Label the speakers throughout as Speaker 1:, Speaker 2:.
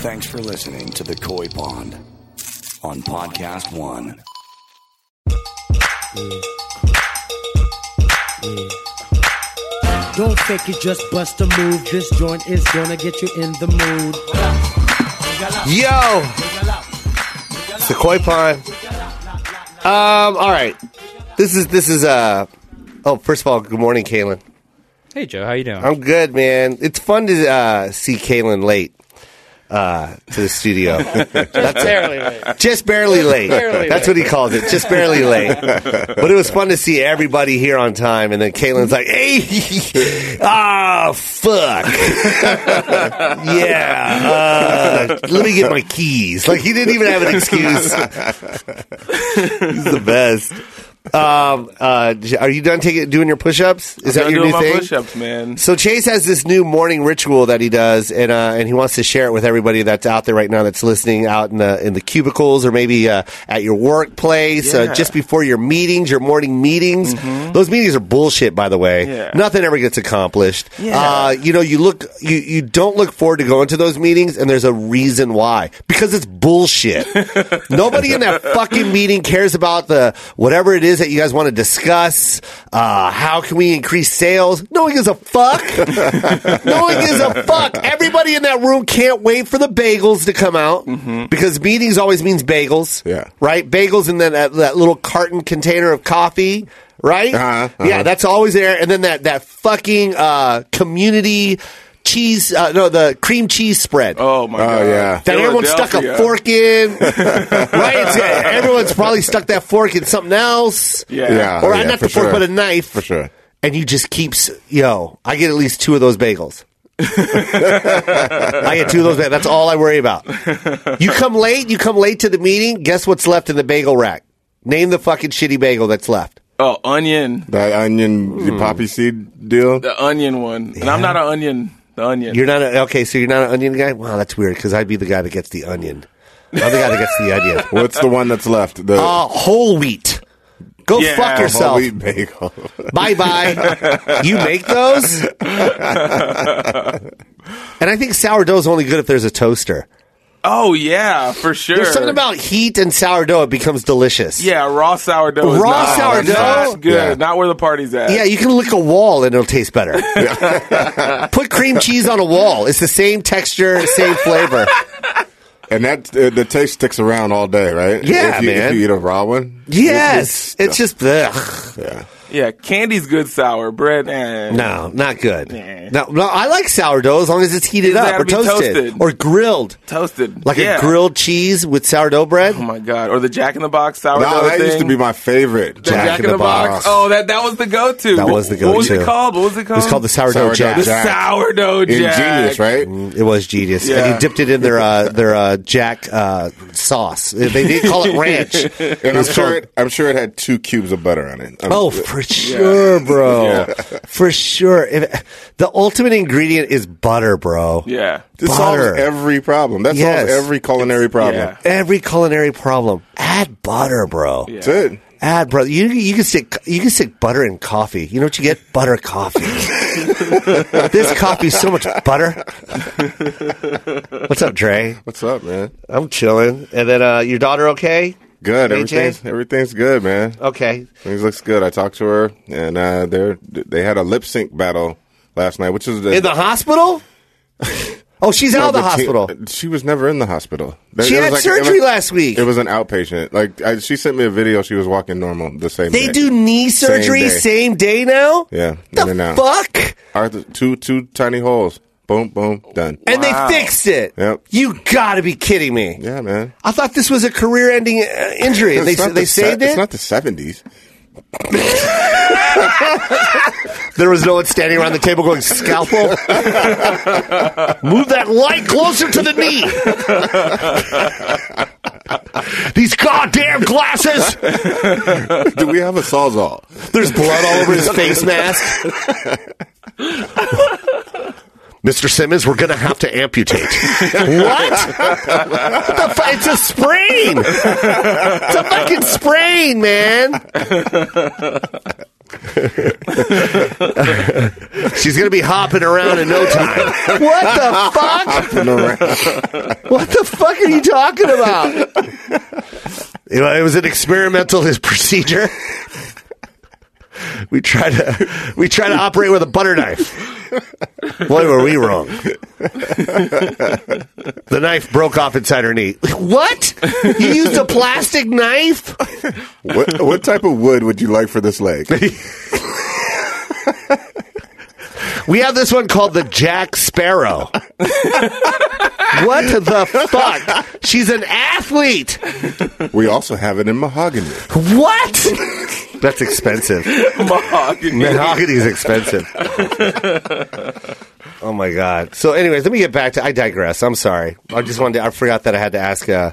Speaker 1: Thanks for listening to The Koi Pond on Podcast One.
Speaker 2: Don't fake it, just bust a move. This joint is gonna get you in the mood.
Speaker 3: Yo, it's the koi pond. Um, all right. This is this is uh. Oh, first of all, good morning, Kaylin.
Speaker 4: Hey Joe, how you doing?
Speaker 3: I'm good, man. It's fun to uh, see Kaylin late uh, to the studio. That's
Speaker 5: barely late.
Speaker 3: Just barely late.
Speaker 5: barely
Speaker 3: That's
Speaker 5: late.
Speaker 3: what he calls it. Just barely late. but it was fun to see everybody here on time, and then Kaylin's like, "Hey, ah, fuck, yeah, uh, let me get my keys." Like he didn't even have an excuse. He's the best. Um, uh, are you done taking doing your push-ups? Is that
Speaker 5: I'm
Speaker 3: your
Speaker 5: doing
Speaker 3: new
Speaker 5: my
Speaker 3: thing?
Speaker 5: push-ups, man.
Speaker 3: So Chase has this new morning ritual that he does, and uh, and he wants to share it with everybody that's out there right now that's listening out in the in the cubicles or maybe uh, at your workplace, uh,
Speaker 5: Yeah. Mm-hmm.
Speaker 3: just before your meetings, your morning meetings. Those meetings are bullshit, by the way.
Speaker 5: Yeah.
Speaker 3: Nothing ever gets accomplished.
Speaker 5: Yeah.
Speaker 3: Uh, you know, you look you you don't look forward to going to those meetings, and there's a reason why because it's bullshit. Nobody in that fucking meeting cares about the whatever it is that you guys want to discuss. Uh, how can we increase sales? No one gives a fuck. no one gives a fuck. Everybody in that room can't wait for the bagels to come out
Speaker 5: Mm-hmm.
Speaker 3: because meetings always means bagels.
Speaker 6: Yeah.
Speaker 3: Right? Bagels and then that, that little carton container of coffee. Right?
Speaker 6: Uh-huh, uh-huh.
Speaker 3: Yeah, that's always there. And then that, that fucking uh, community cheese, uh, no, the cream cheese spread Uh,
Speaker 5: Oh my god.
Speaker 6: yeah.
Speaker 3: that everyone stuck a
Speaker 5: Philadelphia.
Speaker 3: fork in, right? It's- everyone's probably stuck that fork in something else,
Speaker 5: Yeah.
Speaker 6: Yeah.
Speaker 3: or
Speaker 6: Uh, yeah,
Speaker 3: not
Speaker 6: for
Speaker 3: the fork,
Speaker 6: sure.
Speaker 3: but a knife,
Speaker 6: For sure.
Speaker 3: And you just keeps, yo, I get at least two of those bagels. I get two of those. Bagels. That's all I worry about. You come late. You come late to the meeting. Guess what's left in the bagel rack? Name the fucking shitty bagel that's left.
Speaker 5: Oh, onion.
Speaker 6: That onion,
Speaker 3: Hmm.
Speaker 6: the poppy seed deal.
Speaker 5: The onion one. And I'm not an onion. The onion.
Speaker 3: You're not a, okay. So you're not an onion guy. Wow, that's weird because I'd be the guy that gets the onion. I'm the guy that gets the onion.
Speaker 6: What's the one that's left? The
Speaker 3: Uh, whole wheat. Go
Speaker 5: Yeah,
Speaker 3: fuck
Speaker 5: whole
Speaker 3: yourself.
Speaker 6: whole wheat bagel.
Speaker 3: Bye bye. you make those? and I think sourdough's only good if there's a toaster.
Speaker 5: oh yeah, for sure.
Speaker 3: There's something about heat and sourdough, it becomes delicious.
Speaker 5: yeah, raw sourdough. is
Speaker 3: Raw
Speaker 5: not-
Speaker 3: sourdough?
Speaker 5: That's good.
Speaker 6: Yeah.
Speaker 5: Not where the party's at.
Speaker 3: Yeah, you can lick a wall and it'll taste better. Put cream cheese on a wall. It's the same texture, same flavor.
Speaker 6: and that uh, the taste sticks around all day, right?
Speaker 3: Yeah,
Speaker 6: if you,
Speaker 3: man.
Speaker 6: If you eat a raw one,
Speaker 3: Yes. It's just ugh.
Speaker 6: yeah.
Speaker 5: Yeah, Candy's good sour. Bread. Eh.
Speaker 3: No, not good.
Speaker 5: Nah.
Speaker 3: No, no, I like sourdough as long as it's heated
Speaker 5: It's
Speaker 3: up
Speaker 5: gotta
Speaker 3: or
Speaker 5: be
Speaker 3: toasted,
Speaker 5: toasted.
Speaker 3: or grilled.
Speaker 5: Toasted.
Speaker 3: Like
Speaker 5: yeah.
Speaker 3: a grilled cheese with sourdough bread?
Speaker 5: Oh my god. Or the Jack in the Box sourdough.
Speaker 6: No, that
Speaker 5: thing.
Speaker 6: used to be my favorite.
Speaker 5: The Jack, in the, box. Oh, that that was the go to.
Speaker 3: That was the go-to.
Speaker 5: What was it called? What was it
Speaker 3: It
Speaker 5: called?
Speaker 3: was called the sourdough,
Speaker 6: Sourdough
Speaker 3: jack.
Speaker 5: The
Speaker 6: Jack.
Speaker 5: sourdough jack.
Speaker 6: Ingenious, right?
Speaker 3: It was genius, and
Speaker 5: Yeah.
Speaker 3: he dipped it in their uh, their uh, Jack uh, sauce. They did call it ranch. It
Speaker 6: And I'm
Speaker 3: was
Speaker 6: sure,
Speaker 3: called-
Speaker 6: it, I'm sure it had two cubes of butter on it. I'm-
Speaker 3: Oh, for sure, bro. For sure. If, the ultimate ingredient is butter, bro.
Speaker 5: Yeah.
Speaker 6: This
Speaker 3: butter.
Speaker 6: solves every problem. That
Speaker 3: Yes.
Speaker 6: solves every culinary problem.
Speaker 5: yeah.
Speaker 3: Every culinary problem, add butter, bro.
Speaker 5: Yeah.
Speaker 6: That's it.
Speaker 3: Add butter. You you can stick you can stick butter in coffee. You know what you get? Butter coffee. this coffee's so much butter. What's up, Dre?
Speaker 6: What's up, man?
Speaker 3: I'm chilling. And then uh, your daughter, okay?
Speaker 6: Good.
Speaker 3: AJ?
Speaker 6: Everything's everything's good, man.
Speaker 3: Okay.
Speaker 6: Things looks good. I talked to her, and uh, they they had a lip sync battle last night, which is the,
Speaker 3: In the hospital? Oh, she's out of the
Speaker 6: the teen-
Speaker 3: hospital.
Speaker 6: she was never in the hospital. There-
Speaker 3: She
Speaker 6: it
Speaker 3: had
Speaker 6: was like- it
Speaker 3: surgery
Speaker 6: was-
Speaker 3: last week.
Speaker 6: It was an outpatient. Like I, she sent me a video. She was walking normal the same.
Speaker 3: they
Speaker 6: day.
Speaker 3: do knee surgery
Speaker 6: day.
Speaker 3: same day, now?
Speaker 6: Yeah,
Speaker 3: The
Speaker 6: in and out.
Speaker 3: fuck?
Speaker 6: Arthur, two two tiny holes. Boom, boom, done.
Speaker 3: And
Speaker 5: Wow.
Speaker 3: they fixed it.
Speaker 6: Yep.
Speaker 3: You gotta be kidding me.
Speaker 6: yeah, man.
Speaker 3: I thought this was a career ending injury. they
Speaker 6: It's not
Speaker 3: they
Speaker 6: the se-
Speaker 3: saved
Speaker 6: It's
Speaker 3: it?
Speaker 6: not the seventies.
Speaker 3: there was no one standing around the table going, scalpel? Move that light closer to the knee. These goddamn glasses.
Speaker 6: do we have a sawzall?
Speaker 3: There's blood all over his face mask. Mr. Simmons, we're going to have to amputate. what? the fu- it's a sprain. It's a fucking sprain, man. She's gonna be hopping around in no time. what the fuck?
Speaker 6: Hopping around.
Speaker 3: What the fuck are you talking about? you know, it was an experimental his procedure. we try to we try to operate with a butter knife. Boy, were we wrong. the knife broke off inside her knee. What? You used a plastic knife?
Speaker 6: what, what type of wood would you like for this leg?
Speaker 3: We have this one called the Jack Sparrow. what the fuck? She's an athlete.
Speaker 6: we also have it in mahogany.
Speaker 3: What? That's expensive.
Speaker 5: Mahogany.
Speaker 3: Mahogany is expensive. oh my god. So, anyways, let me get back to. I digress. I'm sorry. I just wanted. To, I forgot that I had to ask uh,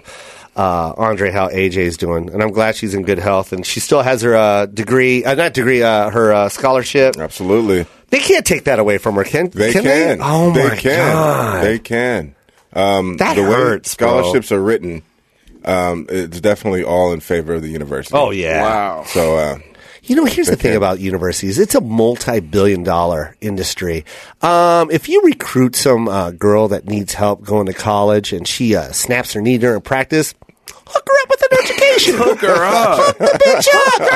Speaker 3: uh, Andre how AJ's doing, and I'm glad she's in good health, and she still has her uh, degree. Uh, not degree. Uh, her uh, scholarship.
Speaker 6: Absolutely.
Speaker 3: They can't take that away from her. Can
Speaker 6: They can.
Speaker 3: They? Oh
Speaker 6: they
Speaker 3: my
Speaker 6: can.
Speaker 3: god.
Speaker 6: They can. Um,
Speaker 3: That
Speaker 6: the way
Speaker 3: hurts, bro.
Speaker 6: scholarships are written. Um, it's definitely all in favor of the university.
Speaker 3: oh yeah.
Speaker 5: Wow.
Speaker 6: So uh,
Speaker 3: You know, here's the thing
Speaker 6: can.
Speaker 3: about universities. It's a multi-billion dollar industry. Um, if you recruit some uh, girl that needs help going to college and she uh, snaps her knee during practice, hook her up with an education. hook
Speaker 5: Her up.
Speaker 3: the bitch up.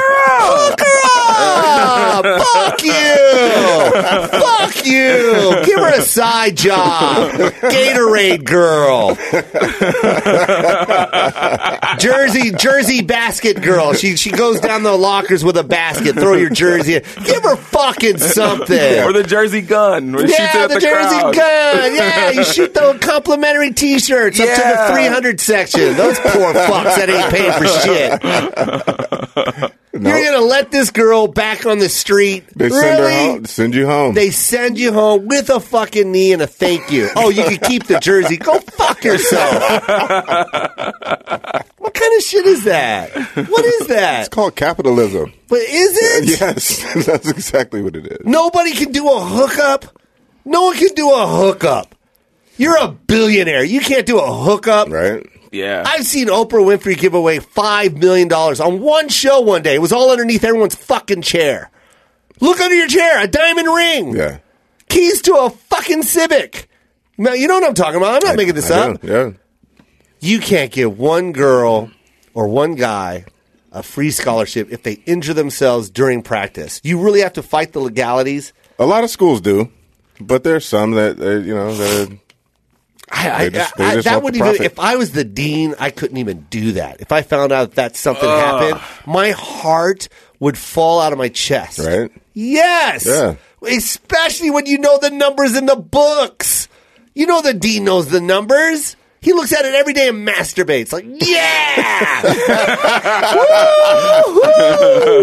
Speaker 3: Hook her up. Fuck you. Fuck you. Give her a side job. Gatorade girl. Jersey Jersey basket girl. She she goes down the lockers with a basket. Throw your jersey. In. Give her fucking something.
Speaker 5: Or the Jersey gun. where it shoots it
Speaker 3: Yeah,
Speaker 5: at
Speaker 3: the,
Speaker 5: the,
Speaker 3: Jersey
Speaker 5: crowd.
Speaker 3: gun. Yeah, you shoot the complimentary T-shirts up to
Speaker 5: Yeah.
Speaker 3: the 300 section. Those poor fucks that ain't paying for shit. You're gonna let this girl back on the street?
Speaker 6: they
Speaker 3: really?
Speaker 6: send her home. Send you home.
Speaker 3: They send you home with a fucking knee and a thank you. Oh, you can keep the jersey. Go fuck yourself. what kind of shit is that? What is that?
Speaker 6: it's called capitalism.
Speaker 3: But is it?
Speaker 6: Yes, that's exactly what it is.
Speaker 3: Nobody can do a hookup. No one can do a hookup. You're a billionaire. You can't do a hookup.
Speaker 6: Right?
Speaker 5: Yeah.
Speaker 3: I've seen Oprah Winfrey give away $5 million on one show one day. It was all underneath everyone's fucking chair. Look under your chair, a diamond ring.
Speaker 6: Yeah.
Speaker 3: Keys to a fucking Civic. Now, you know what I'm talking about. I'm not making this
Speaker 6: I
Speaker 3: up.
Speaker 6: do, Yeah.
Speaker 3: You can't give one girl or one guy a free scholarship if they injure themselves during practice. You really have to fight the legalities.
Speaker 6: A lot of schools do, but there's some that uh, you know that
Speaker 3: I, I,
Speaker 6: They just- they
Speaker 3: I-
Speaker 6: just
Speaker 3: that
Speaker 6: want
Speaker 3: would
Speaker 6: the
Speaker 3: even
Speaker 6: profit.
Speaker 3: if I was the dean, I couldn't even do that. If I found out that something happened, my heart would fall out of my chest.
Speaker 6: Right.
Speaker 3: Yes.
Speaker 6: Yeah.
Speaker 3: Especially when you know the numbers in the books. You know the dean knows the numbers. He looks at it every day and masturbates. Like, yeah.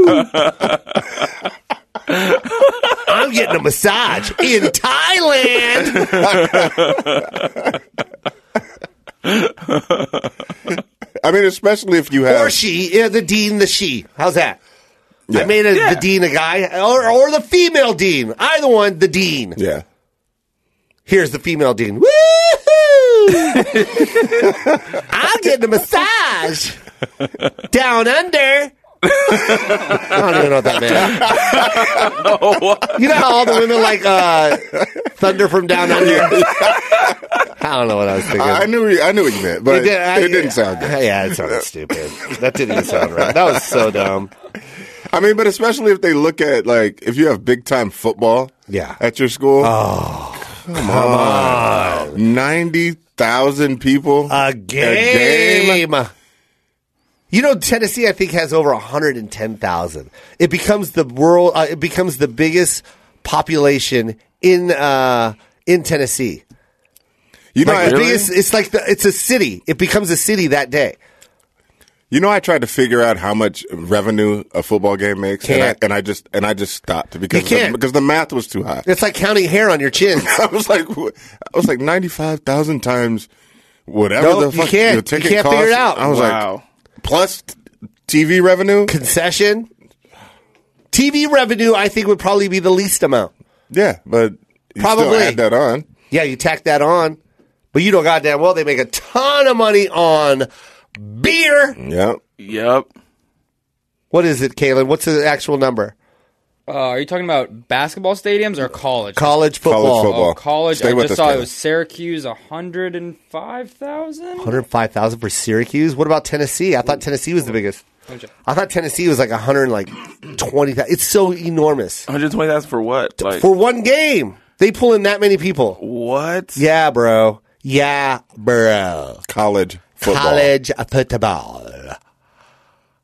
Speaker 3: Woo-hoo! I'm getting a massage in Thailand.
Speaker 6: I mean, especially if you
Speaker 3: or
Speaker 6: have
Speaker 3: she, yeah, the dean, the she. How's that? I
Speaker 6: Yeah.
Speaker 3: made a,
Speaker 5: Yeah.
Speaker 3: the dean a guy, or, or the female dean. Either one, the dean.
Speaker 6: yeah.
Speaker 3: Here's the female dean. Woo-hoo! I'm getting a massage down under. I don't even know what that meant. You know how all the women like uh, thunder from down under. I don't know what I was thinking.
Speaker 6: I I knew I knew what you meant, but it,
Speaker 3: did- I-
Speaker 6: didn't sound good.
Speaker 3: Yeah, it sounded stupid. That didn't even sound right. That was so dumb.
Speaker 6: I mean, but especially if they look at like if you have big time football,
Speaker 3: Yeah.
Speaker 6: at your school. Oh, come, on, ninety thousand people
Speaker 3: A game. You know, Tennessee, I think, has over 110,000. It becomes the world. Uh, it becomes the biggest population in uh, in Tennessee.
Speaker 6: You know,
Speaker 3: Like
Speaker 6: I,
Speaker 3: the biggest, it's like the, it's a city. It becomes a city that day.
Speaker 6: you know, I tried to figure out how much revenue a football game makes, and I,
Speaker 3: Can't.
Speaker 6: and I just and I just stopped because
Speaker 3: You can't.
Speaker 6: The, because the math was too high.
Speaker 3: It's like counting hair on your chin.
Speaker 6: I was like, wh- I was like ninety five thousand times whatever
Speaker 3: No,
Speaker 6: the
Speaker 3: you
Speaker 6: fuck
Speaker 3: can't.
Speaker 6: your
Speaker 3: You
Speaker 6: ticket
Speaker 3: can't
Speaker 6: cost.
Speaker 3: figure it out.
Speaker 6: I was
Speaker 5: Wow.
Speaker 6: like, plus t- TV revenue.
Speaker 3: Concession, TV revenue, I think would probably be the least amount.
Speaker 6: Yeah, but you
Speaker 3: Probably.
Speaker 6: still add that on.
Speaker 3: Yeah, you tack that on, but you know goddamn well they make a ton of money on beer.
Speaker 6: Yeah.
Speaker 5: Yep.
Speaker 3: What is it, Kalen? What's the actual number?
Speaker 4: Uh, are you talking about basketball stadiums or college?
Speaker 3: College football.
Speaker 6: College football.
Speaker 4: Oh, college.
Speaker 6: Stay
Speaker 4: I
Speaker 6: with
Speaker 4: just
Speaker 6: us,
Speaker 4: saw it
Speaker 6: Taylor.
Speaker 4: was Syracuse, hundred and five thousand.
Speaker 3: 105,000 for Syracuse. What about Tennessee? I thought Tennessee was the biggest. I thought Tennessee was like 120. It's so enormous.
Speaker 5: 120,000 for what? Like,
Speaker 3: For one game, they pull in that many people.
Speaker 5: what?
Speaker 3: Yeah, bro. Yeah, bro.
Speaker 6: College football.
Speaker 3: College football.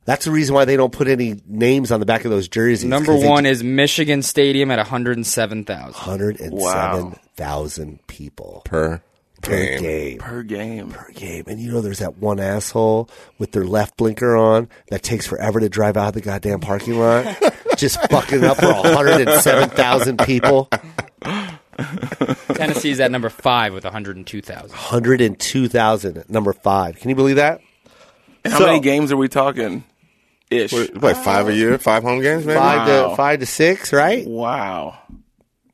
Speaker 3: That's the reason why they don't put any names on the back of those jerseys.
Speaker 4: Number one is Michigan Stadium at hundred and seven thousand.
Speaker 3: 107,000 people
Speaker 6: per
Speaker 3: per
Speaker 6: game.
Speaker 3: game.
Speaker 5: Per game.
Speaker 3: per game. And you know, there's that one asshole with their left blinker on that takes forever to drive out of the goddamn parking lot, just fucking up for 107,000 people.
Speaker 4: Tennessee's at number five with hundred and two thousand.
Speaker 3: 102,000, number five. Can you believe that?
Speaker 5: And how
Speaker 3: So-
Speaker 5: many games are we talking? Ish.
Speaker 6: What, Like five a year, five home games, maybe.
Speaker 3: Five to
Speaker 5: Wow.
Speaker 3: five to six, right?
Speaker 5: Wow.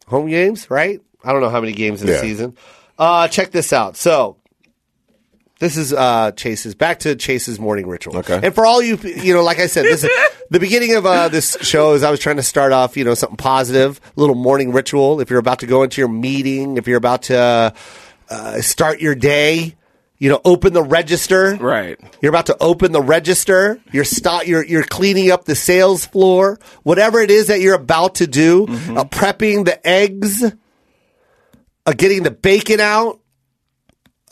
Speaker 3: Home games, right? I don't know how many games in a
Speaker 6: Yeah.
Speaker 3: season. Uh, check this out. So this is uh, Chase's back to Chase's morning ritual.
Speaker 6: Okay.
Speaker 3: And for all you, you know, like I said, this is the beginning of uh, this show. Is I was trying to start off, you know, something positive, a little morning ritual. If you're about to go into your meeting, if you're about to uh, uh, start your day, you know, open the register.
Speaker 5: Right.
Speaker 3: You're about to open the register. You're stop. You're you're cleaning up the sales floor. Whatever it is that you're about to do,
Speaker 6: Mm-hmm.
Speaker 3: uh, prepping the eggs, uh, getting the bacon out.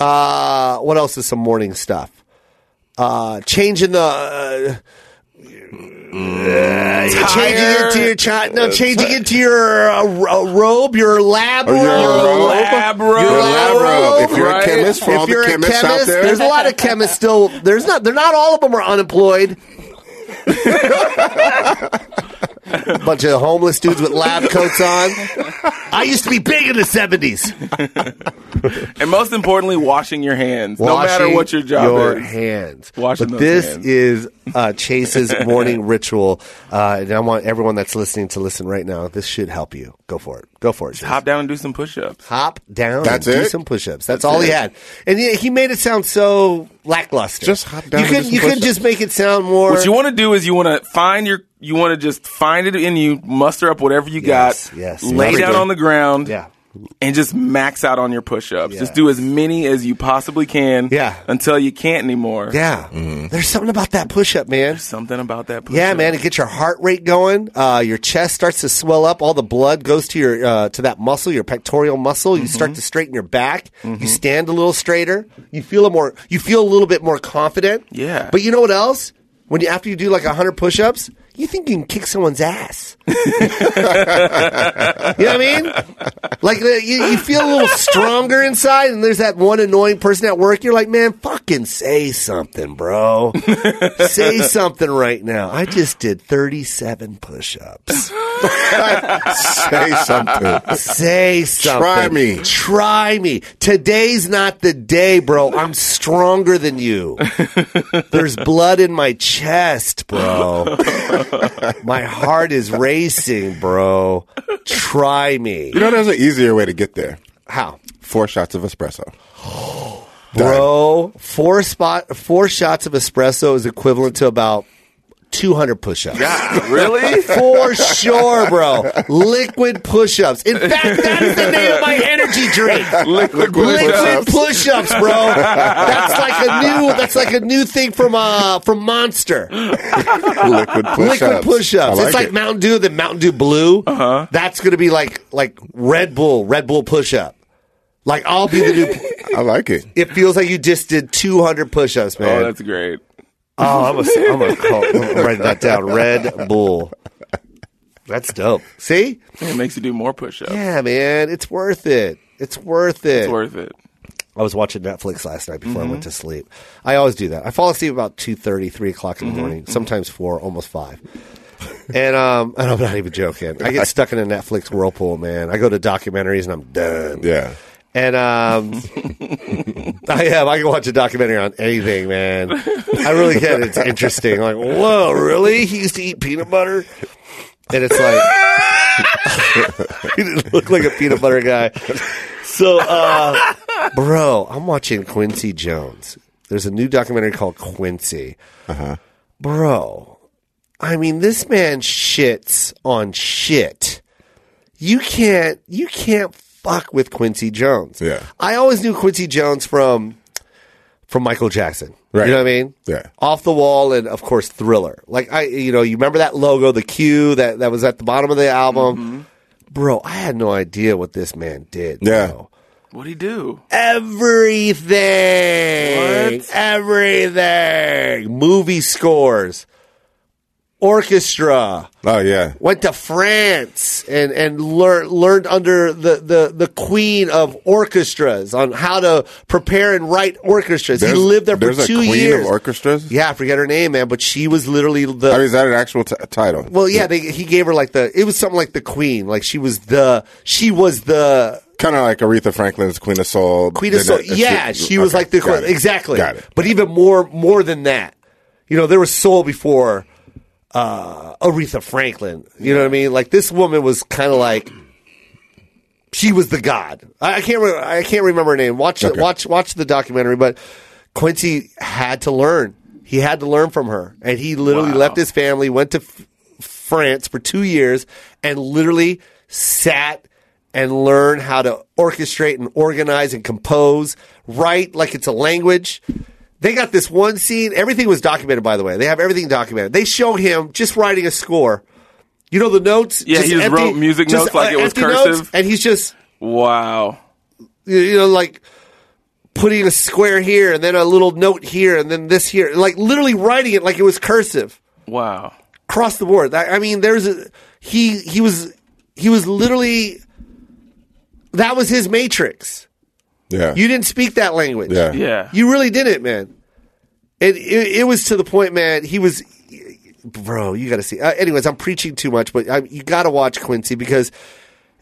Speaker 3: Uh, what else is some morning stuff? Uh, changing the. Uh, changing into your chi- no, changing into your uh, ro- robe, your lab
Speaker 6: Or your
Speaker 3: robe.
Speaker 6: robe.
Speaker 5: Lab robe.
Speaker 6: Your lab robe. If you're
Speaker 5: Right.
Speaker 6: a chemist, for all
Speaker 3: If
Speaker 6: the
Speaker 3: you're a
Speaker 6: chemists out
Speaker 3: chemist,
Speaker 6: there,
Speaker 3: there's a lot of chemists still. There's not. They're not all of them are unemployed. Bunch of homeless dudes with lab coats on. I used to be big in the seventies.
Speaker 5: And most importantly, washing your hands. no matter what your job
Speaker 3: your
Speaker 5: is.
Speaker 3: hands.
Speaker 5: Washing
Speaker 3: but
Speaker 5: those
Speaker 3: this
Speaker 5: hands.
Speaker 3: is uh, Chase's morning ritual, uh, and I want everyone that's listening to listen right now. This should help you. Go for it. Go for it. Chase.
Speaker 5: Hop down and do some push ups.
Speaker 3: Hop down.
Speaker 6: That's
Speaker 3: and Do
Speaker 6: it?
Speaker 3: some push-ups. That's, all he had, and he, he made it sound so lackluster.
Speaker 6: Just hop down
Speaker 3: You
Speaker 6: and do
Speaker 3: could
Speaker 6: some
Speaker 3: you could
Speaker 6: push-ups.
Speaker 3: just make it sound more.
Speaker 5: What you want to do is you want to find your, you want to just find it in you, muster up whatever you
Speaker 3: Yes,
Speaker 5: got,
Speaker 3: yes.
Speaker 5: lay
Speaker 3: Everything.
Speaker 5: down on the ground,
Speaker 3: Yeah.
Speaker 5: and just max out on your push ups.
Speaker 3: Yes.
Speaker 5: Just do as many as you possibly can
Speaker 3: Yeah.
Speaker 5: until you can't anymore.
Speaker 3: Yeah.
Speaker 6: Mm-hmm.
Speaker 3: There's something about that push-up, man.
Speaker 5: Something about that push
Speaker 3: Yeah,
Speaker 5: up.
Speaker 3: man, it gets your heart rate going. Uh, your chest starts to swell up. All the blood goes to your uh, to that muscle, your pectoral muscle. You start
Speaker 6: Mm-hmm.
Speaker 3: to straighten your back. You stand a little straighter. You feel a more. You feel a little bit more confident.
Speaker 5: Yeah.
Speaker 3: But you know what else? When you after you do like hundred push-ups, you think you can kick someone's ass. you know what I mean? Like uh, you, you feel a little stronger inside, and there's that one annoying person at work. You're like, man, fucking say something, bro. say something right now. I just did 37 push-ups.
Speaker 6: say something.
Speaker 3: Say something.
Speaker 6: Try me.
Speaker 3: Try me. Today's not the day, bro. I'm stronger than you. There's blood in my chest, bro. my heart is racing, bro. Try me.
Speaker 6: You know, there's an easier way to get there.
Speaker 3: How?
Speaker 6: Four shots of espresso.
Speaker 3: Bro, four spot four shots of espresso is equivalent to about 200 push-ups.
Speaker 5: really?
Speaker 3: For sure, bro. Liquid push-ups. In fact, that is the name of my energy drink.
Speaker 6: Liquid
Speaker 3: Liquid push-ups, bro. That's like a new. That's like a new thing from uh from Monster.
Speaker 6: Liquid push-ups.
Speaker 3: Liquid
Speaker 6: I
Speaker 3: push-ups.
Speaker 6: Like
Speaker 3: it's like
Speaker 6: it.
Speaker 3: Mountain Dew, the Mountain Dew Blue. Uh-huh. That's gonna be like like Red Bull, Red Bull push-up. Like I'll be the new.
Speaker 6: I like it.
Speaker 3: It feels like you just did 200 push-ups,
Speaker 5: oh,
Speaker 3: man.
Speaker 5: that's great.
Speaker 3: Oh, I'm a, I'm a call, I'm writing that down. Red Bull. That's dope. See?
Speaker 5: It makes you do more push ups.
Speaker 3: Yeah, man. It's worth it. It's worth it.
Speaker 5: It's worth it.
Speaker 3: I was watching Netflix last night before I went to sleep. I always do that. I fall asleep about 2.30, 3 o'clock in the morning, sometimes 4, almost 5. and, um, and I'm not even joking. I get stuck in a Netflix whirlpool, man. I go to documentaries and I'm done.
Speaker 6: Yeah.
Speaker 3: And um, I am. I can watch a documentary on anything, man. I really can. It's interesting. Like, whoa, really? He used to eat peanut butter? And it's like, he didn't look like a peanut butter guy. So, uh, bro, I'm watching Quincy
Speaker 6: Uh-huh.
Speaker 3: Jones. There's a new documentary called Quincy. Bro, I mean, this man shits on shit. You can't, you can't fuck with Quincy Jones.
Speaker 6: Yeah.
Speaker 3: I always knew Quincy Jones from, from Michael Jackson.
Speaker 6: Right.
Speaker 3: You know what I mean?
Speaker 6: Yeah.
Speaker 3: Off the wall and of course Thriller. Like I, you know, you remember that logo, the Q that, that was at the bottom of the album.
Speaker 6: Mm-hmm.
Speaker 3: Bro, I had no idea what this man did.
Speaker 6: Yeah.
Speaker 3: bro.
Speaker 5: What'd he do?
Speaker 3: Everything.
Speaker 5: What?
Speaker 3: Everything. Movie scores. Orchestra.
Speaker 6: Oh yeah,
Speaker 3: Went to France and, and lear- learned under the, the, the queen of orchestras on how to prepare and write orchestras. he lived there for
Speaker 6: there's
Speaker 3: two
Speaker 6: a queen
Speaker 3: years.
Speaker 6: of orchestras.
Speaker 3: yeah, I forget her name, man, but she was literally the.
Speaker 6: I mean, is that an actual t- title?
Speaker 3: well, yeah, they, he gave her like the. It was something like the queen. Like she was the. She was the.
Speaker 6: kind of like Aretha Franklin's Queen of Soul.
Speaker 3: Queen of
Speaker 6: Then
Speaker 3: Soul.
Speaker 6: that-
Speaker 3: Yeah, she, was
Speaker 6: okay,
Speaker 3: like the
Speaker 6: got
Speaker 3: queen.
Speaker 6: it.
Speaker 3: Exactly.
Speaker 6: Got it.
Speaker 3: But even more more than that, you know, there was soul before uh, Aretha Franklin. You know what I mean? Like this woman was kind of like she was the god. I, I can't re- I can't remember her name. Watch
Speaker 6: Okay.
Speaker 3: watch watch the documentary. But Quincy had to learn. He had to learn from her, and he literally left his family, went to f- France for two years, and literally sat and learned how to orchestrate and organize and compose, write like it's a language. They got this one scene. Everything was documented, by the way. They have everything documented. They show him just writing a score. You know the notes.
Speaker 5: Yeah, he just wrote music notes like it was
Speaker 3: uh, empty notes,
Speaker 5: cursive.
Speaker 3: and he's just
Speaker 5: Wow.
Speaker 3: you- you know, like putting a square here and then a little note here and then this here, like literally writing it like it was cursive
Speaker 5: Wow.
Speaker 3: across the board. I, I mean, there's a, he he was he was literally that was his matrix.
Speaker 6: Yeah.
Speaker 3: You didn't speak that language.
Speaker 6: yeah.
Speaker 5: Yeah.
Speaker 3: You really didn't, man. It, it it was to the point, man. He was, bro. You got to see. Uh, anyways, I'm preaching too much, but I, you got to watch Quincy because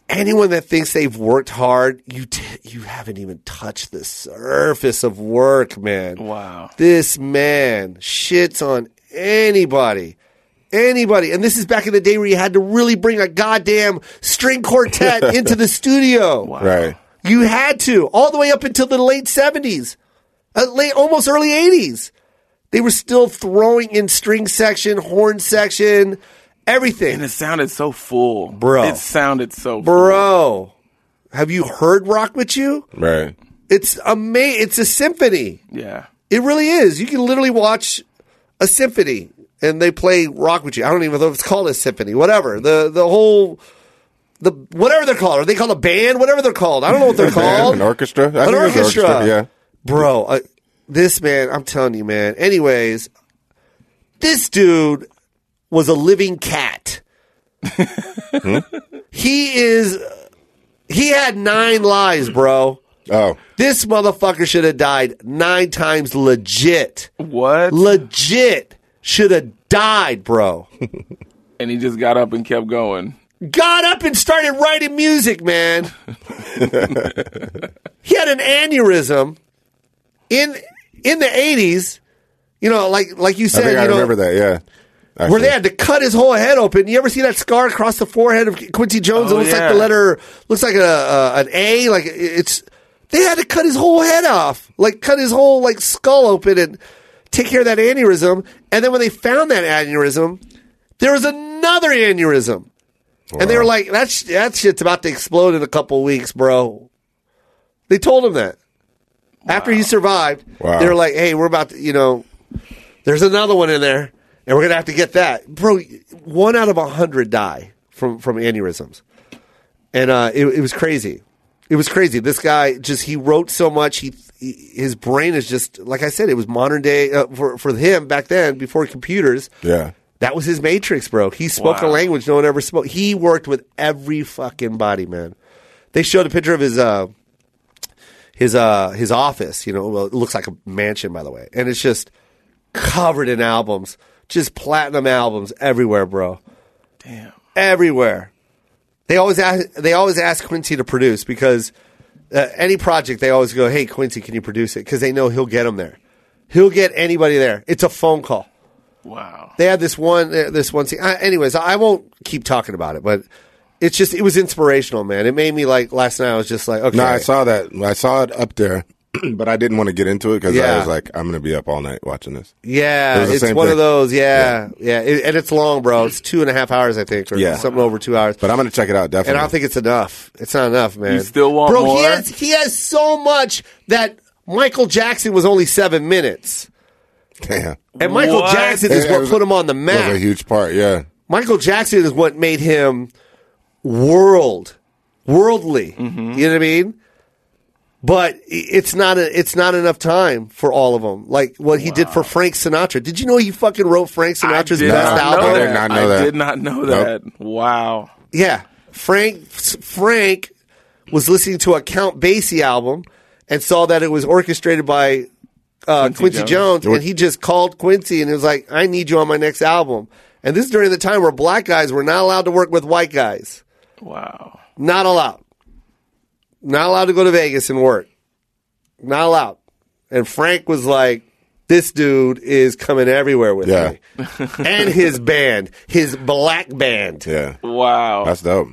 Speaker 3: anyone that thinks they've worked hard, you t- you haven't even touched the surface of work, man.
Speaker 5: Wow.
Speaker 3: This man shits on anybody. Anybody. And this is back in the day where you had to really bring a goddamn string quartet into the studio.
Speaker 6: Right.
Speaker 3: You had to all the way up until the late seventies, uh, late almost early eighties. They were still throwing in string section, horn section,
Speaker 5: And
Speaker 3: everything.
Speaker 5: it sounded so full.
Speaker 3: Bro.
Speaker 5: It sounded so
Speaker 3: Bro, have you heard "Rock with You"?
Speaker 6: Right.
Speaker 3: It's ama- It's a symphony.
Speaker 5: full. Yeah.
Speaker 3: It really is. You can literally watch a symphony and they play rock with you. I don't even know if it's called a symphony. Whatever. The the whole the whatever they're called. Are they called a band? Whatever they're called. I don't know what they're called.
Speaker 6: An orchestra. I
Speaker 3: an
Speaker 6: think it was an
Speaker 3: orchestra.
Speaker 6: Yeah.
Speaker 3: Bro, uh, this man, I'm telling you, man. Anyways, this dude was a living cat.
Speaker 6: Hmm?
Speaker 3: he is. He had nine lives, bro.
Speaker 6: Oh.
Speaker 3: This motherfucker should have died nine times legit.
Speaker 5: What?
Speaker 3: Legit should have died, bro.
Speaker 5: and he just got up and kept going.
Speaker 3: Got up and started writing music, man. he had an aneurysm in in the eighties. You know, like like you
Speaker 6: I
Speaker 3: said,
Speaker 6: think
Speaker 3: you
Speaker 6: I
Speaker 3: know,
Speaker 6: remember that. Yeah. Actually.
Speaker 3: where they had to cut his whole head open. You ever see that scar across the forehead of Quincy Jones?
Speaker 5: Oh,
Speaker 3: it looks
Speaker 5: yeah.
Speaker 3: like the letter looks like a, a an A. Like it- it's they had to cut his whole head off, like cut his whole like skull open and take care of that aneurysm. And then when they found that aneurysm, there was another aneurysm, and they were like, "That sh- that shit's about to explode in a couple weeks, bro." They told him that. After he survived,
Speaker 6: Wow.
Speaker 3: they were like, "Hey, we're about to, you know, there's another one in there, and we're gonna have to get that, bro. One out of a hundred die from from aneurysms, and uh, it, it was crazy. It was crazy. This guy just he wrote so much. He, he his brain is just like I said. It was modern day uh, for for him back then before computers.
Speaker 6: Yeah.
Speaker 3: That was his matrix, bro. He spoke a
Speaker 5: Wow.
Speaker 3: language no one ever spoke. He worked with every fucking body, man. They showed a picture of his uh his uh his office, you know, well, it looks like a mansion by the way. And it's just covered in albums, just platinum albums everywhere, bro.
Speaker 5: Damn.
Speaker 3: Everywhere. They always ask, they always ask Quincy to produce because uh, any project they always go, "Hey Quincy, can you produce it?" cuz they know he'll get him there. He'll get anybody there. It's a phone call
Speaker 5: Wow.
Speaker 3: they had this one uh, this one scene. I, anyways, I won't keep talking about it, but it's just it was inspirational, man. It made me like last night. I was just like, okay,
Speaker 6: No, I saw that. I saw it up there. but I didn't want to get into it because
Speaker 3: Yeah.
Speaker 6: I was like, I'm going to be up all night watching this. It
Speaker 3: Yeah,
Speaker 6: was the
Speaker 3: it's
Speaker 6: same
Speaker 3: one
Speaker 6: thing.
Speaker 3: of those. Yeah, yeah, It- and it's long, bro. It's two and a half hours, I think, or
Speaker 6: Yeah.
Speaker 3: something over two hours.
Speaker 6: But I'm going to check it out definitely.
Speaker 3: and I don't think it's enough. It's not enough, man.
Speaker 5: You still want
Speaker 3: bro? He
Speaker 5: more?
Speaker 3: has he has so much that Michael Jackson was only seven minutes,
Speaker 6: Damn.
Speaker 3: and Michael
Speaker 5: What?
Speaker 3: Jackson is
Speaker 6: Yeah, it
Speaker 3: what
Speaker 6: was-
Speaker 3: put him on the
Speaker 6: That was
Speaker 3: map.
Speaker 6: a huge part. Yeah.
Speaker 3: Michael Jackson is what made him world worldly.
Speaker 5: Mm-hmm.
Speaker 3: You know what I mean? But i- it's not a, it's not enough time for all of them. Like what he did for Frank Sinatra. Did you know he fucking wrote Frank Sinatra's
Speaker 5: did
Speaker 3: best
Speaker 5: not
Speaker 3: album?
Speaker 5: know
Speaker 6: I did
Speaker 5: that.
Speaker 6: not know
Speaker 5: I
Speaker 6: that.
Speaker 5: did not know that. Wow.
Speaker 3: Yeah, Frank Frank was listening to a Count Basie album and saw that it was orchestrated by uh, Quincy,
Speaker 5: Quincy
Speaker 3: Jones.
Speaker 5: Jones.
Speaker 3: and he just called Quincy and he was like, "I need you on my next album." And this is during the time where black guys were not allowed to work with white guys,
Speaker 5: Wow.
Speaker 3: not allowed, not allowed to go to Vegas and work, not allowed. And Frank was like, "This dude is coming everywhere with
Speaker 6: Yeah.
Speaker 3: me." and his band, his black band.
Speaker 6: Yeah.
Speaker 5: Wow.
Speaker 6: That's dope.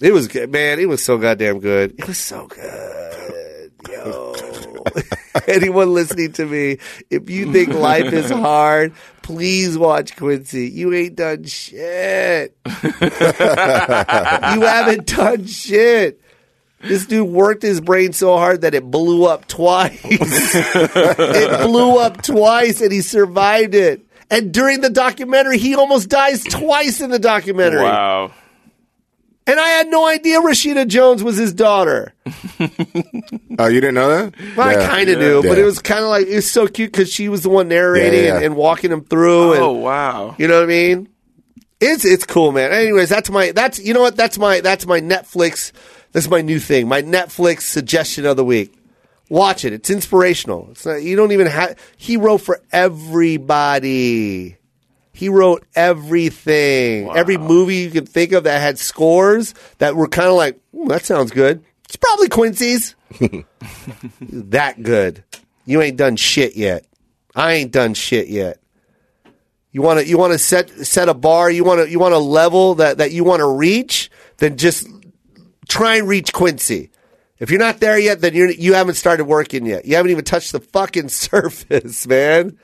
Speaker 3: It was good, man. It was so goddamn good. It was so good, yo. Anyone listening to me, if you think life is hard, please watch Quincy. You ain't done shit. you haven't done shit. This dude worked his brain so hard that it blew up twice. it blew up twice, and he survived it. And during the documentary, he almost dies twice in the documentary.
Speaker 5: Wow.
Speaker 3: And I had no idea Rashida Jones was his daughter.
Speaker 6: Oh, you didn't know that?
Speaker 3: Well, I
Speaker 6: Yeah.
Speaker 3: kind of knew, but
Speaker 6: Yeah.
Speaker 3: it was kind of like, it was so cute because she was the one narrating
Speaker 6: Yeah, yeah,
Speaker 3: And,
Speaker 6: yeah.
Speaker 3: and walking him through. And,
Speaker 5: Oh wow.
Speaker 3: You know what I mean? It's it's cool, man. Anyways, that's my that's you know what that's my that's my Netflix. That's my new thing. My Netflix suggestion of the week. Watch it. It's inspirational. It's not, you don't even have. He wrote for everybody. He wrote everything. Every movie you could think of that had scores that were kind of like "Ooh, that sounds good. It's probably Quincy's. that good. You ain't done shit yet. I ain't done shit yet. You want to you want to set set a bar. You want to you want a level that that you want to reach. Then just try and reach Quincy. If you're not there yet, then you you haven't started working yet. You haven't even touched the fucking surface, man.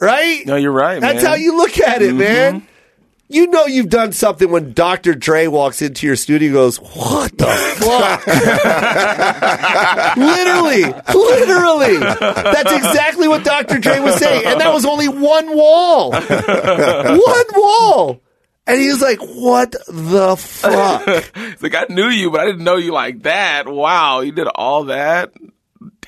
Speaker 3: Right?
Speaker 5: No, you're right,
Speaker 3: That's
Speaker 5: man. Mm-hmm.
Speaker 3: how you look at it, man. You know you've done something when Dr. Dre walks into your studio and goes, What the fuck? literally, literally. That's exactly what Dr. Dre was saying. And that was only one wall. one wall. And he was like, What the fuck?
Speaker 5: It's like I knew you, but I didn't know you like that. Wow, you did all that.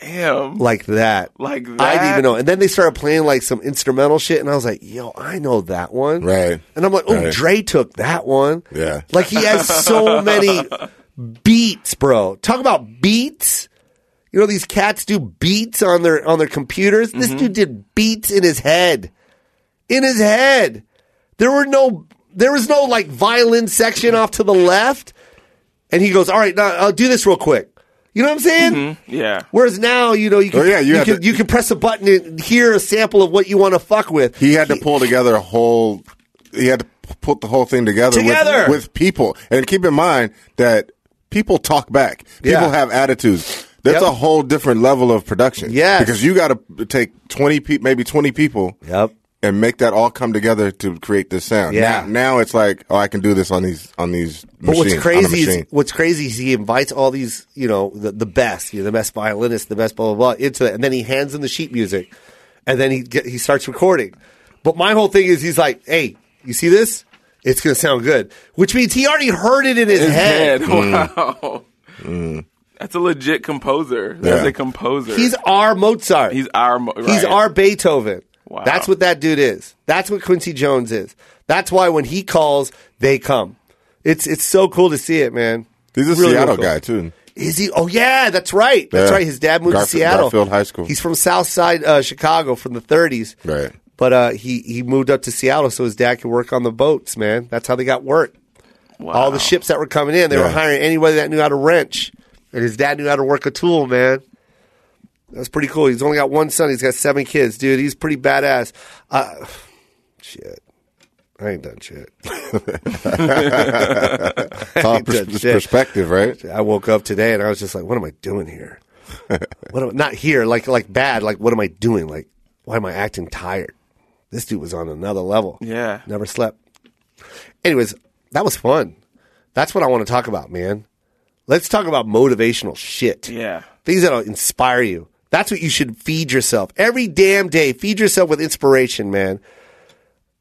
Speaker 5: Damn.
Speaker 3: Like that.
Speaker 5: Like that.
Speaker 3: I didn't even know. And then they started playing like some instrumental shit, and I was like, yo, I know that one.
Speaker 6: Right.
Speaker 3: And I'm like, oh,
Speaker 6: Right.
Speaker 3: Dre took that one.
Speaker 6: Yeah.
Speaker 3: Like he has so many beats, bro. Talk about beats. You know these cats do beats on their on their computers.
Speaker 6: Mm-hmm.
Speaker 3: This dude did beats in his head. In his head. There were no there was no like violin section off to the left. And he goes, "All right, now I'll do this real quick." You know what I'm saying?
Speaker 5: Yeah.
Speaker 3: Whereas now, you know, you can,
Speaker 6: Mm-hmm. Oh, yeah, you
Speaker 3: you,
Speaker 6: have
Speaker 3: can
Speaker 6: to-
Speaker 3: you can press a button and hear a sample of what you want to fuck with.
Speaker 6: He had to pull together a whole. He had to p- put the whole thing together, with-
Speaker 3: Together!
Speaker 6: With, people. And keep in mind that people talk back. People
Speaker 3: Yeah.
Speaker 6: have attitudes. That's
Speaker 3: Yep.
Speaker 6: a whole different level of production.
Speaker 3: Yes.
Speaker 6: because you got to take twenty people, maybe twenty people.
Speaker 3: Yep.
Speaker 6: And make that all come together to create this sound.
Speaker 3: Yeah.
Speaker 6: Now, now it's like, oh, I can do this on these on these.
Speaker 3: But what's
Speaker 6: machines, on a
Speaker 3: crazy is
Speaker 6: machine.
Speaker 3: what's crazy is he invites all these, you know, the, the best, you know, the best violinists, the best blah blah blah into that, and then he hands them the sheet music, and then he get, he starts recording. But my whole thing is he's like, hey, you see this? It's gonna sound good, which means he already heard it in his,
Speaker 5: His
Speaker 3: head.
Speaker 5: head. Wow.
Speaker 6: Mm.
Speaker 5: That's a legit composer. That's
Speaker 6: Yeah.
Speaker 5: a composer.
Speaker 3: He's our Mozart.
Speaker 5: he's our mo-
Speaker 3: He's
Speaker 5: right.
Speaker 3: our Beethoven.
Speaker 5: Wow.
Speaker 3: That's what that dude is. That's what Quincy Jones is. That's why when he calls, they come. It's it's so cool to see it, man.
Speaker 6: He's a
Speaker 3: Really, really
Speaker 6: Seattle
Speaker 3: cool.
Speaker 6: guy too.
Speaker 3: Is he? Oh yeah, that's right. That's
Speaker 6: Yeah.
Speaker 3: right. His dad moved
Speaker 6: Garf-
Speaker 3: to Seattle.
Speaker 6: Garfield High School.
Speaker 3: He's from South Side uh, Chicago from the 30s.
Speaker 6: Right.
Speaker 3: But uh, he he moved up to Seattle so his dad could work on the boats. Man, that's how they got work.
Speaker 5: Wow.
Speaker 3: All the ships that were coming in, they were
Speaker 6: Yeah.
Speaker 3: hiring anybody that knew how to wrench, and his dad knew how to work a tool. Man, that's pretty cool. He's only got one son. He's got seven kids, dude. He's pretty badass. Uh, shit, I ain't done shit.
Speaker 6: It's all pers-
Speaker 3: Good shit.
Speaker 6: perspective, right?
Speaker 3: I woke up today and I was just like, what am I doing here? What am, not here, like like bad. Like what am I doing? Like why am I acting tired? This dude was on another level.
Speaker 5: Yeah.
Speaker 3: never slept. Anyways, that was fun. That's what I want to talk about, man. Let's talk about motivational shit.
Speaker 5: Yeah.
Speaker 3: Things that'll inspire you. That's what you should feed yourself every damn day. Feed yourself with inspiration, man.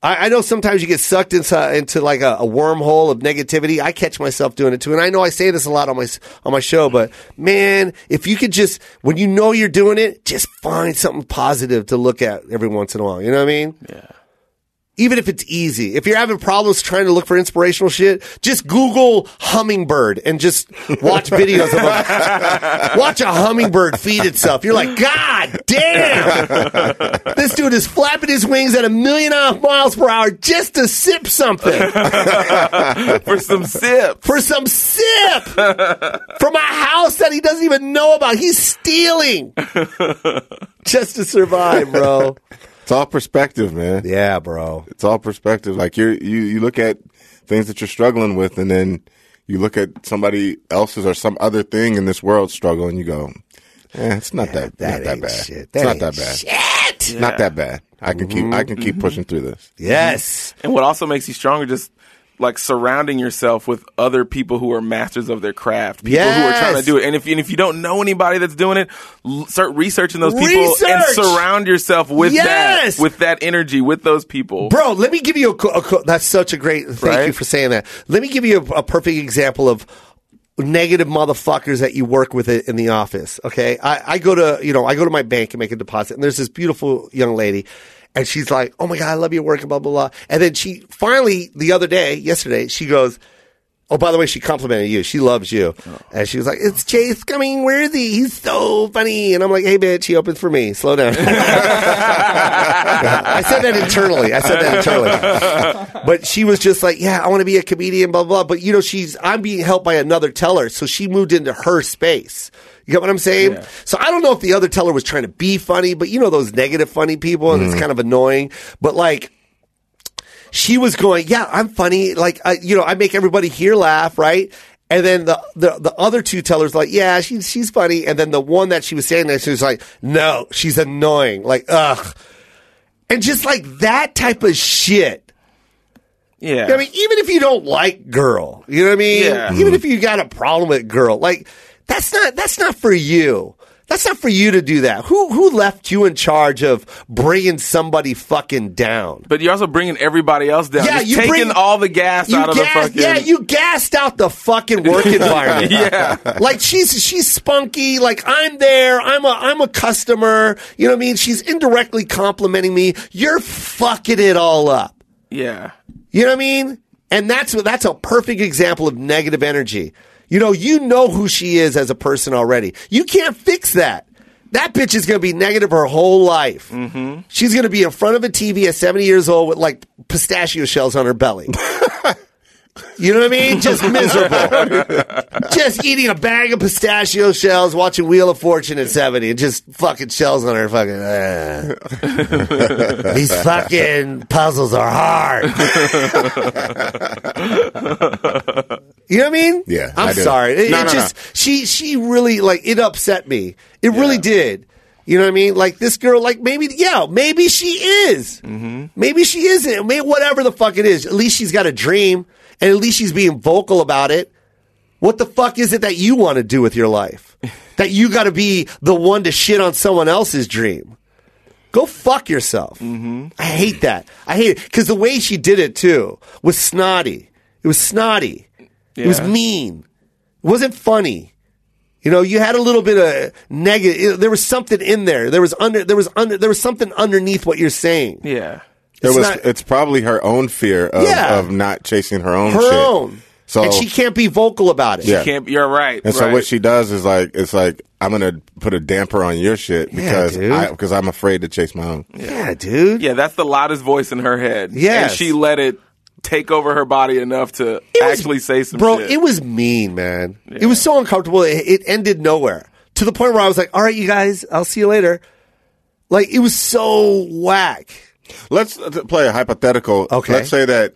Speaker 3: I, I know sometimes you get sucked into into like a, a wormhole of negativity. I catch myself doing it too, and I know I say this a lot on my s- on my show. But man, if you could just when you know you're doing it, just find something positive to look at every once in a while. You know what I mean? Yeah. Even if it's easy, if you're having problems trying to look for inspirational shit, just Google hummingbird and just watch videos of a, watch a hummingbird feed itself. You're like, God damn! This dude is flapping his wings at a million off miles per hour just to sip something
Speaker 5: for some sip.
Speaker 3: for some sip from a house that he doesn't even know about. He's stealing just to survive, bro.
Speaker 6: It's all perspective, man.
Speaker 3: Yeah, bro.
Speaker 6: It's all perspective. Like you, you, you look at things that you're struggling with, and then you look at somebody else's or some other thing in this world struggle, and you go, eh, "It's not that,
Speaker 3: that
Speaker 6: not that
Speaker 3: ain't
Speaker 6: bad.
Speaker 3: shit.
Speaker 6: It's
Speaker 3: That
Speaker 6: not
Speaker 3: ain't
Speaker 6: that bad.
Speaker 3: Shit. Mm-hmm.
Speaker 6: Not that bad. I can keep, I can keep pushing through this.
Speaker 3: Yes.
Speaker 5: And what also makes you stronger, just like surrounding yourself with other people who are masters of their craft, people who are trying
Speaker 3: Yes.
Speaker 5: to do it. And if and if you don't know anybody that's doing it, l- start researching those people and
Speaker 3: Research!
Speaker 5: surround yourself with
Speaker 3: Yes!
Speaker 5: that, with that energy, with those people.
Speaker 3: Bro, let me give you a, co- a co- that's such a great thank you
Speaker 5: Right?
Speaker 3: for saying that. Let me give you a, a perfect example of negative motherfuckers that you work with i- in the office. Okay, I, I go to you know I go to my bank and make a deposit, and there's this beautiful young lady, and she's like, "Oh my god, I love your work," and blah blah blah. And then she finally the other day, yesterday, she goes. Oh, by the way, she complimented you. She loves you. And she was like, It's Chase Cumming Worthy. He's so funny. And I'm like, Hey, bitch, he opens for me. Slow down. I said that internally. I said that internally. But she was just like, yeah, I want to be a comedian, blah, blah. But, you know, she's, I'm being helped by another teller. So she moved into her space. You get what I'm saying? So I don't know if the other teller was trying to be funny, but you know, those negative funny people, and it's kind of annoying. But like, she was going, yeah, I'm funny. Like, I, you know, I make everybody here laugh, right? And then the, the, the other two tellers like, yeah, she's, she's funny. And then the one that she was saying that she was like, no, she's annoying. Like, ugh. And just like that type of shit.
Speaker 5: Yeah.
Speaker 3: I mean, even if you don't like girl, you know what I mean?
Speaker 5: Yeah.
Speaker 3: Even if you got a problem with girl, like that's not that's not for you. That's not for you to do that. Who who left you in charge of bringing somebody fucking down?
Speaker 5: but you're also bringing everybody else down.
Speaker 3: Yeah,
Speaker 5: Just
Speaker 3: you
Speaker 5: taking
Speaker 3: bring-
Speaker 5: all the gas
Speaker 3: You
Speaker 5: out of
Speaker 3: gassed-
Speaker 5: the fucking.
Speaker 3: yeah, you gassed out the fucking work environment.
Speaker 5: Yeah.
Speaker 3: like she's she's spunky. Like I'm there. I'm a I'm a customer. You know what I mean? She's indirectly complimenting me. You're fucking it all up.
Speaker 5: yeah.
Speaker 3: You know what I mean? And that's that's a perfect example of negative energy. You know, you know who she is as a person already. You can't fix that. That bitch is going to be negative her whole life. Mm-hmm. She's going to be in front of a TV at 70 years old with like pistachio shells on her belly. you know what I mean? Just miserable. just eating a bag of pistachio shells, watching Wheel of Fortune at 70, and just fucking shells on her fucking. uh. "Ugh." These fucking puzzles are hard. you know what I mean?
Speaker 6: Yeah,
Speaker 3: I'm
Speaker 6: I do.
Speaker 3: sorry. It,
Speaker 6: No,
Speaker 3: it
Speaker 6: no, no.
Speaker 3: just she she really like it upset me. It really did. You know what I mean? Like this girl, like maybe yeah, maybe she is.
Speaker 6: Mm-hmm.
Speaker 3: Maybe she isn't. Maybe whatever the fuck it is. At least she's got a dream, and at least she's being vocal about it. What the fuck is it that you want to do with your life? that you got to be the one to shit on someone else's dream. Go fuck yourself.
Speaker 5: Mm-hmm.
Speaker 3: I hate that. I hate it because the way she did it too was snotty. It was snotty. It was
Speaker 5: Yeah.
Speaker 3: mean. It wasn't funny. You know, you had a little bit of negative. There was something in there. There was under. There was under. There was something underneath what you're saying.
Speaker 5: Yeah.
Speaker 6: There
Speaker 3: It's
Speaker 6: was,
Speaker 3: not-
Speaker 6: it's probably her own fear of,
Speaker 3: Yeah.
Speaker 6: of not chasing her own,
Speaker 3: Her
Speaker 6: shit.
Speaker 3: own.
Speaker 6: So
Speaker 3: and she can't be vocal about it.
Speaker 6: Yeah.
Speaker 5: Can't. You're right.
Speaker 6: And
Speaker 5: right.
Speaker 6: so what she does is like it's like I'm gonna put a damper on your shit because
Speaker 3: dude.
Speaker 6: I because I'm afraid to chase my own.
Speaker 3: Yeah, dude.
Speaker 5: Yeah, that's the loudest voice in her head.
Speaker 3: Yes.
Speaker 5: And she let it take over her body enough to actually say some
Speaker 3: bro,
Speaker 5: shit.
Speaker 3: it was mean, man. It was so uncomfortable. It, it ended nowhere to the point where I was like, "All right, you guys, I'll see you later." Like it was so whack.
Speaker 6: Let's uh, play a hypothetical.
Speaker 3: Okay.
Speaker 6: Let's say that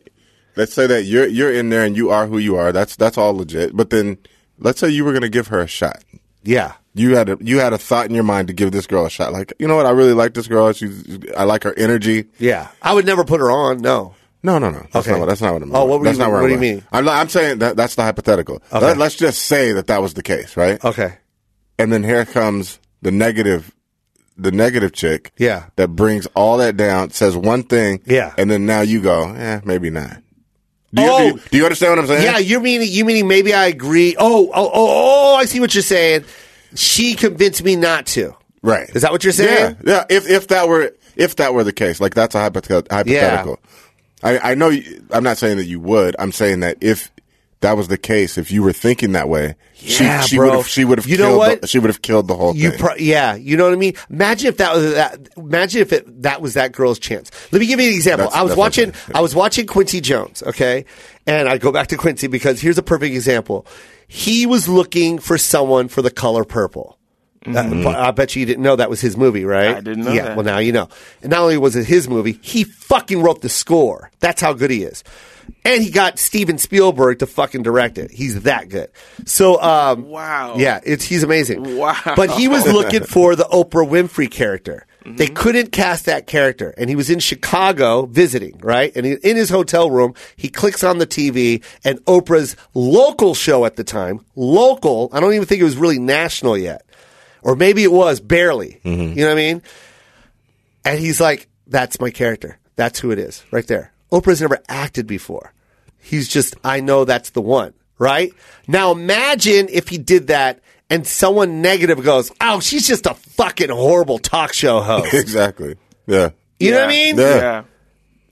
Speaker 6: let's say that you're you're in there and you are who you are. That's that's all legit. But then let's say you were gonna give her a shot.
Speaker 3: Yeah.
Speaker 6: You had a you had a thought in your mind to give this girl a shot. Like, you know what? I really like this girl. She's I like her energy.
Speaker 3: Yeah. I would never put her on. No.
Speaker 6: No, no, no. That's
Speaker 3: Okay.
Speaker 6: not what, that's not what I'm.
Speaker 3: Oh, what were
Speaker 6: that's
Speaker 3: you-
Speaker 6: not where
Speaker 3: what
Speaker 6: I'm
Speaker 3: do you
Speaker 6: at.
Speaker 3: mean?
Speaker 6: I'm, not- I'm saying that that's the hypothetical.
Speaker 3: Okay.
Speaker 6: Let, us just say that that was the case, right?
Speaker 3: Okay.
Speaker 6: And then here comes the negative, the negative chick.
Speaker 3: Yeah.
Speaker 6: That brings all that down. Says one thing.
Speaker 3: Yeah.
Speaker 6: And then now you go, eh, maybe not. Do you,
Speaker 3: Oh!
Speaker 6: do you, do you understand what I'm saying?
Speaker 3: Yeah, you mean you meaning maybe I agree. Oh, oh, oh, oh, I see what you're saying. She convinced me not to.
Speaker 6: Right.
Speaker 3: Is that what you're saying?
Speaker 6: Yeah. Yeah. If if that were if that were the case, like that's a hypothet- hypothetical. I I know. You, I'm not saying that you would. I'm saying that if that was the case, if you were thinking that way,
Speaker 3: Yeah,
Speaker 6: she she
Speaker 3: bro.
Speaker 6: would have she would have
Speaker 3: You know
Speaker 6: killed The,
Speaker 3: what?
Speaker 6: she would have killed the whole
Speaker 3: You
Speaker 6: thing.
Speaker 3: pro- yeah, you know what I mean? Imagine if that was that imagine if it, that was that girl's chance. Let me give you an example.
Speaker 6: That's-
Speaker 3: I was
Speaker 6: that's what
Speaker 3: watching
Speaker 6: I'm saying.
Speaker 3: I was watching Quincy Jones, okay? And I go back to Quincy because here's a perfect example. He was looking for someone for the color purple. That- Uh, I bet you, you didn't know that was his movie, right?
Speaker 5: Mm-hmm. I didn't know
Speaker 3: Yeah,
Speaker 5: that.
Speaker 3: well, now you know. And not only was it his movie, he fucking wrote the score. That's how good he is. And he got Steven Spielberg to fucking direct it. He's that good. So, um,
Speaker 5: Wow.
Speaker 3: yeah, it's he's amazing.
Speaker 5: Wow.
Speaker 3: But he was looking for the Oprah Winfrey character.
Speaker 5: Mm-hmm.
Speaker 3: They couldn't cast that character, and he was in Chicago visiting, right? And he, in his hotel room, he clicks on the TV, and Oprah's local show at the time, local. I don't even think it was really national yet, or maybe it was barely. You know what I mean? And he's like, "That's my character. That's who it is, right there." Oprah's never acted before. He's just, I know that's the one, right? Now imagine if he did that and someone negative goes, oh, she's just a fucking horrible talk show host.
Speaker 6: exactly. Yeah.
Speaker 3: You know what I mean?
Speaker 6: Yeah.
Speaker 5: Yeah.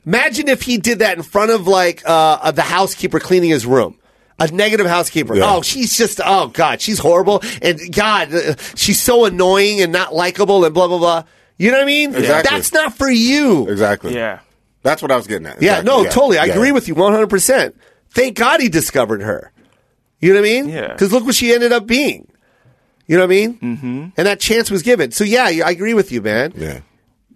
Speaker 3: Imagine if he did that in front of like uh, uh, the housekeeper cleaning his room. A negative housekeeper.
Speaker 6: Yeah.
Speaker 3: Oh, she's just, oh God, she's horrible. And God, uh, she's so annoying and not likable and blah, blah, blah. You know what I mean?
Speaker 6: Exactly.
Speaker 3: That's not for you.
Speaker 6: Exactly.
Speaker 5: Yeah.
Speaker 6: That's what I was getting at.
Speaker 3: Yeah,
Speaker 6: Exactly.
Speaker 3: no, totally. I
Speaker 6: Yeah.
Speaker 3: agree with you 100%. Thank God he discovered her. You know what I mean?
Speaker 5: Yeah.
Speaker 3: Because look what she ended up being. You know what I mean? Mm-hmm. And that chance was given. So, yeah, I agree with you, man.
Speaker 6: Yeah.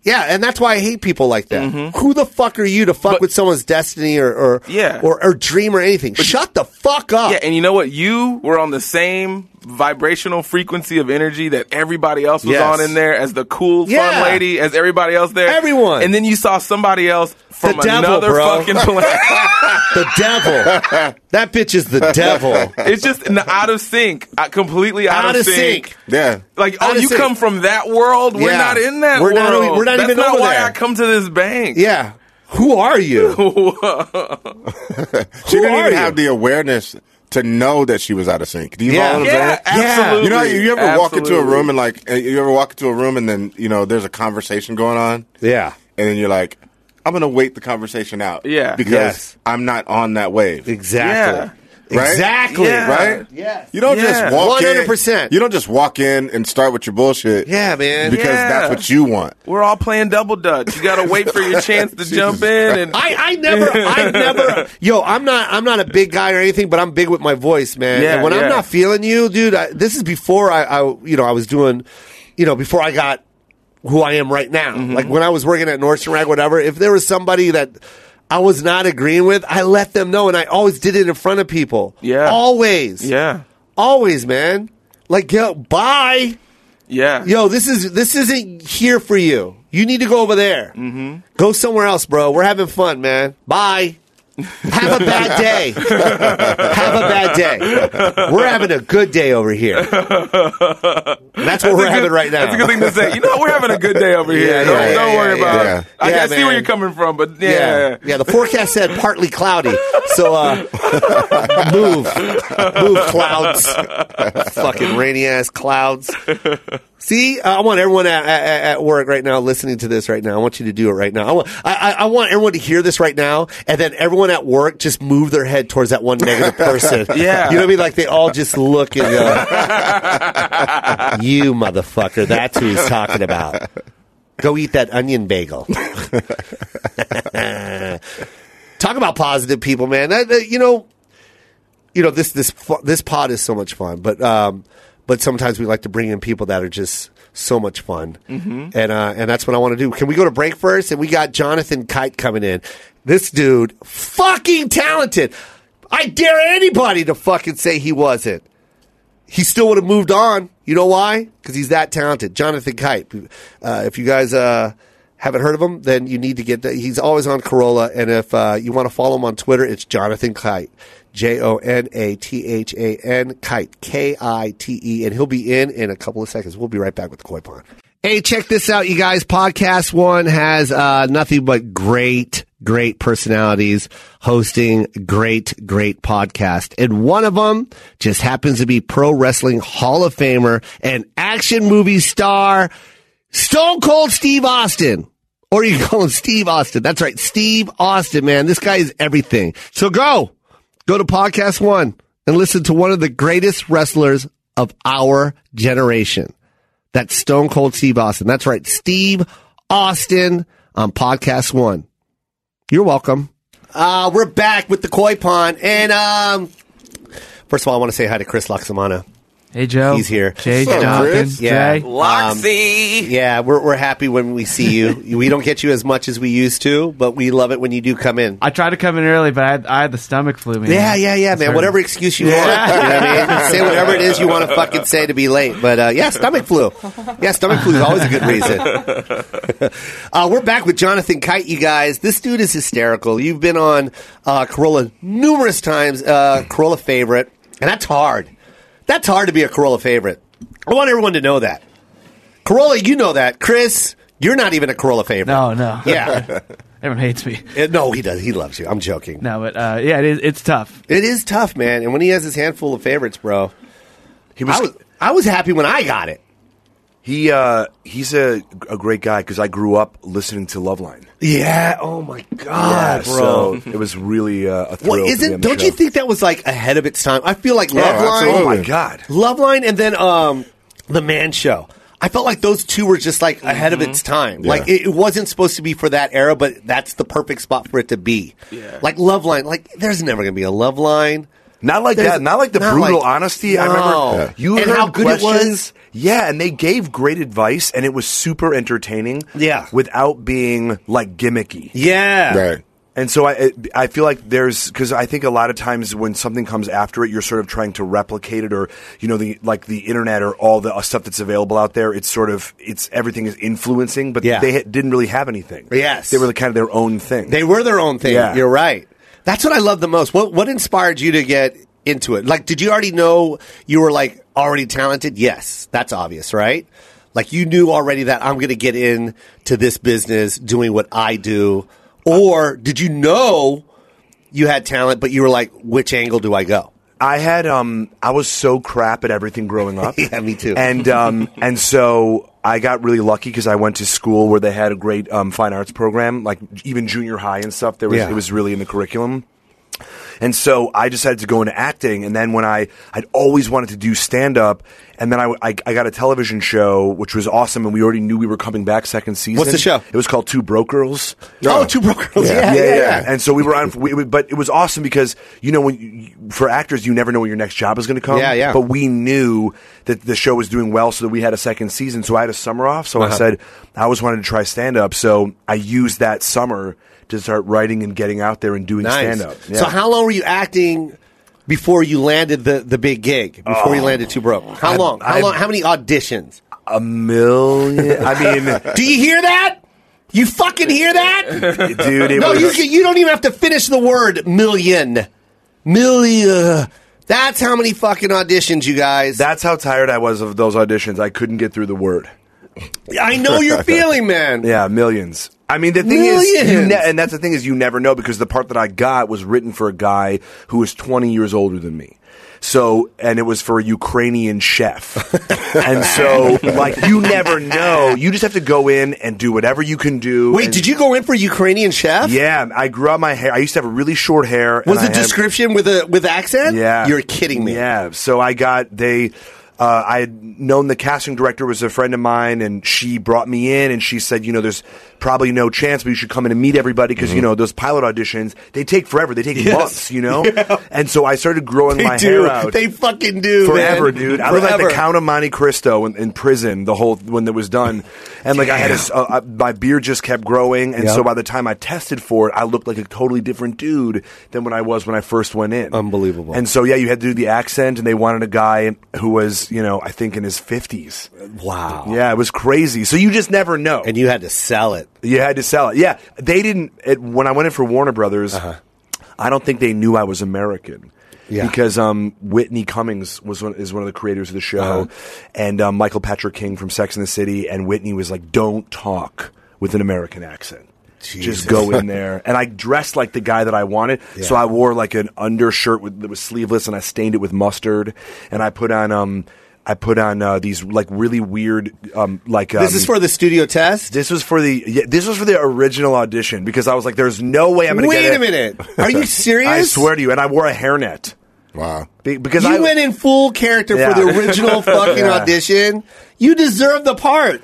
Speaker 3: Yeah, and that's why I hate people like that. Who the fuck are you to fuck with someone's destiny or or,
Speaker 5: Yeah.
Speaker 3: or or dream or anything? Shut the fuck up.
Speaker 5: Yeah, and you know what? You were on the same vibrational frequency of energy that everybody else was
Speaker 3: Yes.
Speaker 5: on in there as the cool,
Speaker 3: Yeah.
Speaker 5: fun lady, as everybody else there.
Speaker 3: Everyone.
Speaker 5: And then you saw somebody else from
Speaker 3: The devil,
Speaker 5: another
Speaker 3: bro.
Speaker 5: fucking planet.
Speaker 3: The devil. that bitch is the devil.
Speaker 5: it's just in the out of sync, uh, completely out,
Speaker 3: Out of sync.
Speaker 6: Yeah.
Speaker 5: Like,
Speaker 3: Out
Speaker 5: oh,
Speaker 3: of
Speaker 5: you
Speaker 3: sync.
Speaker 5: come from that world. We're
Speaker 3: Yeah.
Speaker 5: not in that
Speaker 3: We're not-
Speaker 5: world.
Speaker 3: we're not
Speaker 5: That's
Speaker 3: even
Speaker 5: not
Speaker 3: over
Speaker 5: why
Speaker 3: there.
Speaker 5: I come to this bank.
Speaker 3: Yeah. Who are you?
Speaker 6: She
Speaker 3: Who
Speaker 6: didn't
Speaker 3: are
Speaker 6: even
Speaker 3: you?
Speaker 6: have the awareness to know that she was out of sync. Do you
Speaker 3: Yeah.
Speaker 6: know what I'm saying?
Speaker 5: Yeah,
Speaker 3: Yeah.
Speaker 5: absolutely.
Speaker 6: You know, you ever walk into a
Speaker 5: Absolutely.
Speaker 6: room and like, uh, you ever walk into a room and then you know there's a conversation going on,
Speaker 3: yeah.
Speaker 6: and then you're like, I'm gonna wait the conversation out,
Speaker 5: Yeah.
Speaker 6: because
Speaker 3: Yes.
Speaker 6: I'm not on that wave,
Speaker 3: Exactly.
Speaker 6: Yeah. Right?
Speaker 3: Exactly.
Speaker 5: Yeah.
Speaker 6: right?
Speaker 3: Yes.
Speaker 6: You don't
Speaker 5: Yeah.
Speaker 6: just walk in.
Speaker 3: 100%.
Speaker 6: You don't just walk in and start with your bullshit.
Speaker 3: Yeah, man.
Speaker 6: Because
Speaker 5: Yeah.
Speaker 6: that's what you want.
Speaker 5: We're all playing double dutch. You gotta wait for your chance to jump in. And
Speaker 3: I, I never I never yo I'm not I'm not a big guy or anything but I'm big with my voice man
Speaker 5: Yeah,
Speaker 3: and when
Speaker 5: yeah.
Speaker 3: I'm not feeling you dude I, this is before I, I you know I was doing you know before I got who I am right now
Speaker 5: Mm-hmm.
Speaker 3: like when I was working at Nordstrom Rack whatever if there was somebody that I was not agreeing with I let them know and I always did it in front of people
Speaker 5: Yeah.
Speaker 3: always
Speaker 5: yeah,
Speaker 3: always man like yo bye
Speaker 5: yeah,
Speaker 3: yo this is this isn't here for you you need to go over there mm-hmm. go somewhere else bro we're having fun man bye have a bad day have a bad day we're having a good day over here that's what we're
Speaker 5: That's a
Speaker 3: having
Speaker 5: good-
Speaker 3: right now
Speaker 5: That's a good thing to say. You know, we're having a good day over here.
Speaker 3: Yeah,
Speaker 5: don't
Speaker 3: yeah,
Speaker 5: don't
Speaker 3: yeah,
Speaker 5: worry
Speaker 3: yeah,
Speaker 5: about
Speaker 6: yeah.
Speaker 5: it. I
Speaker 3: Yeah,
Speaker 5: can see where
Speaker 3: man.
Speaker 5: you're coming from, but yeah.
Speaker 3: yeah. yeah, The forecast said partly cloudy, so uh, move, move, clouds, fucking rainy ass clouds. See, I want everyone at, at, at work right now listening to this right now. I want you to do it right now. I want, I, I- I want everyone to hear this right now, and then everyone at work just move their head towards that one negative person.
Speaker 5: Yeah.
Speaker 3: you know what I mean? Like they all just look and go, "You motherfucker, that's who he's talking about." Go eat that onion bagel. Talk about positive people, man. That- that- you know, you know this this fu- this pod is so much fun, but um, but sometimes we like to bring in people that are just so much fun, and uh, and that's what I want to do. Can we go to break first? And we got Jonathan Kite coming in. This dude, fucking talented. I dare anybody to fucking say he wasn't. he still would have moved on. You know why? Because he's that talented. Jonathan Kite. Uh, if you guys uh, haven't heard of him, then you need to get that. He's always on Corolla. And if uh, you want to follow him on Twitter, it's Jonathan Kite. J O N A T H A N Kite. K I T E. And he'll be in in a couple of seconds. We'll be right back with the Koi Pond. Hey, check this out, you guys. Podcast One has uh, nothing but great, great personalities hosting great, great podcast. And one of them just happens to be Pro Wrestling Hall of Famer and action movie star, Stone Cold Steve Austin. Or you can call him Steve Austin. That's right. Steve Austin, man. This guy is everything. So go, go to Podcast One and listen to one of the greatest wrestlers of our generation. That's Stone Cold Steve Austin. That's right, Steve Austin on Podcast One. You're welcome. Uh, we're back with the koi pond, and um, first of all, I want to say hi to Chris Loxamana.
Speaker 7: Hey, Joe.
Speaker 3: He's here.
Speaker 7: Jay,
Speaker 6: What's up,
Speaker 7: Jonathan,
Speaker 6: Chris?
Speaker 7: Jay.
Speaker 8: Um,
Speaker 5: Loxy.
Speaker 3: Yeah, we're we're happy when we see you. we don't get you as much as we used to, but we love it when you do come in.
Speaker 7: I tried to come in early, but I had, I had the stomach flu, man.
Speaker 3: Yeah, yeah, yeah, man.
Speaker 7: Sorry.
Speaker 3: Whatever excuse you want, you know what I mean? say whatever it is you want to fucking say to be late. But uh, yeah, stomach flu. Yeah, stomach flu is always a good reason. uh, we're back with Jonathan Kite, you guys. This dude is hysterical. You've been on uh, Corolla numerous times, uh, Corolla favorite, and that's hard. That's hard to be a Corolla favorite. I want everyone to know that. Corolla, you know that. Chris, you're not even a Corolla favorite.
Speaker 7: No, no.
Speaker 3: Yeah.
Speaker 7: Everyone hates me.
Speaker 3: Uh, no, he does. He loves you. I'm joking.
Speaker 7: No, but uh, yeah, it is, it's tough.
Speaker 3: It is tough, man. And when he has his handful of favorites, bro,
Speaker 8: He
Speaker 3: I was I was happy when I got it.
Speaker 8: he uh, he's a a great guy because I grew up listening to Loveline.
Speaker 3: Yeah. Oh my god,
Speaker 8: Yeah,
Speaker 3: bro.
Speaker 8: So it was really uh, a thrill.
Speaker 3: well,
Speaker 8: to be
Speaker 3: isn't?
Speaker 8: on the
Speaker 3: Don't
Speaker 8: show.
Speaker 3: you think that was like ahead of its time? I feel like Loveline,
Speaker 8: Oh my
Speaker 6: absolutely.
Speaker 8: god!
Speaker 3: Loveline, and then um, the Man Show. I felt like those two were just like ahead of its time. Like it, it wasn't supposed to be for that era, but that's the perfect spot for it to be. Yeah. Like Loveline, like there's never gonna be a Loveline.
Speaker 8: Not like
Speaker 3: There's-
Speaker 8: that. Not like the
Speaker 3: not
Speaker 8: brutal
Speaker 3: like-
Speaker 8: honesty. I
Speaker 3: No.
Speaker 8: remember
Speaker 3: Yeah.
Speaker 8: you
Speaker 3: And
Speaker 8: heard
Speaker 3: how good it was.
Speaker 8: questions. Yeah, and they gave great advice, and it was super entertaining.
Speaker 3: Yeah.
Speaker 8: without being like gimmicky.
Speaker 3: Yeah.
Speaker 6: Right.
Speaker 8: And so I it- I feel like there's because I think a lot of times when something comes after it, you're sort of trying to replicate it, or you know the like the internet or all the uh, stuff that's available out there. It's sort of it's everything is influencing, but
Speaker 3: Yeah.
Speaker 8: they ha- didn't really have anything.
Speaker 3: Yes.
Speaker 8: they were kind of their own thing.
Speaker 3: They were their own thing.
Speaker 8: Yeah.
Speaker 3: You're right. That's what I love the most. What what inspired you to get into it? Like, did you already know you were like already talented? Yes, that's obvious, right? Like you knew already that I'm going to get into this business doing what I do, or did you know you had talent, but you were like, which angle do I go?
Speaker 8: I had um I was so crap at everything growing up.
Speaker 3: Yeah, me too.
Speaker 8: And um and so I got really lucky because I went to school where they had a great um, fine arts program, like even junior high and stuff. There was
Speaker 3: Yeah.
Speaker 8: it was really in the curriculum. And so I decided to go into acting. And then when I, I'd always wanted to do stand up. And then I, I, I got a television show, which was awesome. And we already knew we were coming back second season.
Speaker 3: the show?
Speaker 8: It was called Two Broke Girls.
Speaker 3: Oh, two broke girls. Yeah, yeah, yeah.
Speaker 8: And so we were on, we, we- but it was awesome because you know when you, for actors you never know when your next job is going to come.
Speaker 3: Yeah, yeah.
Speaker 8: But we knew that the show was doing well, so that we had a second season. So I had a summer off.
Speaker 3: Uh-huh.
Speaker 8: So I said I always wanted to try stand up. So I used that summer to start writing and getting out there and doing
Speaker 3: Nice.
Speaker 8: stand up.
Speaker 3: So, how long were you acting before you landed the, the big gig? Before you landed Two Broke? How
Speaker 8: Oh. I-
Speaker 3: long? How
Speaker 8: I-
Speaker 3: long? How many auditions?
Speaker 8: a million? I
Speaker 3: Do you hear that? You fucking hear that?
Speaker 8: mean, dude, it
Speaker 3: No,
Speaker 8: was.
Speaker 3: you can- you don't even have to finish the word million. Million. That's how many fucking auditions, you guys.
Speaker 8: that's how tired I was of those auditions. I couldn't get through the word.
Speaker 3: I know you're feeling, man.
Speaker 8: Yeah, millions. I mean, the thing is, you
Speaker 3: Millions.
Speaker 8: ne- and that's the thing is, you never know because the part that I got was written for a guy who was 20 years older than me. So, and it was for a Ukrainian chef. and so, like, you never know. You just have to go in and do whatever you can do.
Speaker 3: Wait,
Speaker 8: and-
Speaker 3: did you go in for Ukrainian chef?
Speaker 8: Yeah, I grew out my hair. I used to have really short hair. and
Speaker 3: Was
Speaker 8: I
Speaker 3: the
Speaker 8: had-
Speaker 3: description with a with accent?
Speaker 8: yeah.
Speaker 3: You're kidding me.
Speaker 8: Yeah. So I got they Uh, I had known the casting director was a friend of mine, and she brought me in, and she said, "You know, there's probably no chance, but you should come in and meet everybody because
Speaker 3: Mm-hmm.
Speaker 8: you know those pilot auditions they take forever, they take months, you know." And so I started growing my hair out
Speaker 3: They fucking do.
Speaker 8: forever,
Speaker 3: man.
Speaker 8: dude. I was at the
Speaker 3: Forever.
Speaker 8: Count of Monte Cristo in, in prison. The whole when that was done, and like I had a s- uh, uh, my beard just kept growing, and so by the time I tested for it, I looked like a totally different dude than when I was when I first went in.
Speaker 3: Unbelievable.
Speaker 8: And so yeah, you had to do the accent, and they wanted a guy who was you know I think in his fifties.
Speaker 3: Wow.
Speaker 8: Yeah, it was crazy. So you just never know.
Speaker 3: And you had to sell it.
Speaker 8: You had to sell it. Yeah, they didn't. It, when I went in for Warner Brothers, I don't think they knew I was American.
Speaker 3: Uh-huh. Yeah.
Speaker 8: Because um, Whitney Cummings was one, is one of the creators of the show,
Speaker 3: Uh-huh.
Speaker 8: and um, Michael Patrick King from Sex and the City, and Whitney was like, "Don't talk with an American accent.
Speaker 3: Jesus.
Speaker 8: Just go in there." and I dressed like the guy that I wanted, so
Speaker 3: Yeah.
Speaker 8: I wore like an undershirt with, that was sleeveless, and I stained it with mustard, and I put on um, I put on uh, these like really weird um, like um,
Speaker 3: This is for the studio test.
Speaker 8: this was for the yeah, this was for the original audition because I was like, "There's no way I'm going to
Speaker 3: Wait
Speaker 8: get it."
Speaker 3: a minute. Are you serious?
Speaker 8: I swear to you, and I wore a hairnet
Speaker 6: Wow.
Speaker 8: Be- because
Speaker 3: You
Speaker 8: I
Speaker 3: went in full character
Speaker 8: Yeah.
Speaker 3: for the original fucking
Speaker 8: Yeah.
Speaker 3: audition. You deserve the part.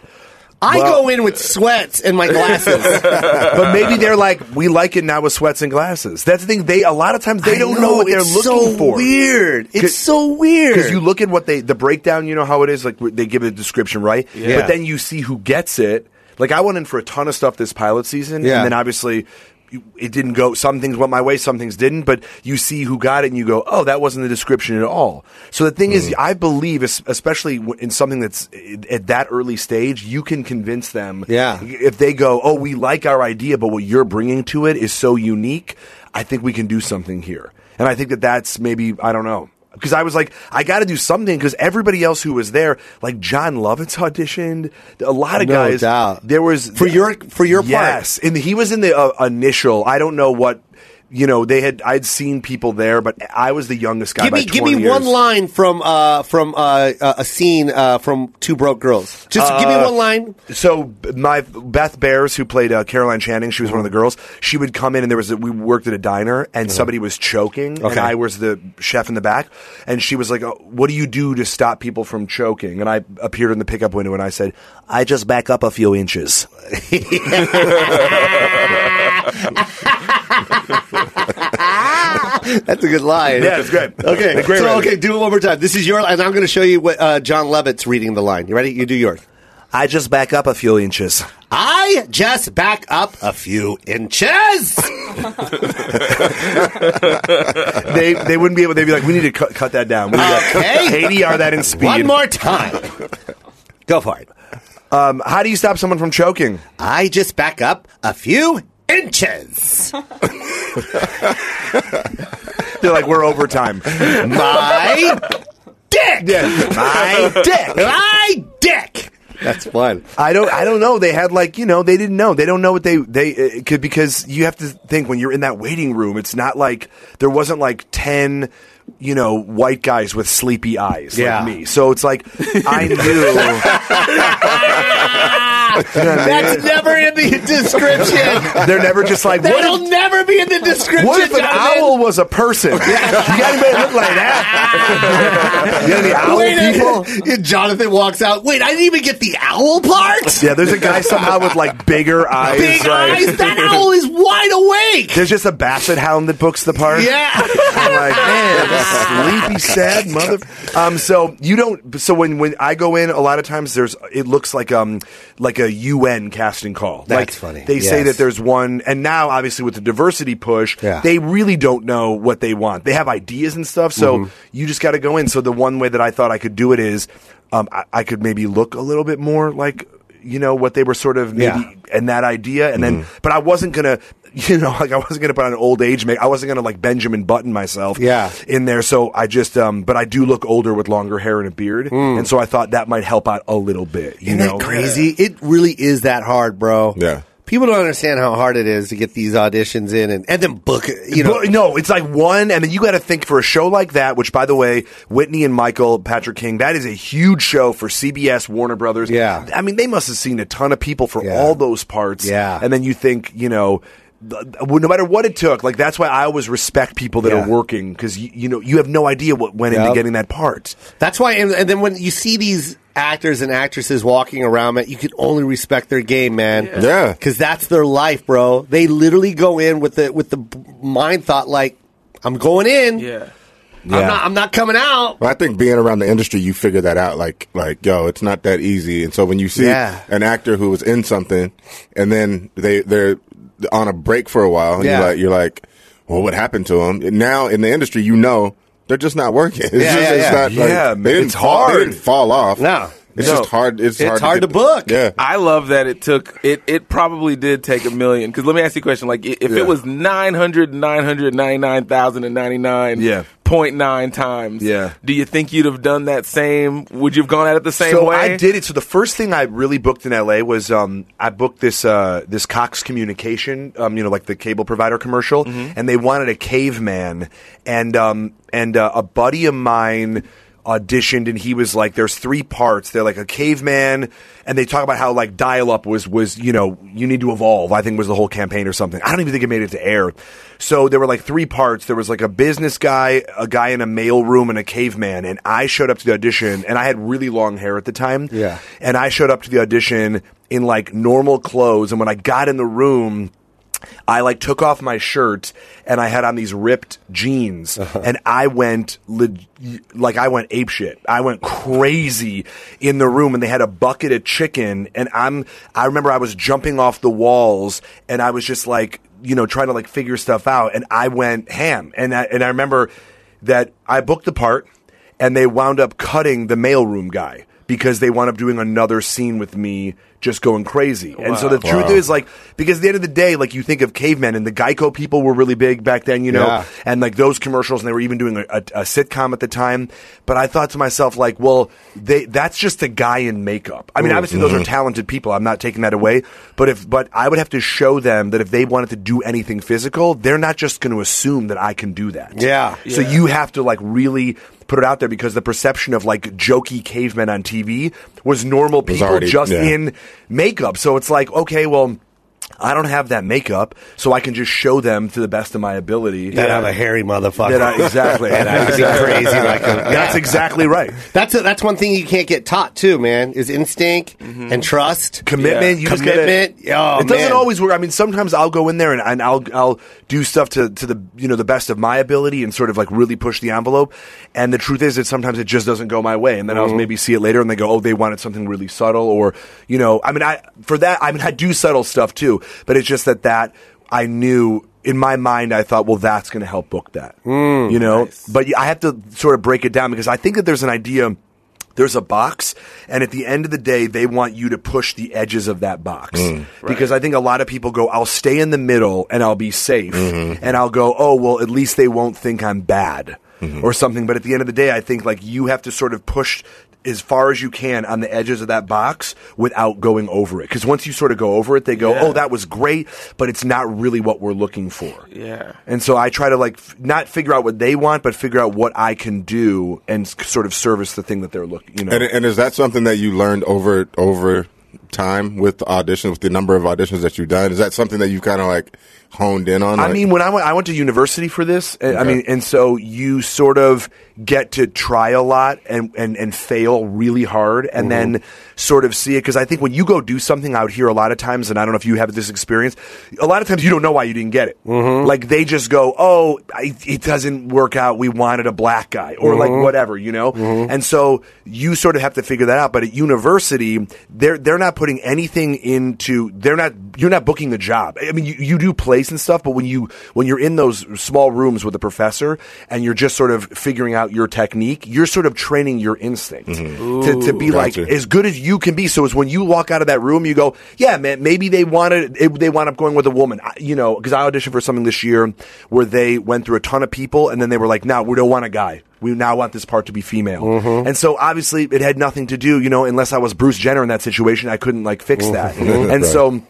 Speaker 3: I go in with sweats and my glasses.
Speaker 8: But maybe they're like, "We like it now with sweats and glasses." That's the thing. They a lot of times they
Speaker 3: I
Speaker 8: don't know, what they're
Speaker 3: it's
Speaker 8: looking
Speaker 3: so
Speaker 8: for.
Speaker 3: Weird. It's
Speaker 8: Cause-
Speaker 3: so weird.
Speaker 8: Because you look at what they the breakdown, you know how it is. Like they give a description, right?
Speaker 3: Yeah.
Speaker 8: But then you see who gets it. Like I went in for a ton of stuff this pilot season,
Speaker 3: Yeah.
Speaker 8: and then obviously you- it didn't go. Some things went my way, some things didn't. But you see who got it, and you go, "Oh, that wasn't the description at all." So the thing
Speaker 3: Hmm.
Speaker 8: is, I believe, es- especially w- in something that's i- at that early stage, you can convince them.
Speaker 3: Yeah.
Speaker 8: If they go, "Oh, we like our idea, but what you're bringing to it is so unique," I think we can do something here, and I think that that's maybe I don't know. Because I was like, I got to do something. Because everybody else who was there, like John Lovitz auditioned, a lot of
Speaker 3: No
Speaker 8: guys.
Speaker 3: doubt.
Speaker 8: There was
Speaker 3: For your- for your part.
Speaker 8: Yes, and he was in the uh, initial. I don't know what you know. They had I'd seen people there, but I was the youngest guy.
Speaker 3: give
Speaker 8: by
Speaker 3: me give me
Speaker 8: 20
Speaker 3: one
Speaker 8: years.
Speaker 3: line from uh, from uh, uh, a scene uh, from Two Broke Girls. Just give me
Speaker 8: Uh,
Speaker 3: one line.
Speaker 8: So b- my Beth Bears, who played uh, Caroline Channing, she was one of
Speaker 3: Mm-hmm.
Speaker 8: the girls. She would come in, and there was a, we worked at a diner, and somebody was choking,
Speaker 3: Okay.
Speaker 8: and I was the chef in the back, and she was like, oh, "What do you do to stop people from choking?" And I appeared in the pickup window, and I said, "I just back up a few inches."
Speaker 3: That's a good line.
Speaker 8: Yeah, it's great.
Speaker 3: Okay,
Speaker 8: It's great
Speaker 3: so
Speaker 8: writing.
Speaker 3: okay, do it one more time. This is your, and I'm going to show you what uh, John Levitt's reading the line. You ready? You do yours.
Speaker 8: I just back up a few inches.
Speaker 3: I just back up a few inches.
Speaker 8: they they wouldn't be able. They'd be like, "We need to cut, cut that down." We need to
Speaker 3: Okay.
Speaker 8: ADR that in speed.
Speaker 3: One more time. Go for it.
Speaker 8: Um, how do you stop someone from choking?
Speaker 3: I just back up a few inches.
Speaker 8: They're like, "We're over time."
Speaker 3: My dick. My dick. My dick. That's fun.
Speaker 8: I don't. I don't know. They had like you know. They didn't know. They don't know what they they it could because you have to think when you're in that waiting room. It's not like there wasn't like ten. You know, white guys with sleepy eyes
Speaker 3: Yeah.
Speaker 8: like me. So it's like I knew
Speaker 3: That's never in the description.
Speaker 8: they're never just like what
Speaker 3: That'll
Speaker 8: if,
Speaker 3: never be in the description.
Speaker 8: what if an
Speaker 3: Jonathan.
Speaker 8: owl was a person? you gotta make it look like that. you know, the owl
Speaker 3: Wait a-
Speaker 8: people.
Speaker 3: Yeah, Jonathan walks out. Wait, I didn't even get the owl part.
Speaker 8: Yeah, there's a guy somehow with like bigger eyes.
Speaker 3: Big
Speaker 8: like-
Speaker 3: eyes. That owl is wide awake.
Speaker 8: There's just a basset hound that books the park.
Speaker 3: Yeah.
Speaker 8: I'm like, man, this sleepy, sad mother. Um, so you don't. So when when I go in, a lot of times there's it looks like um like a UN casting call.
Speaker 3: That's
Speaker 8: like,
Speaker 3: funny.
Speaker 8: They say
Speaker 3: Yes.
Speaker 8: that there's one, and now obviously with the diversity push,
Speaker 3: Yeah.
Speaker 8: they really don't know what they want. They have ideas and stuff, so
Speaker 3: Mm-hmm.
Speaker 8: you just got to go in. So the one way that I thought I could do it is, um, I, I could maybe look a little bit more like. You know what they were sort of maybe
Speaker 3: Yeah. Mm-hmm.
Speaker 8: and that idea, and then, but I wasn't gonna, you know, like I wasn't gonna put on an old age make. I wasn't gonna like Benjamin Button myself,
Speaker 3: Yeah.
Speaker 8: in there. So I just, um, but I do look older with longer hair and a beard, and so I thought that might help out a little bit. You
Speaker 3: Mm. Isn't
Speaker 8: know,
Speaker 3: that crazy? It really is that hard, bro.
Speaker 6: Yeah.
Speaker 3: People don't understand how hard it is to get these auditions in and, and then book it. You know,
Speaker 8: But, no, it's like one, and then you got to think for a show like that. Which, by the way, Whitney and Michael Patrick King, that is a huge show for CBS, Warner Brothers.
Speaker 3: Yeah.
Speaker 8: I mean, they must have seen a ton of people for
Speaker 3: Yeah.
Speaker 8: all those parts.
Speaker 3: Yeah.
Speaker 8: and then you think, you know. th- well, no matter what it took, like that's why I always respect people that
Speaker 3: Yeah.
Speaker 8: are working because you, you know you have no idea what went
Speaker 3: Yep.
Speaker 8: into getting that part.
Speaker 3: That's why, and, and then when you see these actors and actresses walking around, man, you can only respect their game, man.
Speaker 6: Yeah.
Speaker 3: because that's their life, bro. They literally go in with the with the b- mind thought like, I'm going in.
Speaker 5: Yeah.
Speaker 3: I'm not. I'm not coming out.
Speaker 6: Well, I think being around the industry, you figure that out. Like, like, yo, it's not that easy. And so when you see
Speaker 3: Yeah.
Speaker 6: an actor who was in something, and then they they're on a break for a while, and
Speaker 3: Yeah.
Speaker 6: you're like, you're like, well, what happened to them? And now in the industry, you know they're just not working. It's
Speaker 3: Yeah,
Speaker 6: just,
Speaker 3: yeah,
Speaker 6: it's
Speaker 3: yeah.
Speaker 6: Not, like,
Speaker 8: Yeah,
Speaker 6: they didn't
Speaker 8: it's
Speaker 6: fall, They
Speaker 8: hard.
Speaker 6: didn't fall off.
Speaker 3: No.
Speaker 6: it's
Speaker 5: No.
Speaker 6: just hard. It's,
Speaker 3: It's hard
Speaker 6: get
Speaker 3: to book.
Speaker 6: Yeah,
Speaker 5: I love that it took it. It probably did take a million. Because let me ask you a question: like, i- if
Speaker 6: Yeah.
Speaker 5: it was nine hundred, nine hundred ninety-nine thousand and ninety-nine
Speaker 8: Yeah.
Speaker 5: point nine times,
Speaker 8: Yeah.
Speaker 5: do you think you'd have done that same? Would you have gone at it the same
Speaker 8: so
Speaker 5: way?
Speaker 8: I did it. So the first thing I really booked in LA was um, I booked this uh, this Cox Communication, um, you know, like the cable provider commercial,
Speaker 5: Mm-hmm.
Speaker 8: and they wanted a caveman, and um, and uh, a buddy of mine auditioned and he was like there's three parts they're like a caveman and they talk about how like dial up was was you know you need to evolve i think was the whole campaign or something i don't even think it made it to air so there were like three parts there was like a business guy a guy in a mail room and a caveman and i showed up to the audition and i had really long hair at the time
Speaker 3: Yeah.
Speaker 8: and i showed up to the audition in like normal clothes and when i got in the room I like took off my shirt and I had on these ripped jeans and I went leg- like I went apeshit. I went crazy in the room and they had a bucket of chicken and I'm I remember I was jumping off the walls and I was just like you know trying to like figure stuff out and I went ham and I, and I remember that I booked the part and they wound up cutting the mailroom guy because they wound up doing another scene with me just going crazy. And so the truth is like because at the end of the day, like you think of cavemen and the Geico people were really big back then, you know,
Speaker 3: Yeah.
Speaker 8: and like those commercials, and they were even doing a, a, a sitcom at the time. But I thought to myself, like, well, they that's just a guy in makeup. I mean,
Speaker 3: Mm-hmm.
Speaker 8: obviously those are talented people. I'm not taking that away, but if but I would have to show them that if they wanted to do anything physical, they're not just going to assume that I can do that.
Speaker 3: Yeah.
Speaker 8: So you have to like really put it out there because the perception of like jokey cavemen on TV was normal people
Speaker 6: already-
Speaker 8: just
Speaker 6: yeah.
Speaker 8: in makeup. So it's like, okay, well, I don't have that makeup, so I can just show them to the best of my ability.
Speaker 3: That I'm a hairy motherfucker.
Speaker 8: That I- exactly.
Speaker 3: That I'm crazy like a,
Speaker 8: That's exactly right.
Speaker 3: That's a, that's one thing you can't get taught too, man. Is instinct
Speaker 6: Mm-hmm.
Speaker 3: and trust.
Speaker 8: Commitment. You just gotta-
Speaker 3: Commitment. Oh,
Speaker 8: it doesn't
Speaker 3: man.
Speaker 8: always work. I mean, sometimes I'll go in there and, and I'll I'll do stuff to, to the you know the best of my ability and sort of like really push the envelope. And the truth is that sometimes it just doesn't go my way. And then
Speaker 3: Mm-hmm.
Speaker 8: I'll maybe see it later and they go, oh, they wanted something really subtle, or you know, I mean, I for that, I mean, I do subtle stuff too, but it's just that that I knew. In my mind, I thought, well, that's going to help book that,
Speaker 3: Mm,
Speaker 8: you know. But I have to sort of break it down because I think that there's an idea there's a box and at the end of the day they want you to push the edges of that box because i think a lot of people go i'll stay in the middle and i'll be safe and i'll go oh well at least they won't think i'm bad or something but at the end of the day i think like you have to sort of push as far as you can on the edges of that box without going over it because once you sort of go over it they go oh that was great but it's not really what we're looking for
Speaker 5: Yeah.
Speaker 8: and so I try to like f- not figure out what they want, but figure out what I can do and s- sort of service the thing that they're looking. You know,
Speaker 6: And, and is that something that you learned over over time with the auditions, with the number of auditions that you've done? Is that something that you kind of like honed in on?
Speaker 8: I
Speaker 6: Like-
Speaker 8: mean, when I went, I went to university for this. and- I
Speaker 6: Okay.
Speaker 8: mean, and so you sort of get to try a lot and and, and fail really hard, and
Speaker 6: Mm-hmm.
Speaker 8: then sort of see it. Because I think when you go do something out here, a lot of times, and I don't know if you have this experience, a lot of times you don't know why you didn't get it.
Speaker 6: Mm-hmm.
Speaker 8: Like they just go, "Oh, I, it doesn't work out. We wanted a black guy, or
Speaker 6: Mm-hmm.
Speaker 8: like whatever, you know." And so you sort of have to figure that out. But at university, they're they're not putting anything into they're not you're not booking the job. I mean, you, you do plays and stuff, but when you when you're in those small rooms with a professor and you're just sort of figuring out your technique, you're sort of training your instinct to, to be like
Speaker 6: Gotcha.
Speaker 8: as good as you can be. So it's when you walk out of that room, you go, yeah, man, maybe they wanted, it, they wound up going with a woman, I, you know, because I auditioned for something this year where they went through a ton of people and then they were like, no, we don't want a guy. We now want this part to be female. And so obviously it had nothing to do, you know, unless I was Bruce Jenner in that situation, I couldn't like fix that. and so um,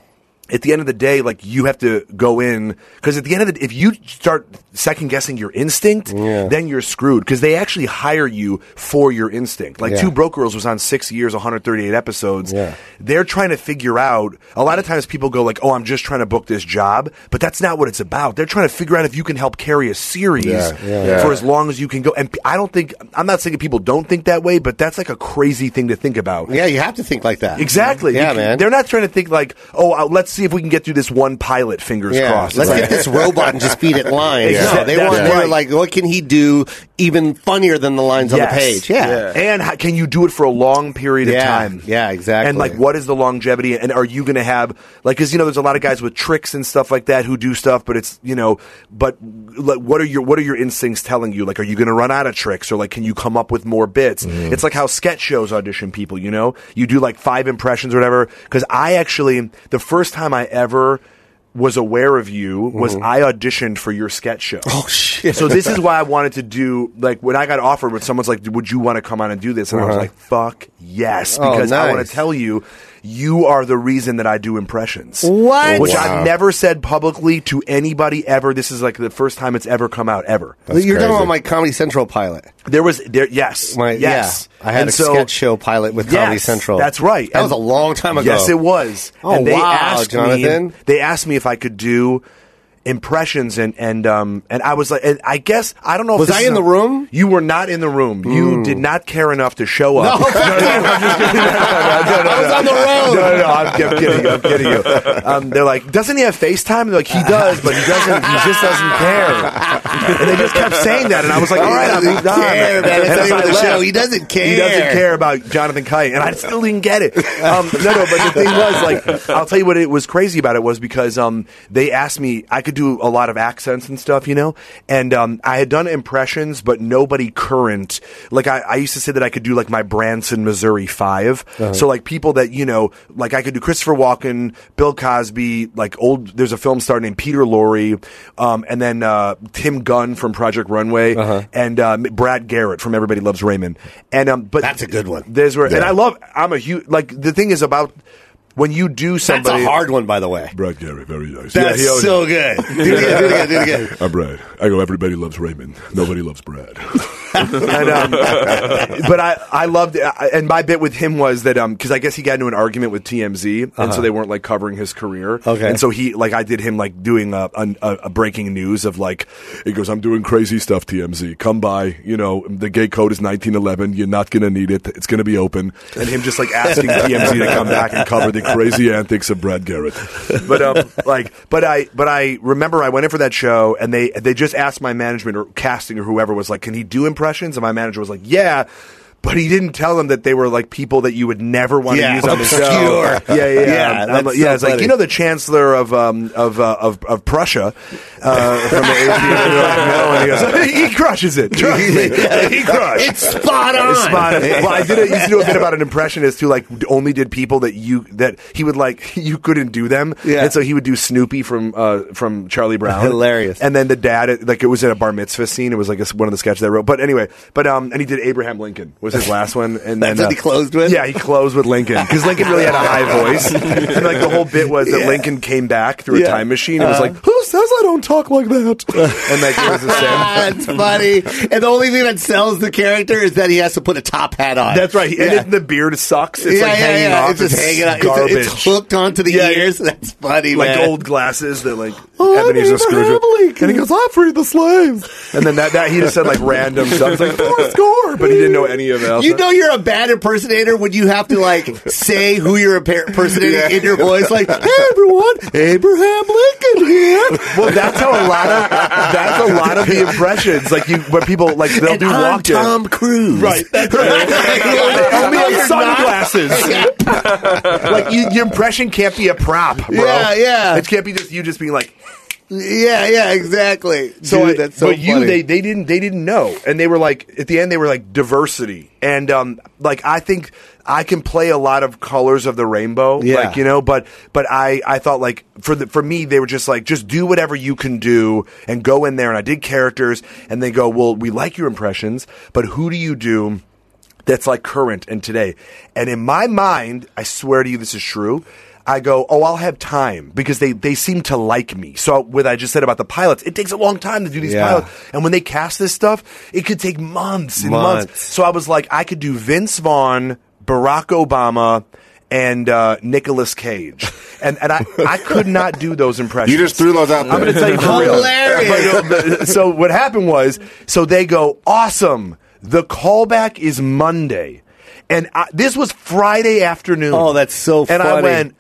Speaker 8: at the end of the day, like you have to go in because at the end of the if you start second guessing your instinct, then you're screwed because they actually hire you for your instinct. Like
Speaker 3: Yeah.
Speaker 8: Two Broke Girls was on six years, 138 episodes.
Speaker 3: Yeah.
Speaker 8: They're trying to figure out. A lot of times people go like, "Oh, I'm just trying to book this job," but that's not what it's about. They're trying to figure out if you can help carry a series
Speaker 6: Yeah, yeah.
Speaker 8: for
Speaker 6: Yeah.
Speaker 8: as long as you can go. And p- I don't think I'm not saying that people don't think that way, but that's like a crazy thing to think about.
Speaker 3: Yeah, you have to think like that.
Speaker 8: Exactly.
Speaker 3: Yeah,
Speaker 8: You can-
Speaker 3: man.
Speaker 8: They're not trying to think like, oh, uh, let's see if we can get through this one pilot. Fingers
Speaker 3: Yeah,
Speaker 8: crossed.
Speaker 3: let's
Speaker 8: It's
Speaker 3: get
Speaker 8: like-
Speaker 3: this robot and just feed it lines.
Speaker 8: Exactly.
Speaker 3: No, they
Speaker 8: That's
Speaker 3: want. They were
Speaker 8: right.
Speaker 3: like, what can he do even funnier than the lines on the
Speaker 8: Yes.
Speaker 3: page? Yeah.
Speaker 8: And how, can you do it for a long period of
Speaker 3: Yeah.
Speaker 8: time?
Speaker 3: Yeah, exactly.
Speaker 8: And like, what is the longevity? And are you going to have like, because you know, there's a lot of guys with tricks and stuff like that who do stuff, but it's you know, but like, what are your what are your instincts telling you? Like, are you going to run out of tricks, or like, can you come up with more bits?
Speaker 3: Mm-hmm.
Speaker 8: It's like how sketch shows audition people. You know, you do like five impressions or whatever. Because I actually, the first time I ever was aware of you was
Speaker 3: Mm-hmm.
Speaker 8: I auditioned for your sketch show. Oh shit! So this is why I wanted to do like when I got offered, when someone's like, "Would you want to come on and do this?" and I was like, "Fuck yes!"
Speaker 3: Uh-huh. Oh,
Speaker 8: Because I want
Speaker 3: nice.
Speaker 8: to tell you, you are the reason that I do impressions.
Speaker 3: What?
Speaker 8: Which
Speaker 6: Wow.
Speaker 8: I've never said publicly to anybody ever. This is like the first time it's ever come out ever.
Speaker 6: That's
Speaker 3: You're talking
Speaker 6: crazy.
Speaker 3: about my Comedy Central pilot.
Speaker 8: There was there yes
Speaker 3: My,
Speaker 8: yes.
Speaker 3: Yeah, I had
Speaker 8: And
Speaker 3: a
Speaker 8: so-
Speaker 3: sketch show pilot with Comedy
Speaker 8: Yes,
Speaker 3: Central.
Speaker 8: That's right.
Speaker 3: That was a
Speaker 8: And-
Speaker 3: long time ago.
Speaker 8: Yes, it was.
Speaker 3: Oh,
Speaker 8: and they
Speaker 3: wow,
Speaker 8: asked
Speaker 3: Jonathan.
Speaker 8: Me, they asked me if I could do impressions and and um and I was like and I guess I don't know if
Speaker 3: Was
Speaker 8: this
Speaker 3: I
Speaker 8: is
Speaker 3: in
Speaker 8: a-
Speaker 3: the room? Hmm.
Speaker 8: You were not in the room. You did not care enough to show up.
Speaker 3: No. I was
Speaker 8: I'm just kidding. No, no, no, no, no.
Speaker 3: on the road.
Speaker 8: No, no, no, I'm, I'm kidding you. I'm kidding you. Um, they're like, doesn't he have FaceTime? They're like, he does, but he doesn't. He just doesn't care. And they just kept saying that, and I was like, all right, I moved on.
Speaker 3: Care, man. It's
Speaker 8: And
Speaker 3: the name
Speaker 8: I
Speaker 3: of the
Speaker 8: left.
Speaker 3: show. He doesn't care.
Speaker 8: He doesn't care about Jonathan Kite, and I still didn't get it. Um, no, no, but the thing was, like, I'll tell you what it was crazy about it was because um, they asked me I could do a lot of accents and stuff, you know, and um, I had done impressions, but nobody current. Like I, I used to say that I could do like my Branson, Missouri 5 So like people that you know, like I could do Christopher Walken, Bill Cosby, like old. There's a film star named Peter Lorre, um, and then uh, Tim Gunn from Project Runway, and uh, Brad Garrett from Everybody Loves Raymond. And um, but
Speaker 3: That's a good one.
Speaker 8: There's where, and
Speaker 6: Yeah.
Speaker 8: I love. I'm a huge like the thing is about when you do
Speaker 3: That's
Speaker 8: somebody.
Speaker 3: a hard one, by the way.
Speaker 6: Brad Gary, very nice.
Speaker 3: That's so good. Do it again. Do it again. Do it again.
Speaker 6: I'm Brad. I go, everybody loves Raymond. Nobody loves Brad.
Speaker 8: and, um, but I, I loved it. I- And my bit with him was that, um, cause I guess he got into an argument with TMZ and so they weren't like covering his career.
Speaker 3: Uh-huh. Okay.
Speaker 8: And so he, like, I did him like doing a, a, a breaking news of like,
Speaker 6: he goes, I'm doing crazy stuff, TMZ. Come by. You know, the gay code is 1911. You're not going to need it. It's going to be open.
Speaker 8: and him just like asking TMZ to come back and cover
Speaker 6: Cover
Speaker 8: the
Speaker 6: the crazy antics of Brad Garrett.
Speaker 8: but um, like, but I, but I remember I went in for that show, and they they just asked my management or casting or whoever was like, "Can he do impressions?" And my manager was like, "Yeah." But he didn't tell them that they were like people that you would never want
Speaker 3: Yeah,
Speaker 8: to use on the
Speaker 3: obscure.
Speaker 8: show. Yeah, yeah,
Speaker 3: Yeah,
Speaker 8: yeah.
Speaker 3: that's
Speaker 8: I'm like- yeah,
Speaker 3: so
Speaker 8: it's like
Speaker 3: funny.
Speaker 8: you know the chancellor of um, of, uh, of of Prussia uh, from the and you're like, no, and he goes, he crushes it. Trust me, he crushed.
Speaker 3: It's spot on.
Speaker 8: It's spot on. Well, I did a, used to do a bit about an impressionist who like d- only did people that you that he would like you couldn't do them.
Speaker 3: Yeah.
Speaker 8: And so he would do Snoopy from uh, from Charlie Brown.
Speaker 3: Hilarious.
Speaker 8: And then the dad, it- like it was in a bar mitzvah scene. It was like a s one of the sketches I wrote. But anyway, but um, and he did Abraham Lincoln was his last one. And
Speaker 3: That's
Speaker 8: then uh,
Speaker 3: what he closed with?
Speaker 8: Yeah, he closed with Lincoln because Lincoln really had a high voice. and like the whole bit was that Lincoln came back through
Speaker 3: Yeah. Uh-huh.
Speaker 8: a time machine. and was like, who says I don't talk like that? and like it was the same.
Speaker 3: That's funny. And the only thing that sells the character is that he has to put a top hat on.
Speaker 8: That's right.
Speaker 3: Yeah.
Speaker 8: And it, the beard sucks. It's
Speaker 3: yeah,
Speaker 8: like
Speaker 3: yeah,
Speaker 8: hanging
Speaker 3: yeah.
Speaker 8: off.
Speaker 3: It's just hanging out. It's,
Speaker 8: Garbage.
Speaker 3: it's hooked onto the
Speaker 8: Yeah, yeah.
Speaker 3: ears. That's funny,
Speaker 8: like
Speaker 3: man.
Speaker 8: old glasses that like
Speaker 3: Oh, I'm
Speaker 8: Ebenezer
Speaker 3: Abraham
Speaker 8: Scrooge. And he goes, "I freed the slaves." And then that, that he just said like random stuff. It's like four score, but he didn't know any of it.
Speaker 3: You know you're a bad impersonator when you have to like say who you're imper- impersonating in your voice, like "Hey everyone, Abraham Lincoln here."
Speaker 8: Well, that's how a lot of that's a lot of the impressions. Like you, where people like they'll
Speaker 3: and
Speaker 8: do
Speaker 3: I'm
Speaker 8: walk in.
Speaker 3: Tom Cruise,
Speaker 8: Right, that's
Speaker 3: right.
Speaker 8: Only
Speaker 3: You're
Speaker 8: on
Speaker 3: not.
Speaker 8: sunglasses. like you, your impression can't be a prop, bro.
Speaker 3: Yeah, yeah.
Speaker 8: It can't be just you just being like,
Speaker 3: Yeah, yeah, exactly.
Speaker 8: So,
Speaker 3: Dude,
Speaker 8: I-
Speaker 3: that's so
Speaker 8: but you,
Speaker 3: funny.
Speaker 8: they, they didn't, they didn't know, and they were like, at the end, they were like diversity, and um, like I think I can play a lot of colors of the rainbow,
Speaker 3: Yeah.
Speaker 8: like you know, but but I, I thought like for the for me, they were just like, just do whatever you can do, and go in there, and I did characters, and they go, well, we like your impressions, but who do you do? That's like current and today, and in my mind, I swear to you, this is true. I go, oh, I'll have time because they, they seem to like me. So what I just said about the pilots, it takes a long time to do these
Speaker 3: Yeah.
Speaker 8: pilots. And when they cast this stuff, it could take months and months.
Speaker 3: Months.
Speaker 8: So I was like, I could do Vince Vaughn, Barack Obama, and uh, Nicolas Cage. And, and I, I could not do those impressions.
Speaker 6: You just threw those out there.
Speaker 8: I'm going to tell you for real. But, uh, so what happened was, so they go, awesome. The callback is Monday, and I, this was Friday afternoon.
Speaker 3: Oh, that's so
Speaker 8: And I
Speaker 3: funny.
Speaker 8: went.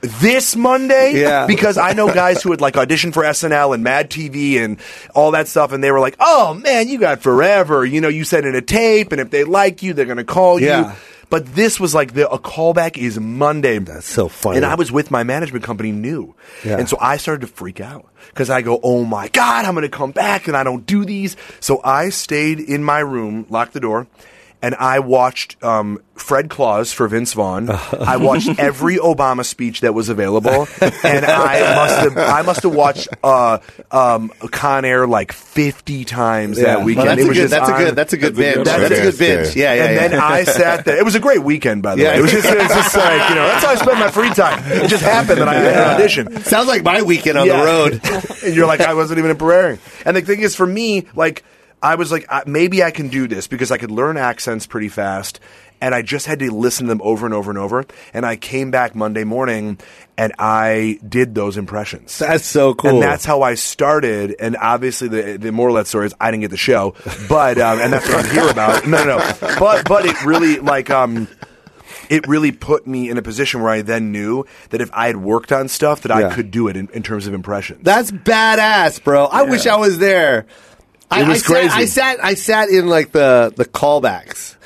Speaker 8: This Monday,
Speaker 3: Yeah.
Speaker 8: because I know guys who had like auditioned for SNL and Mad TV and all that stuff, and they were like, "Oh man, you got forever." You know, you send in a tape, and if they like you, they're gonna call
Speaker 3: Yeah.
Speaker 8: you. But this was like the a callback is Monday. That's
Speaker 3: so funny.
Speaker 8: And I was with my management company, new,
Speaker 3: Yeah.
Speaker 8: and so I started to freak out because I go, oh my God, I'm going to come back and I don't do these. So I stayed in my room, locked the door, and I watched um, Fred Claus for Vince Vaughn. I watched every Obama speech that was available, and I must have I must have watched uh, um, Con Air like 50 times that
Speaker 3: Well,
Speaker 8: weekend.
Speaker 3: that's,
Speaker 8: It
Speaker 3: a
Speaker 8: was
Speaker 3: good,
Speaker 8: just
Speaker 3: that's a
Speaker 8: on-
Speaker 3: good. That's a good. binge.
Speaker 6: one.
Speaker 3: That's a good
Speaker 6: Yeah.
Speaker 3: binge. Yeah, yeah.
Speaker 8: and
Speaker 3: yeah.
Speaker 8: then I sat there. It was a great weekend, by the
Speaker 3: Yeah.
Speaker 8: way. It was just, it was just like you know, that's how I spent my free time. It just happened that I had an audition.
Speaker 3: Sounds like my weekend on
Speaker 8: Yeah.
Speaker 3: the road.
Speaker 8: and you're like, I wasn't even in Prairie. And the thing is, for me, like, I was like, I, maybe I can do this because I could learn accents pretty fast. And I just had to listen to them over and over and over. And I came back Monday morning and I did those impressions.
Speaker 3: That's so cool.
Speaker 8: And that's how I started. And obviously, the the moral of that story is I didn't get the show, but um, and that's what I'm here about. No, no, no. But but it really like um, it really put me in a position where I then knew that if I had worked on stuff, that
Speaker 3: Yeah.
Speaker 8: I could do it in, in terms of impressions.
Speaker 3: That's badass, bro. I wish I was there. I,
Speaker 8: was
Speaker 3: I
Speaker 8: crazy.
Speaker 3: Sat, I sat. I sat in like the the callbacks,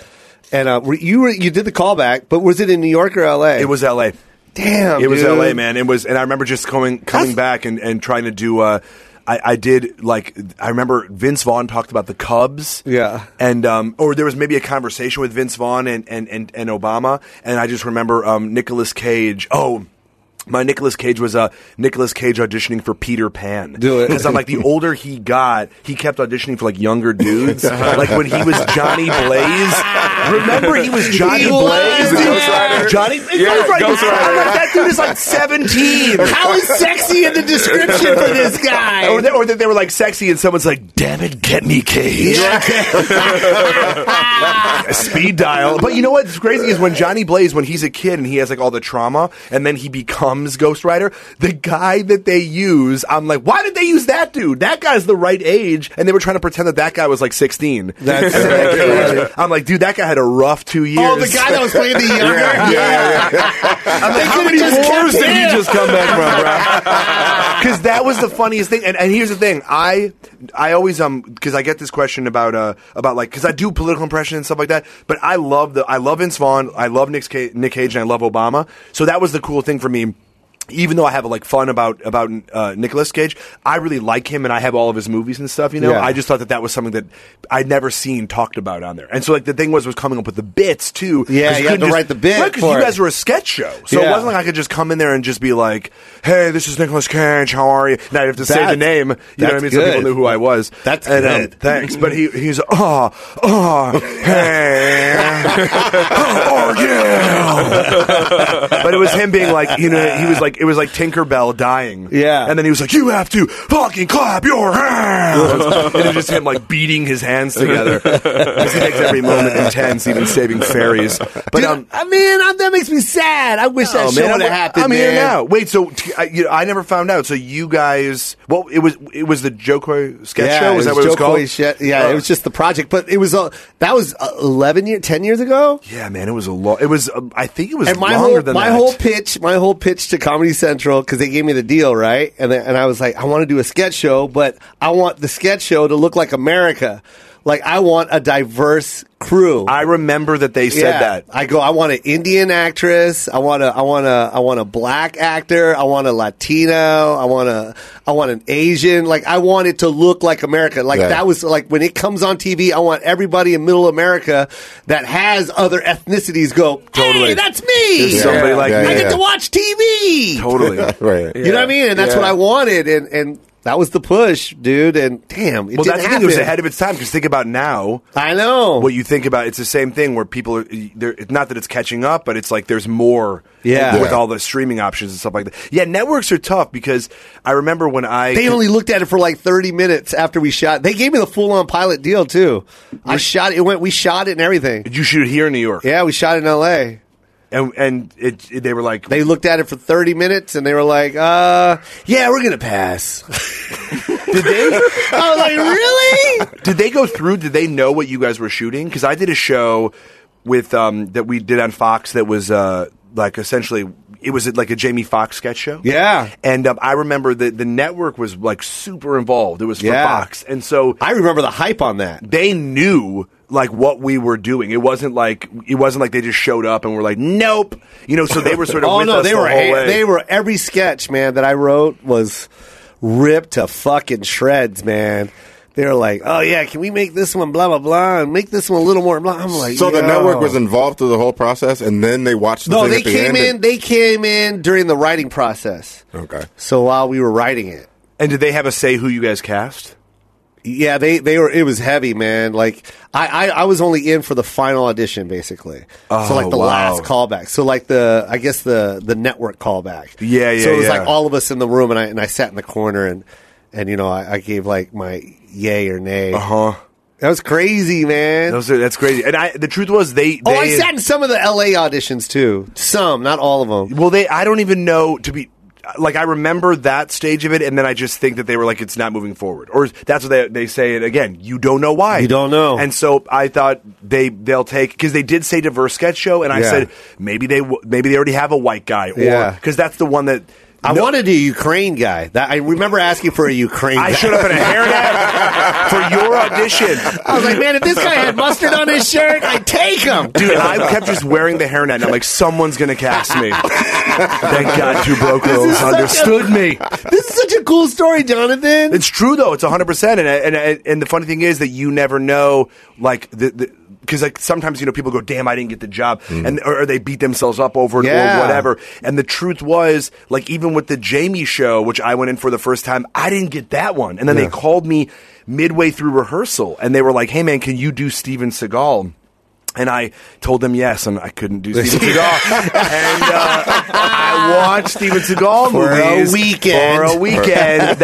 Speaker 3: and uh, were- you were you did the callback, but was it in New York or L.A.?
Speaker 8: it was L.A.
Speaker 3: damn.
Speaker 8: It was
Speaker 3: dude.
Speaker 8: L.A. Man. It was, and I remember just coming
Speaker 3: That's-
Speaker 8: coming back and, and trying to do. Uh, I, I did like I remember Vince Vaughn talked about the Cubs.
Speaker 3: Yeah.
Speaker 8: and um, or there was maybe a conversation with Vince Vaughn and and and, and Obama, and I just remember um, Nicholas Cage. Oh. My Nicolas Cage was uh, Nicolas Cage auditioning for Peter Pan.
Speaker 3: Do it.
Speaker 8: because I'm like the older he got, he kept auditioning for like younger dudes. Like when he was Johnny Blaze. Remember he was Johnny
Speaker 3: He was,
Speaker 8: Blaze.
Speaker 3: yeah.
Speaker 8: Johnny.
Speaker 5: Yeah,
Speaker 8: Right.
Speaker 5: Ghost Rider.
Speaker 8: I'm like, that dude is like 17.
Speaker 3: How is sexy in the description for this guy?
Speaker 8: Or that, or that they were like sexy, and someone's like, "Damn it, get me Cage." Speed dial. But you know what's crazy is when Johnny Blaze, when he's a kid and he has like all the trauma, and then he becomes Ghost Rider. The guy that they use, I'm like, why did they use that dude? That guy's the right age, and they were trying to pretend that that guy was like 16.
Speaker 3: That's-
Speaker 8: And then that Cage- I'm like, dude, that guy had a rough two years.
Speaker 3: oh, the guy that was playing the younger. yeah,
Speaker 8: I'm like, how
Speaker 3: could've
Speaker 8: many
Speaker 3: just kept
Speaker 8: wars did
Speaker 3: him.
Speaker 8: he just come back from, bro? Because that was the funniest thing. And, and here's the thing, I I always um because I get this question about uh about like because I do political impression and stuff like that. But I love the I love Vince Vaughn, I love Nick Cage, Nick Cage, and I love Obama. So that was the cool thing for me. Even though I have like fun about about uh, Nicolas Cage, I really like him and I have all of his movies and stuff. You know,
Speaker 3: Yeah.
Speaker 8: I just thought that that was something that I'd never seen talked about on there. And so like the thing was was coming up with the bits too. 'cause
Speaker 3: Yeah, you had
Speaker 8: couldn't
Speaker 3: to write the bit
Speaker 8: Right, 'cause
Speaker 3: for
Speaker 8: you
Speaker 3: it.
Speaker 8: guys were a sketch show, so
Speaker 3: Yeah.
Speaker 8: it wasn't like I could just come in there and just be like, "Hey, this is Nicholas Cage. How are you?" Now I have to say the
Speaker 3: That's-
Speaker 8: name. You know what I
Speaker 3: that's
Speaker 8: mean? So people
Speaker 3: good.
Speaker 8: knew who I was.
Speaker 3: That's
Speaker 8: and, um,
Speaker 3: good.
Speaker 8: thanks, but he he's oh oh hey oh, oh, yeah. but it was him being like you know he was like it was like Tinkerbell dying.
Speaker 3: Yeah.
Speaker 8: and then he was like, "You have to fucking clap your hands." and it was just him like beating his hands together. 'Cause he makes every moment intense, even saving fairies. But
Speaker 3: Dude,
Speaker 8: um.
Speaker 3: I mean, I- that makes me sad. I wish that shit
Speaker 8: man,
Speaker 3: would have
Speaker 8: I'm-
Speaker 3: Oh, happened.
Speaker 8: I'm here
Speaker 3: man.
Speaker 8: now. Wait, so t- I, you know, I never found out. So you guys, well, it was it was the Joe Coy sketch
Speaker 3: yeah,
Speaker 8: show. Was that what it was
Speaker 3: Joe
Speaker 8: called?
Speaker 3: Coy's shit. Yeah, it
Speaker 8: Oh.
Speaker 3: was just the project, but it was uh, that was uh, eleven year, ten years ago.
Speaker 8: Yeah, man, it was a long. It was. Um, I think it was
Speaker 3: and my
Speaker 8: longer
Speaker 3: whole
Speaker 8: than
Speaker 3: my
Speaker 8: that.
Speaker 3: whole pitch my whole pitch to Comedy Central because they gave me the deal right, and then, and I was like, I want to do a sketch show, but I want the sketch show to look like America, like I want a diverse crew.
Speaker 8: I remember that they said
Speaker 3: Yeah.
Speaker 8: that.
Speaker 3: I go. I want an Indian actress. I want a. I want a. I want a black actor. I want a Latino. I want a. I want an Asian. Like I want it to look like America. Like
Speaker 6: Yeah.
Speaker 3: that was like when it comes on TV. I want everybody in Middle America that has other ethnicities go. Totally, hey, that's me.
Speaker 8: There's somebody
Speaker 6: Yeah,
Speaker 8: like
Speaker 6: yeah,
Speaker 3: I
Speaker 8: me.
Speaker 3: get
Speaker 6: yeah.
Speaker 3: to watch TV.
Speaker 8: Totally.
Speaker 6: right.
Speaker 3: You know what I mean? And that's what I wanted. And and That was the push, dude. And damn, it
Speaker 8: well,
Speaker 3: didn't
Speaker 8: that's the thing. It was
Speaker 3: happen.
Speaker 8: ahead of its time because think about now.
Speaker 3: I know.
Speaker 8: What you think about it's the same thing where people are they're, it's not that it's catching up, but it's like there's more
Speaker 3: Yeah.
Speaker 8: with
Speaker 3: Yeah.
Speaker 8: all the streaming options and stuff like that. Yeah, networks are tough because I remember when I
Speaker 3: They only looked at it for like 30 minutes after we shot. They gave me the full on pilot deal too. I shot it. It went. We shot it and everything.
Speaker 8: you shoot it here in New York,
Speaker 3: Yeah, we shot it in L.A.
Speaker 8: and and it, it- they were like
Speaker 3: They looked at it for 30 minutes and they were like, "Uh, yeah, we're gonna pass."
Speaker 8: did they
Speaker 3: I was like, "Really?"
Speaker 8: did they go through? Did they know what you guys were shooting? Because I did a show with um that we did on Fox that was uh like essentially it was like a Jamie Foxx sketch show.
Speaker 3: Yeah.
Speaker 8: And um, I remember that the network was like super involved. It was for
Speaker 3: Yeah.
Speaker 8: Fox, and so
Speaker 3: I remember the hype on that.
Speaker 8: they knew like what we were doing. It wasn't like it wasn't like they just showed up and were like, nope. You know, so they were sort of.
Speaker 3: Oh
Speaker 8: with
Speaker 3: no,
Speaker 8: us
Speaker 3: they
Speaker 8: the
Speaker 3: were
Speaker 8: whole
Speaker 3: ha-
Speaker 8: way.
Speaker 3: they were every sketch, man, that I wrote was ripped to fucking shreds, man. They were like, "Oh yeah, can we make this one blah blah blah and make this one a little more blah?" I'm like,
Speaker 6: So the
Speaker 3: "Yo."
Speaker 6: network was involved through the whole process, and then they watched. The
Speaker 3: No,
Speaker 6: thing
Speaker 3: they
Speaker 6: at the
Speaker 3: came
Speaker 6: end
Speaker 3: in.
Speaker 6: and-
Speaker 3: They came in during the writing process.
Speaker 6: okay.
Speaker 3: So while we were writing it,
Speaker 8: and did they have a say who you guys cast?
Speaker 3: yeah, they they were. It was heavy, man. Like I I, I was only in for the final audition, basically. so like the
Speaker 8: Oh, wow.
Speaker 3: last callback. So like the I guess the the network callback.
Speaker 8: Yeah, yeah,
Speaker 3: So it was
Speaker 8: yeah.
Speaker 3: like all of us in the room, and I and I sat in the corner and and you know I, I gave like my yay or nay.
Speaker 8: Huh.
Speaker 3: That was crazy, man.
Speaker 8: Uh-huh. Those are, that's crazy. And I, the truth was they. they
Speaker 3: oh, I sat in some of the LA auditions too. Some, not all of them.
Speaker 8: Well, they. I don't even know to be. Like I remember that stage of it, and then I just think that they were like, "It's not moving forward," or that's what they they say it again. You don't know why.
Speaker 3: You don't know.
Speaker 8: and so I thought they they'll take because they did say diverse sketch show, and I
Speaker 3: Yeah.
Speaker 8: said maybe they w- maybe they already have a white guy, or
Speaker 3: Yeah.
Speaker 8: because that's the one that
Speaker 3: I
Speaker 8: No-
Speaker 3: wanted a Ukraine guy. That I remember asking for a Ukraine.
Speaker 8: I
Speaker 3: guy.
Speaker 8: showed up in a hairnet for your audition.
Speaker 3: I was like, man, if this guy had mustard on his shirt, I'd take him.
Speaker 8: Dude, I kept just wearing the hairnet, and I'm like, someone's gonna cast me. Thank God, two broke girls
Speaker 3: such a-
Speaker 8: understood me.
Speaker 3: This is such a cool story, Jonathan.
Speaker 8: It's true though. It's 100. percent And and and the funny thing is that you never know, like the. the because like sometimes you know people go, damn, I didn't get the job, and or, or they beat themselves up over it
Speaker 3: Mm. Yeah.
Speaker 8: or whatever. And the truth was, like even with the Jamie show, which I went in for the first time, I didn't get that one. And then they called me midway through rehearsal, and they were like, hey man, can you do Steven Seagal? And I told them yes, and I couldn't do Steven Seagal. and uh, I watched Steven Seagal
Speaker 3: For a
Speaker 8: movies
Speaker 3: weekend.
Speaker 8: For a weekend. That was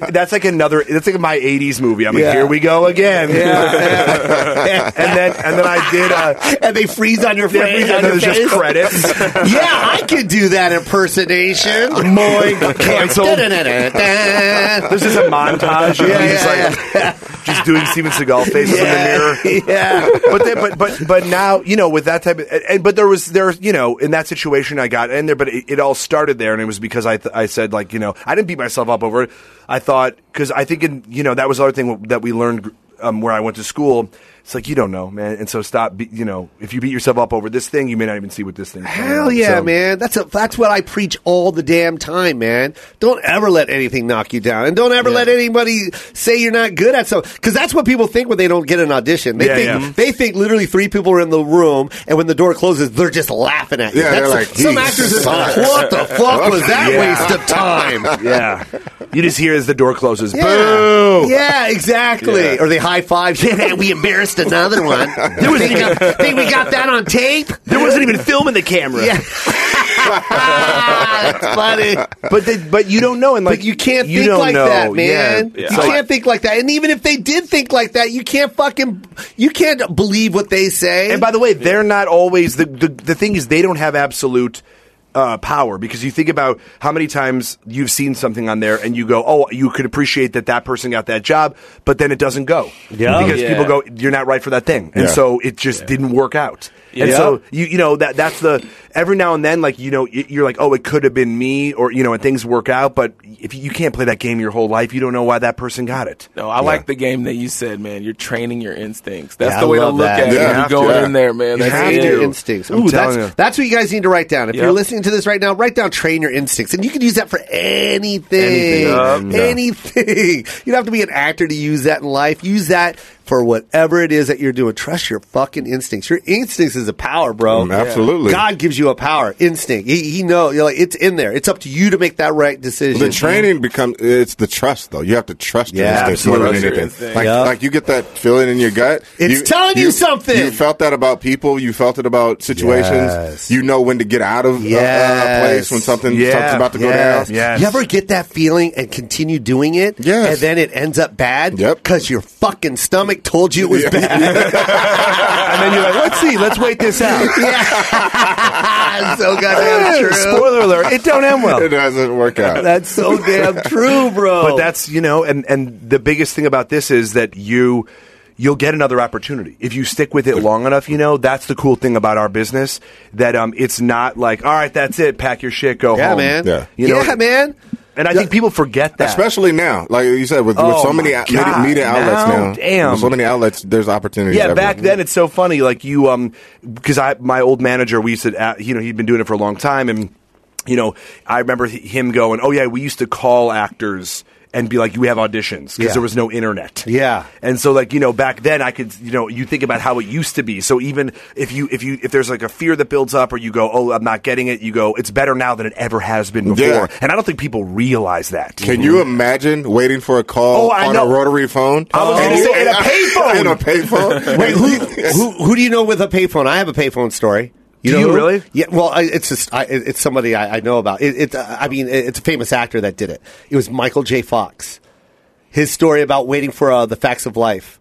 Speaker 8: that, that's like another. That's like my '80s movie. I'm
Speaker 3: Yeah.
Speaker 8: like, here we go again. and then and then I did. Uh,
Speaker 3: and they freeze on your
Speaker 8: yeah,
Speaker 3: face. on
Speaker 8: and then
Speaker 3: your
Speaker 8: there's
Speaker 3: face.
Speaker 8: just credits.
Speaker 3: yeah, I could do that impersonation.
Speaker 8: Moink canceled.
Speaker 3: Da-da-da-da-da.
Speaker 8: There's just a montage of
Speaker 3: Yeah,
Speaker 8: me just
Speaker 3: yeah,
Speaker 8: like just doing Steven Seagal faces in the mirror.
Speaker 3: yeah.
Speaker 8: but then, but but but now you know with that type of and, and- but there was there you know in that situation I got in there but it, it all started there and it was because I th- I said like you know I didn't beat myself up over it I thought because I think in, you know that was the other thing that we learned um, where I went to school it's like you don't know man and so stop be, you know if you beat yourself up over this thing you may not even see what this thing is going
Speaker 3: Hell
Speaker 8: on.
Speaker 3: yeah,
Speaker 8: So-
Speaker 3: man. That's a, that's what I preach all the damn time, man. Don't ever let anything knock you down. And don't ever let anybody say you're not good at something. Cause that's what people think when they don't get an audition. They
Speaker 8: Yeah,
Speaker 3: think,
Speaker 8: yeah.
Speaker 3: they think literally three people are in the room and when the door closes, they're just laughing at you.
Speaker 6: Yeah,
Speaker 3: that's
Speaker 6: they're like,
Speaker 3: some
Speaker 6: "He
Speaker 3: actors are
Speaker 6: sucks."
Speaker 3: like, what the fuck was that
Speaker 8: Yeah.
Speaker 3: waste of time?
Speaker 8: yeah you just hear as the door closes
Speaker 3: Yeah.
Speaker 8: boo
Speaker 3: Yeah, exactly. Or they high five. we embarrassed another one. There was think, think we got that on tape.
Speaker 8: there wasn't even film in the camera
Speaker 3: Yeah. That's funny.
Speaker 8: but they, but you don't know and like
Speaker 3: But you can't
Speaker 8: you
Speaker 3: think
Speaker 8: don't
Speaker 3: like
Speaker 8: know.
Speaker 3: that, man.
Speaker 8: Yeah.
Speaker 3: You
Speaker 8: So-
Speaker 3: can't think like that. And even if they did think like that, you can't fucking you can't believe what they say.
Speaker 8: And by the way, they're not always the the, the thing is they don't have absolute. Uh, power because you think about how many times you've seen something on there and you go, oh, you could appreciate that that person got that job, but then it doesn't go because
Speaker 4: Yeah.
Speaker 8: people go, you're not right for that thing, and
Speaker 6: Yeah.
Speaker 8: so it just didn't work out. And
Speaker 4: Yeah.
Speaker 8: so you you know that that's the every now and then like you know y- you're like, oh, it could have been me, or you know, and things work out, but if you can't play that game your whole life, you don't know why that person got it.
Speaker 5: No, I like the game that you said, man. You're training your instincts. That's
Speaker 3: Yeah,
Speaker 5: the
Speaker 3: I
Speaker 5: way to
Speaker 3: love
Speaker 5: look
Speaker 3: that.
Speaker 5: at
Speaker 6: You
Speaker 5: it.
Speaker 6: have
Speaker 5: You're
Speaker 6: to,
Speaker 5: going
Speaker 6: yeah.
Speaker 5: in there, man.
Speaker 8: You
Speaker 5: That's
Speaker 8: have
Speaker 5: it.
Speaker 8: to.
Speaker 3: your instincts.
Speaker 8: I'm
Speaker 3: Ooh, that's,
Speaker 8: telling you.
Speaker 3: that's what you guys need to write down. If
Speaker 5: Yep.
Speaker 3: you're listening to this right now, write down train your instincts. And you can use that for anything.
Speaker 5: Anything.
Speaker 3: Anything. You don't have to be an actor to use that in life. Use that for whatever it is that you're doing. Trust your fucking instincts. Your instincts is a power, bro.
Speaker 6: Mm, absolutely.
Speaker 3: God gives you a power, instinct. He, he know, you're like, it's in there. It's up to you to make that right decision.
Speaker 6: The training becomes it's the trust though. You have to trust your
Speaker 3: Yeah,
Speaker 6: instincts more than
Speaker 5: absolutely.
Speaker 6: anything. Like,
Speaker 3: Yeah.
Speaker 6: like you get that feeling in your gut.
Speaker 3: It's telling you something.
Speaker 6: You felt that about people. You felt it about situations.
Speaker 3: Yes.
Speaker 6: You know when to get out of a- a,
Speaker 3: Yes.
Speaker 6: place when something
Speaker 8: Yeah.
Speaker 6: something's about to
Speaker 3: Yes.
Speaker 6: go down.
Speaker 8: Yes.
Speaker 3: You ever get that feeling and continue doing it?
Speaker 6: Yes.
Speaker 3: And then it ends up bad?
Speaker 6: Yep.
Speaker 3: Because your fucking stomach told you it was
Speaker 6: Yeah.
Speaker 3: bad.
Speaker 8: and then you're like, let's see, let's wait this out.
Speaker 3: Yeah. so goddamn true.
Speaker 8: Spoiler alert, it don't end well.
Speaker 6: It doesn't work out.
Speaker 3: That's so damn true, bro.
Speaker 8: But that's you know, and and the biggest thing about this is that you you'll get another opportunity if you stick with it long enough. You know, that's the cool thing about our business that um, it's not like all right, that's it, pack your shit, go
Speaker 3: yeah,
Speaker 8: home,
Speaker 3: man.
Speaker 6: Yeah.
Speaker 8: You know-
Speaker 3: yeah, man.
Speaker 8: And I think people forget that.
Speaker 6: Especially now, like you said, with, with
Speaker 8: Oh
Speaker 6: so many
Speaker 8: my
Speaker 6: out- media,
Speaker 8: God,
Speaker 6: media outlets
Speaker 8: now?
Speaker 6: now,
Speaker 8: Damn.
Speaker 6: with so many outlets, there's opportunities.
Speaker 8: Yeah, back
Speaker 6: everywhere.
Speaker 8: then it's so funny. Like you, um, because I my old manager, we used to, uh, you know, he'd been doing it for a long time, and you know, I remember h- him going, "Oh yeah, we used to call actors." And be like, we have auditions because
Speaker 3: Yeah.
Speaker 8: there was no internet.
Speaker 3: Yeah.
Speaker 8: and so like you know, back then I could you know you think about how it used to be. So even if you if you if there's like a fear that builds up, or you go, oh, I'm not getting it, you go, it's better now than it ever has been before.
Speaker 6: Yeah.
Speaker 8: And I don't think people realize that.
Speaker 6: Can you
Speaker 3: Mm-hmm.
Speaker 6: imagine waiting for a call
Speaker 8: Oh, I
Speaker 6: on
Speaker 8: know.
Speaker 6: a rotary phone?
Speaker 8: I was
Speaker 6: And
Speaker 8: gonna
Speaker 6: you-
Speaker 8: say, and a payphone.
Speaker 6: and a payphone.
Speaker 3: Wait, who, who who do you know with a payphone? I have a payphone story.
Speaker 8: Do you
Speaker 3: who?
Speaker 8: really?
Speaker 3: Yeah. Well, I, it's just I, it- it's somebody I, I know about. It, it uh, I mean, it, it's a famous actor that did it. It was Michael J. Fox. His story about waiting for uh, the facts of life.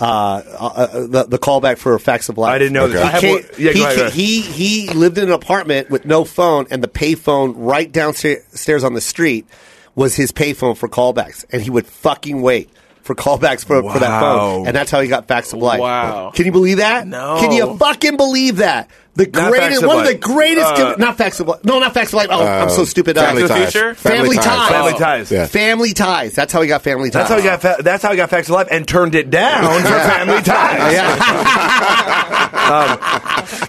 Speaker 3: Uh, uh, uh, the, the callback for Facts of Life.
Speaker 8: I didn't know that.
Speaker 3: He,
Speaker 8: I have
Speaker 3: came-
Speaker 8: one- yeah, go
Speaker 3: he,
Speaker 8: ahead, go
Speaker 3: ca-
Speaker 8: ahead.
Speaker 3: he he lived in an apartment with no phone, and the payphone right downstairs on the street was his payphone for callbacks, and he would fucking wait for callbacks for, for that phone,
Speaker 8: Wow.
Speaker 3: and that's how he got Facts of Life.
Speaker 5: Wow.
Speaker 3: Can you believe that?
Speaker 5: No.
Speaker 3: Can you fucking believe that? The
Speaker 8: Not
Speaker 3: greatest,
Speaker 8: Facts of
Speaker 3: one of the
Speaker 8: Life. Um,
Speaker 3: greatest,
Speaker 5: Uh,
Speaker 3: com- not facts of life. No, not facts of life. Oh, I'm so stupid. Uh,
Speaker 6: Family
Speaker 5: Back to the
Speaker 6: ties.
Speaker 5: Future?
Speaker 3: Family Ties.
Speaker 8: Family ties.
Speaker 6: Yeah.
Speaker 3: Family ties. That's how he got family ties.
Speaker 8: That's how he got. Fa- that's how he got Facts Alive and turned it down for Family Ties.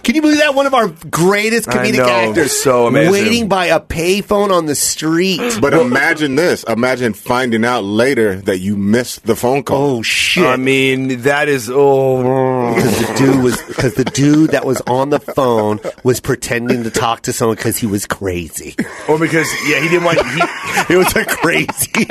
Speaker 3: Can you believe that? One of our greatest
Speaker 8: I
Speaker 3: comedic
Speaker 8: know.
Speaker 3: actors,
Speaker 8: So amazing.
Speaker 3: waiting by a payphone on the street.
Speaker 6: But imagine this. Imagine finding out later that you missed the phone call.
Speaker 3: Oh shit!
Speaker 8: I mean, that is oh.
Speaker 3: because the dude was because the dude that was on the phone was pretending to talk to someone because he was crazy.
Speaker 8: Or oh, because yeah, he didn't want. He,
Speaker 3: It was a crazy.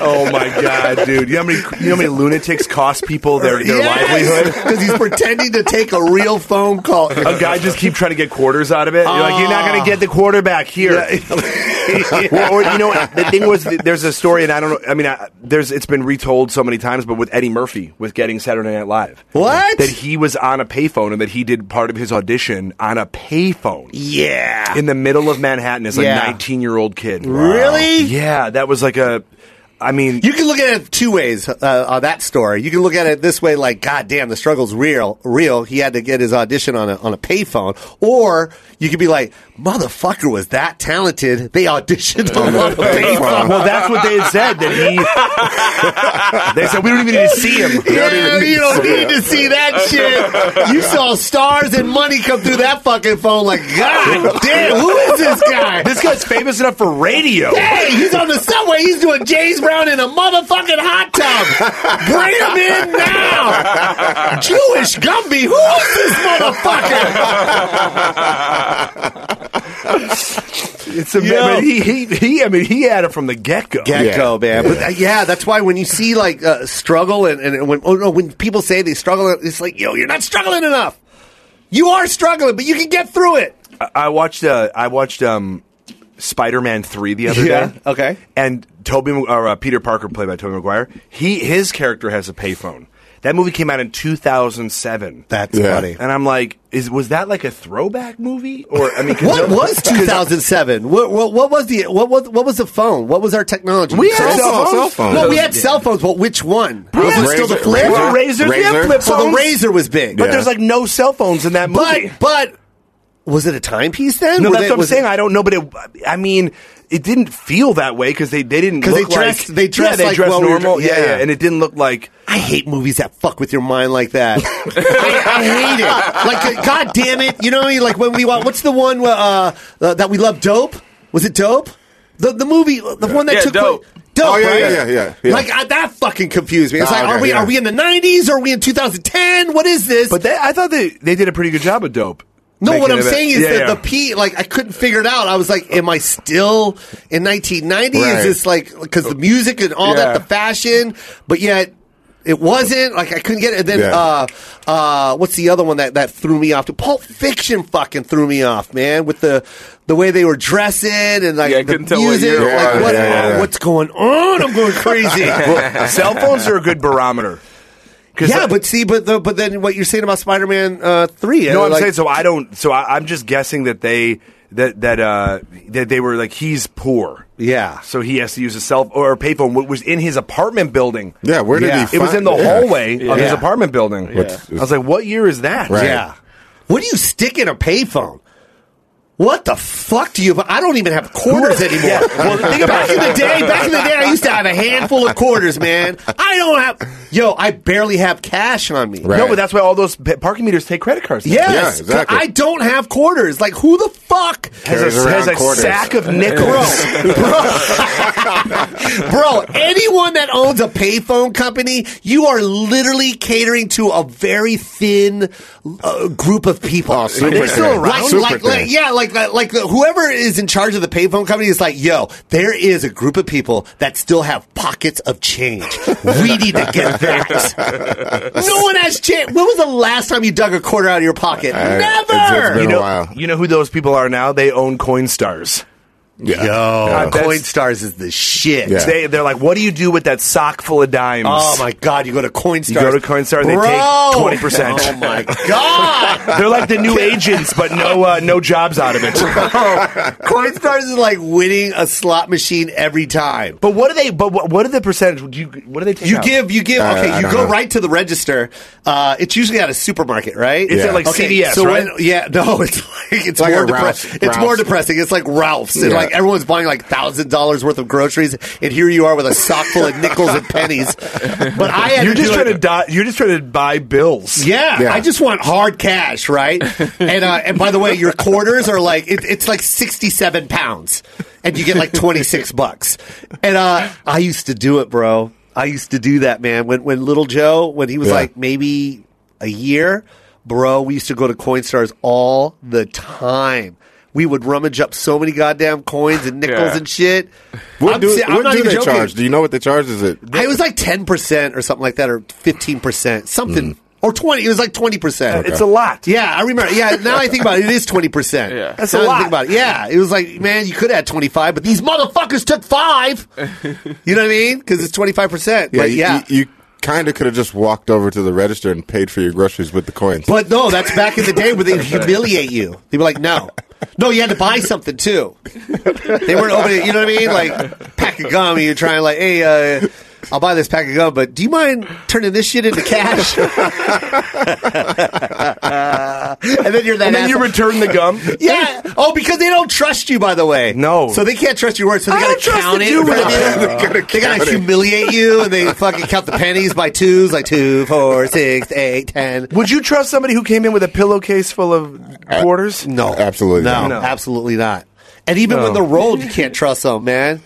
Speaker 8: oh my god, dude! You know how many you know how many lunatics cost people their their livelihood?
Speaker 3: because he's pretending to take a real phone call.
Speaker 8: A guy just keep trying to get quarters out of it. You're like, you're not going to get the quarterback here. well, or, you know, the thing was, th- there's a story, and I don't know. I mean, I, there's it's been retold so many times, but with Eddie Murphy with getting Saturday Night Live,
Speaker 3: What?
Speaker 8: that he was on a payphone and that he did part of his audition on a payphone.
Speaker 3: Yeah.
Speaker 8: in the middle of Manhattan as
Speaker 3: Yeah.
Speaker 8: a 19 year old kid.
Speaker 3: Really?
Speaker 8: Yeah, that was like a. I mean,
Speaker 3: You can look at it two ways uh, on that story. You can look at it this way, like, God damn, the struggle's real. Real. He had to get his audition on a on a payphone, or you could be like, motherfucker was that talented. They auditioned him on a payphone.
Speaker 8: well, that's what they had said that he. they said we don't even need to see him.
Speaker 3: Yeah, you don't need to see that shit. You saw stars and money come through that fucking phone. Like, God damn, who is this guy?
Speaker 8: This guy's famous enough for radio.
Speaker 3: Hey, he's on the subway. He's doing James Brown in a motherfucking hot tub. Bring him in now. Jewish Gumby, who is this motherfucker?
Speaker 8: It's a but he, he he. I mean, he had it from the get go.
Speaker 3: Gecko, man. But
Speaker 6: Yeah.
Speaker 3: that, yeah, that's why when you see like uh, struggle and, and when oh no, when people say they struggle, it's like yo, you're not struggling enough. You are struggling, but you can get through it.
Speaker 8: I, I watched. Uh, I watched um, Spider Man three the other
Speaker 3: Yeah,
Speaker 8: day.
Speaker 3: okay.
Speaker 8: And Toby Mag- or uh, Peter Parker, played by Toby Maguire, he his character has a payphone. That movie came out in 2007.
Speaker 3: That's
Speaker 6: Yeah.
Speaker 3: funny.
Speaker 8: And I'm like, is was that like a throwback movie? Or I mean, 'cause
Speaker 3: What
Speaker 8: no-
Speaker 3: was 2007? What, what, what was the what was what was the phone? What was our technology?
Speaker 8: We had
Speaker 3: Cell
Speaker 8: cell
Speaker 3: phones?
Speaker 6: phones. Cell
Speaker 3: No,
Speaker 6: phones.
Speaker 3: we had cell phones, but which one? Was it still the
Speaker 6: Razor-
Speaker 3: flip?
Speaker 6: Razor?
Speaker 8: Well, razors, we have
Speaker 6: Razor?
Speaker 8: flip
Speaker 3: So the
Speaker 8: phones.
Speaker 3: razor was big,
Speaker 8: But
Speaker 6: Yeah.
Speaker 8: there's like no cell phones in that
Speaker 3: but
Speaker 8: movie.
Speaker 3: but was it a timepiece then?
Speaker 8: no,
Speaker 3: Were
Speaker 8: that's
Speaker 3: they-
Speaker 8: what I'm
Speaker 3: was it-
Speaker 8: saying. I don't know, but it, I mean, it didn't feel that way because they, they didn't
Speaker 3: 'Cause they
Speaker 8: look
Speaker 3: dressed-
Speaker 8: like
Speaker 3: they dressed
Speaker 8: yeah, they
Speaker 3: like
Speaker 8: dressed
Speaker 3: well-read-
Speaker 8: normal yeah,
Speaker 3: yeah.
Speaker 8: yeah and it didn't look like
Speaker 3: I hate movies that fuck with your mind like that. I, I hate it. Like, uh, god damn it. You know what I mean? Like, when we watch, what's the one uh, uh, that we love, Dope? Was it Dope? The, the movie, the one that
Speaker 5: Yeah,
Speaker 3: took
Speaker 5: Dope.
Speaker 3: place. dope,
Speaker 6: Oh, yeah,
Speaker 3: right?
Speaker 6: yeah, yeah, yeah, yeah.
Speaker 3: Like I, that fucking confused me. It's
Speaker 6: Oh,
Speaker 3: like, are
Speaker 6: okay,
Speaker 3: we
Speaker 6: yeah.
Speaker 3: are we in the '90s? Are we in 2010? What is this?
Speaker 8: But they, I thought they they did a pretty good job of dope.
Speaker 3: no, what
Speaker 8: Making
Speaker 3: I'm
Speaker 8: it a-
Speaker 3: saying is
Speaker 8: Yeah,
Speaker 3: that
Speaker 8: yeah.
Speaker 3: the P, like I couldn't figure it out. I was like, am I still in 1990? Is
Speaker 6: Right.
Speaker 3: this like because the music and all
Speaker 5: Yeah.
Speaker 3: that, the fashion, but yet. It wasn't like I couldn't get it. And then,
Speaker 6: Yeah.
Speaker 3: uh, uh, what's the other one that, that threw me off? Pulp Fiction fucking threw me off, man. With the the way they were dressing and like
Speaker 5: Yeah, I
Speaker 3: the
Speaker 5: couldn't tell what
Speaker 3: music,
Speaker 5: year it
Speaker 3: like,
Speaker 5: was.
Speaker 3: what-
Speaker 6: Yeah, yeah, yeah.
Speaker 3: what's going on? I'm going crazy.
Speaker 8: Cell phones are a good barometer. 'Cause
Speaker 3: Yeah,
Speaker 8: I-
Speaker 3: but see, but the, but then what you're saying about Spider-Man uh, three?
Speaker 8: No,
Speaker 3: uh,
Speaker 8: I'm
Speaker 3: like-
Speaker 8: saying so. I don't. So I, I'm just guessing that they that that uh that they were like he's poor.
Speaker 3: Yeah.
Speaker 8: So he has to use a cell or a payphone, which was in his apartment building.
Speaker 6: Yeah, where did
Speaker 3: Yeah.
Speaker 6: he?
Speaker 8: It was
Speaker 6: find-
Speaker 8: in the
Speaker 6: yeah.
Speaker 8: hallway of his
Speaker 3: Yeah.
Speaker 8: apartment building.
Speaker 6: What's-
Speaker 8: I was like, what year is that?
Speaker 6: Right.
Speaker 3: Yeah. What do you stick in a payphone? What the fuck do you? I don't even have quarters anymore. Well, think about back in the day. Back in the day, I used to have a handful of quarters, man. I don't have. Yo, I barely have cash on me.
Speaker 6: Right.
Speaker 8: No, but that's why all those pa- parking meters take credit cards. now.
Speaker 3: Yes,
Speaker 6: Yeah, exactly.
Speaker 3: I don't have quarters. Like who the fuck?
Speaker 8: Has
Speaker 6: Carries
Speaker 8: a,
Speaker 6: around
Speaker 8: has a
Speaker 6: quarters.
Speaker 8: sack of nickels.
Speaker 3: Bro, anyone that owns a payphone company, you are literally catering to a very thin uh, group of people.
Speaker 6: Oh, super Are they still thin. around?
Speaker 3: Like,
Speaker 6: Super
Speaker 3: like,
Speaker 6: thin.
Speaker 3: like- yeah, like, like, like whoever is in charge of the payphone company is like, yo, there is a group of people that still have pockets of change. We need to get that. no one has change. When was the last time you dug a quarter out of your pocket?
Speaker 6: I- it's-
Speaker 3: Never.
Speaker 6: it's been
Speaker 8: you
Speaker 6: a
Speaker 8: know,
Speaker 6: while.
Speaker 8: you know who those people are now? They own CoinStars.
Speaker 6: Yeah.
Speaker 3: Yo,
Speaker 8: that's-
Speaker 3: CoinStars Uh, is the shit.
Speaker 6: Yeah.
Speaker 8: They, they're like, what do you do with that sock full of dimes?
Speaker 3: Oh my god, you go to Coinstar.
Speaker 8: You go to Coinstar, they take 20%.
Speaker 3: Oh my god.
Speaker 8: They're like the new agents, but no uh, no jobs out of it.
Speaker 3: Coinstars is like winning a slot machine every time.
Speaker 8: But what do they? But what, what are the percentage? Do you what do they take?
Speaker 3: You
Speaker 8: out?
Speaker 3: give, you give.
Speaker 6: Uh,
Speaker 3: okay,
Speaker 6: I
Speaker 3: you
Speaker 6: don't
Speaker 3: go
Speaker 6: know.
Speaker 3: right to the register. Uh, it's usually at a supermarket, right?
Speaker 8: Is
Speaker 6: it Yeah.
Speaker 8: like CVS,
Speaker 3: So
Speaker 8: right?
Speaker 3: when, yeah, no, it's like it's
Speaker 6: Like
Speaker 3: more
Speaker 6: a
Speaker 3: depressing.
Speaker 6: Ralph's-
Speaker 3: It's more
Speaker 6: Ralph's.
Speaker 3: depressing. It's like Ralph's, and
Speaker 6: Yeah.
Speaker 3: like everyone's buying like thousand dollars worth of groceries, and here you are with a sock full of nickels and pennies. But I had
Speaker 8: You're
Speaker 3: to
Speaker 8: just
Speaker 3: do
Speaker 8: trying
Speaker 3: it-
Speaker 8: to die, you're just trying to buy bills.
Speaker 3: Yeah,
Speaker 6: Yeah.
Speaker 3: I just want hard cash, right? and uh, and by the way, your quarters are like it, it's like sixty seven pounds, and you get like twenty six bucks. And uh, I used to do it, bro. I used to do that, man. When when little Joe, when he was
Speaker 6: Yeah.
Speaker 3: like maybe a year, bro, we used to go to CoinStars all the time. We would rummage up so many goddamn coins and nickels
Speaker 5: Yeah.
Speaker 3: and shit.
Speaker 6: What
Speaker 3: I'm
Speaker 6: do,
Speaker 3: si- I'm
Speaker 6: what
Speaker 3: not
Speaker 6: do
Speaker 3: even
Speaker 6: they
Speaker 3: joking.
Speaker 6: charge? Do you know what the charge is? It
Speaker 3: It was like ten percent or something like that, or fifteen percent, something,
Speaker 6: Hmm.
Speaker 3: or twenty. It was like twenty percent.
Speaker 8: It's a lot.
Speaker 3: Yeah, I remember. Yeah, now I think about it, it is twenty percent.
Speaker 5: Yeah.
Speaker 8: That's a
Speaker 3: now that I
Speaker 8: lot.
Speaker 3: Think about it. Yeah, it was like, man, you could add twenty five, but these motherfuckers took five. You know what I mean? Because it's twenty five percent.
Speaker 6: yeah,
Speaker 3: But
Speaker 6: you,
Speaker 3: yeah,
Speaker 6: you, you kind of could have just walked over to the register and paid for your groceries with the coins.
Speaker 3: but no, that's back in the day where they humiliate you. They were like, no, no, you had to buy something too. They weren't opening. You know what I mean? Like pack of gum. You're trying like, hey. uh I'll buy this pack of gum, but do you mind turning this shit into cash? and then you're that.
Speaker 8: And then you
Speaker 3: asshole.
Speaker 8: return the gum.
Speaker 3: Yeah. Oh, because they don't trust you, by the way.
Speaker 8: No.
Speaker 3: So they can't trust your word. So they
Speaker 8: I
Speaker 3: got
Speaker 8: don't
Speaker 3: to
Speaker 8: trust
Speaker 3: count
Speaker 8: the
Speaker 3: it.
Speaker 8: Jew
Speaker 3: They
Speaker 8: word.
Speaker 3: gotta- They got to humiliate you, and they fucking count the pennies by twos, like two, four, six, eight, ten.
Speaker 8: Would you trust somebody who came in with a pillowcase full of quarters?
Speaker 3: Uh, No,
Speaker 6: Absolutely
Speaker 3: no,
Speaker 6: not.
Speaker 8: No.
Speaker 3: absolutely not. And even
Speaker 8: No.
Speaker 3: when they're rolled, you can't trust them, man.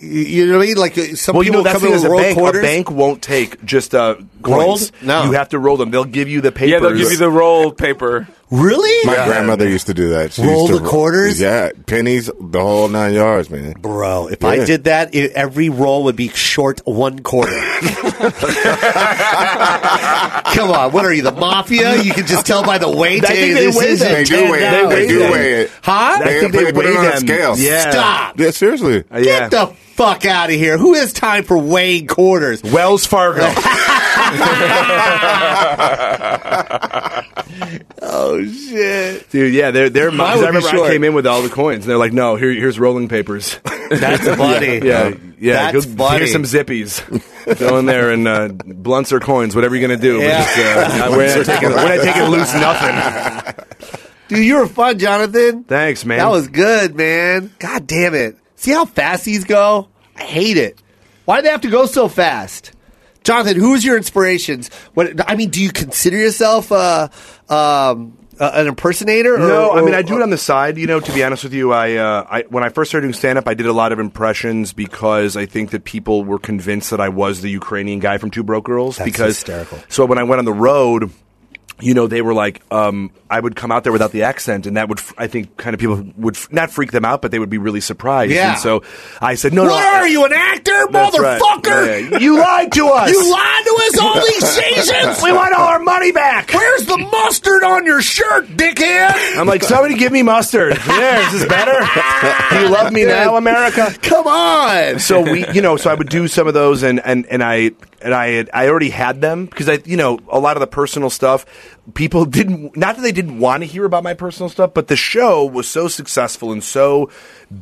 Speaker 3: You- You know what I mean? Like uh, some
Speaker 8: Well, you
Speaker 3: people
Speaker 8: know that's
Speaker 3: come
Speaker 8: the
Speaker 3: in
Speaker 8: thing
Speaker 3: with
Speaker 8: is a
Speaker 3: rolled
Speaker 8: bank.
Speaker 3: quarters.
Speaker 8: A bank won't take just uh,
Speaker 3: Rolled?
Speaker 8: coins.
Speaker 3: No.
Speaker 8: you have to roll them. They'll give you the papers.
Speaker 5: Yeah, they'll give you the roll paper.
Speaker 3: Really?
Speaker 6: My grandmother used to do that. She
Speaker 3: Roll
Speaker 6: used to
Speaker 3: the quarters?
Speaker 6: Yeah, pennies, the whole nine yards, man.
Speaker 3: Bro, if I
Speaker 6: Yeah.
Speaker 3: did that, i every roll would be short one quarter. Come on, what are you, the mafia? You can just tell by the weight.
Speaker 8: I think
Speaker 3: Hey,
Speaker 8: they
Speaker 3: this
Speaker 8: weigh
Speaker 3: is
Speaker 8: them.
Speaker 3: a
Speaker 6: They do weigh it.
Speaker 3: $10.
Speaker 6: They do
Speaker 8: $10.
Speaker 6: weigh it.
Speaker 3: Huh?
Speaker 8: I
Speaker 6: They,
Speaker 8: think
Speaker 6: put,
Speaker 8: they
Speaker 6: put it
Speaker 8: weigh
Speaker 6: on a
Speaker 8: them.
Speaker 6: scale.
Speaker 8: Yeah.
Speaker 3: Stop.
Speaker 6: Yeah, seriously.
Speaker 8: Uh, yeah.
Speaker 3: Get the fuck out of here. Who has time for weighing quarters?
Speaker 8: Wells Fargo.
Speaker 3: Oh, shit.
Speaker 8: Dude, yeah, they're they're.
Speaker 3: Mine
Speaker 8: Because
Speaker 3: would
Speaker 8: I
Speaker 3: be
Speaker 8: remember I
Speaker 3: short.
Speaker 8: came in with all the coins, and they're like, "No, here, here's rolling papers."
Speaker 3: That's funny.
Speaker 8: Yeah, yeah.
Speaker 3: That's
Speaker 8: go-
Speaker 3: funny.
Speaker 8: Here's some zippies. Go in there and uh, blunts or coins, whatever you're gonna do.
Speaker 3: Yeah.
Speaker 8: Yeah. Just, uh, we're, not taking, we're not taking loose nothing.
Speaker 3: Dude, you were fun, Jonathan.
Speaker 8: Thanks, man.
Speaker 3: That was good, man. God damn it. See how fast these go? I hate it. Why do they have to go so fast? Jonathan, who's your inspirations? What I mean, do you consider yourself uh, um, Uh, an impersonator? Or,
Speaker 8: No, I mean I
Speaker 3: or-
Speaker 8: do it on the side. You know, to be honest with you, I, uh, I when I first started doing stand up, I did a lot of impressions because I think that people were convinced that I was the Ukrainian guy from Two Broke Girls.
Speaker 3: That's
Speaker 8: because
Speaker 3: hysterical.
Speaker 8: So when I went on the road. You know, they were like, um, I would come out there without the accent, and that would, f- I think, kind of people would f- not freak them out, but they would be really surprised.
Speaker 3: Yeah.
Speaker 8: And so I said, No, no,
Speaker 3: What
Speaker 8: I-
Speaker 3: are you, an actor,
Speaker 8: That's right.
Speaker 3: motherfucker?
Speaker 8: Yeah, You lied to us.
Speaker 3: You lied to us all these seasons.
Speaker 8: We want all our money back.
Speaker 3: Where's the mustard on your shirt, dickhead?
Speaker 8: I'm like, somebody give me mustard. There, is this better? Do you love me now, America?
Speaker 3: Come on.
Speaker 8: So we, you know, so I would do some of those, and and and I and I had, I already had them because I, you know, a lot of the personal stuff. People didn't, not that they didn't want to hear about my personal stuff, but the show was so successful and so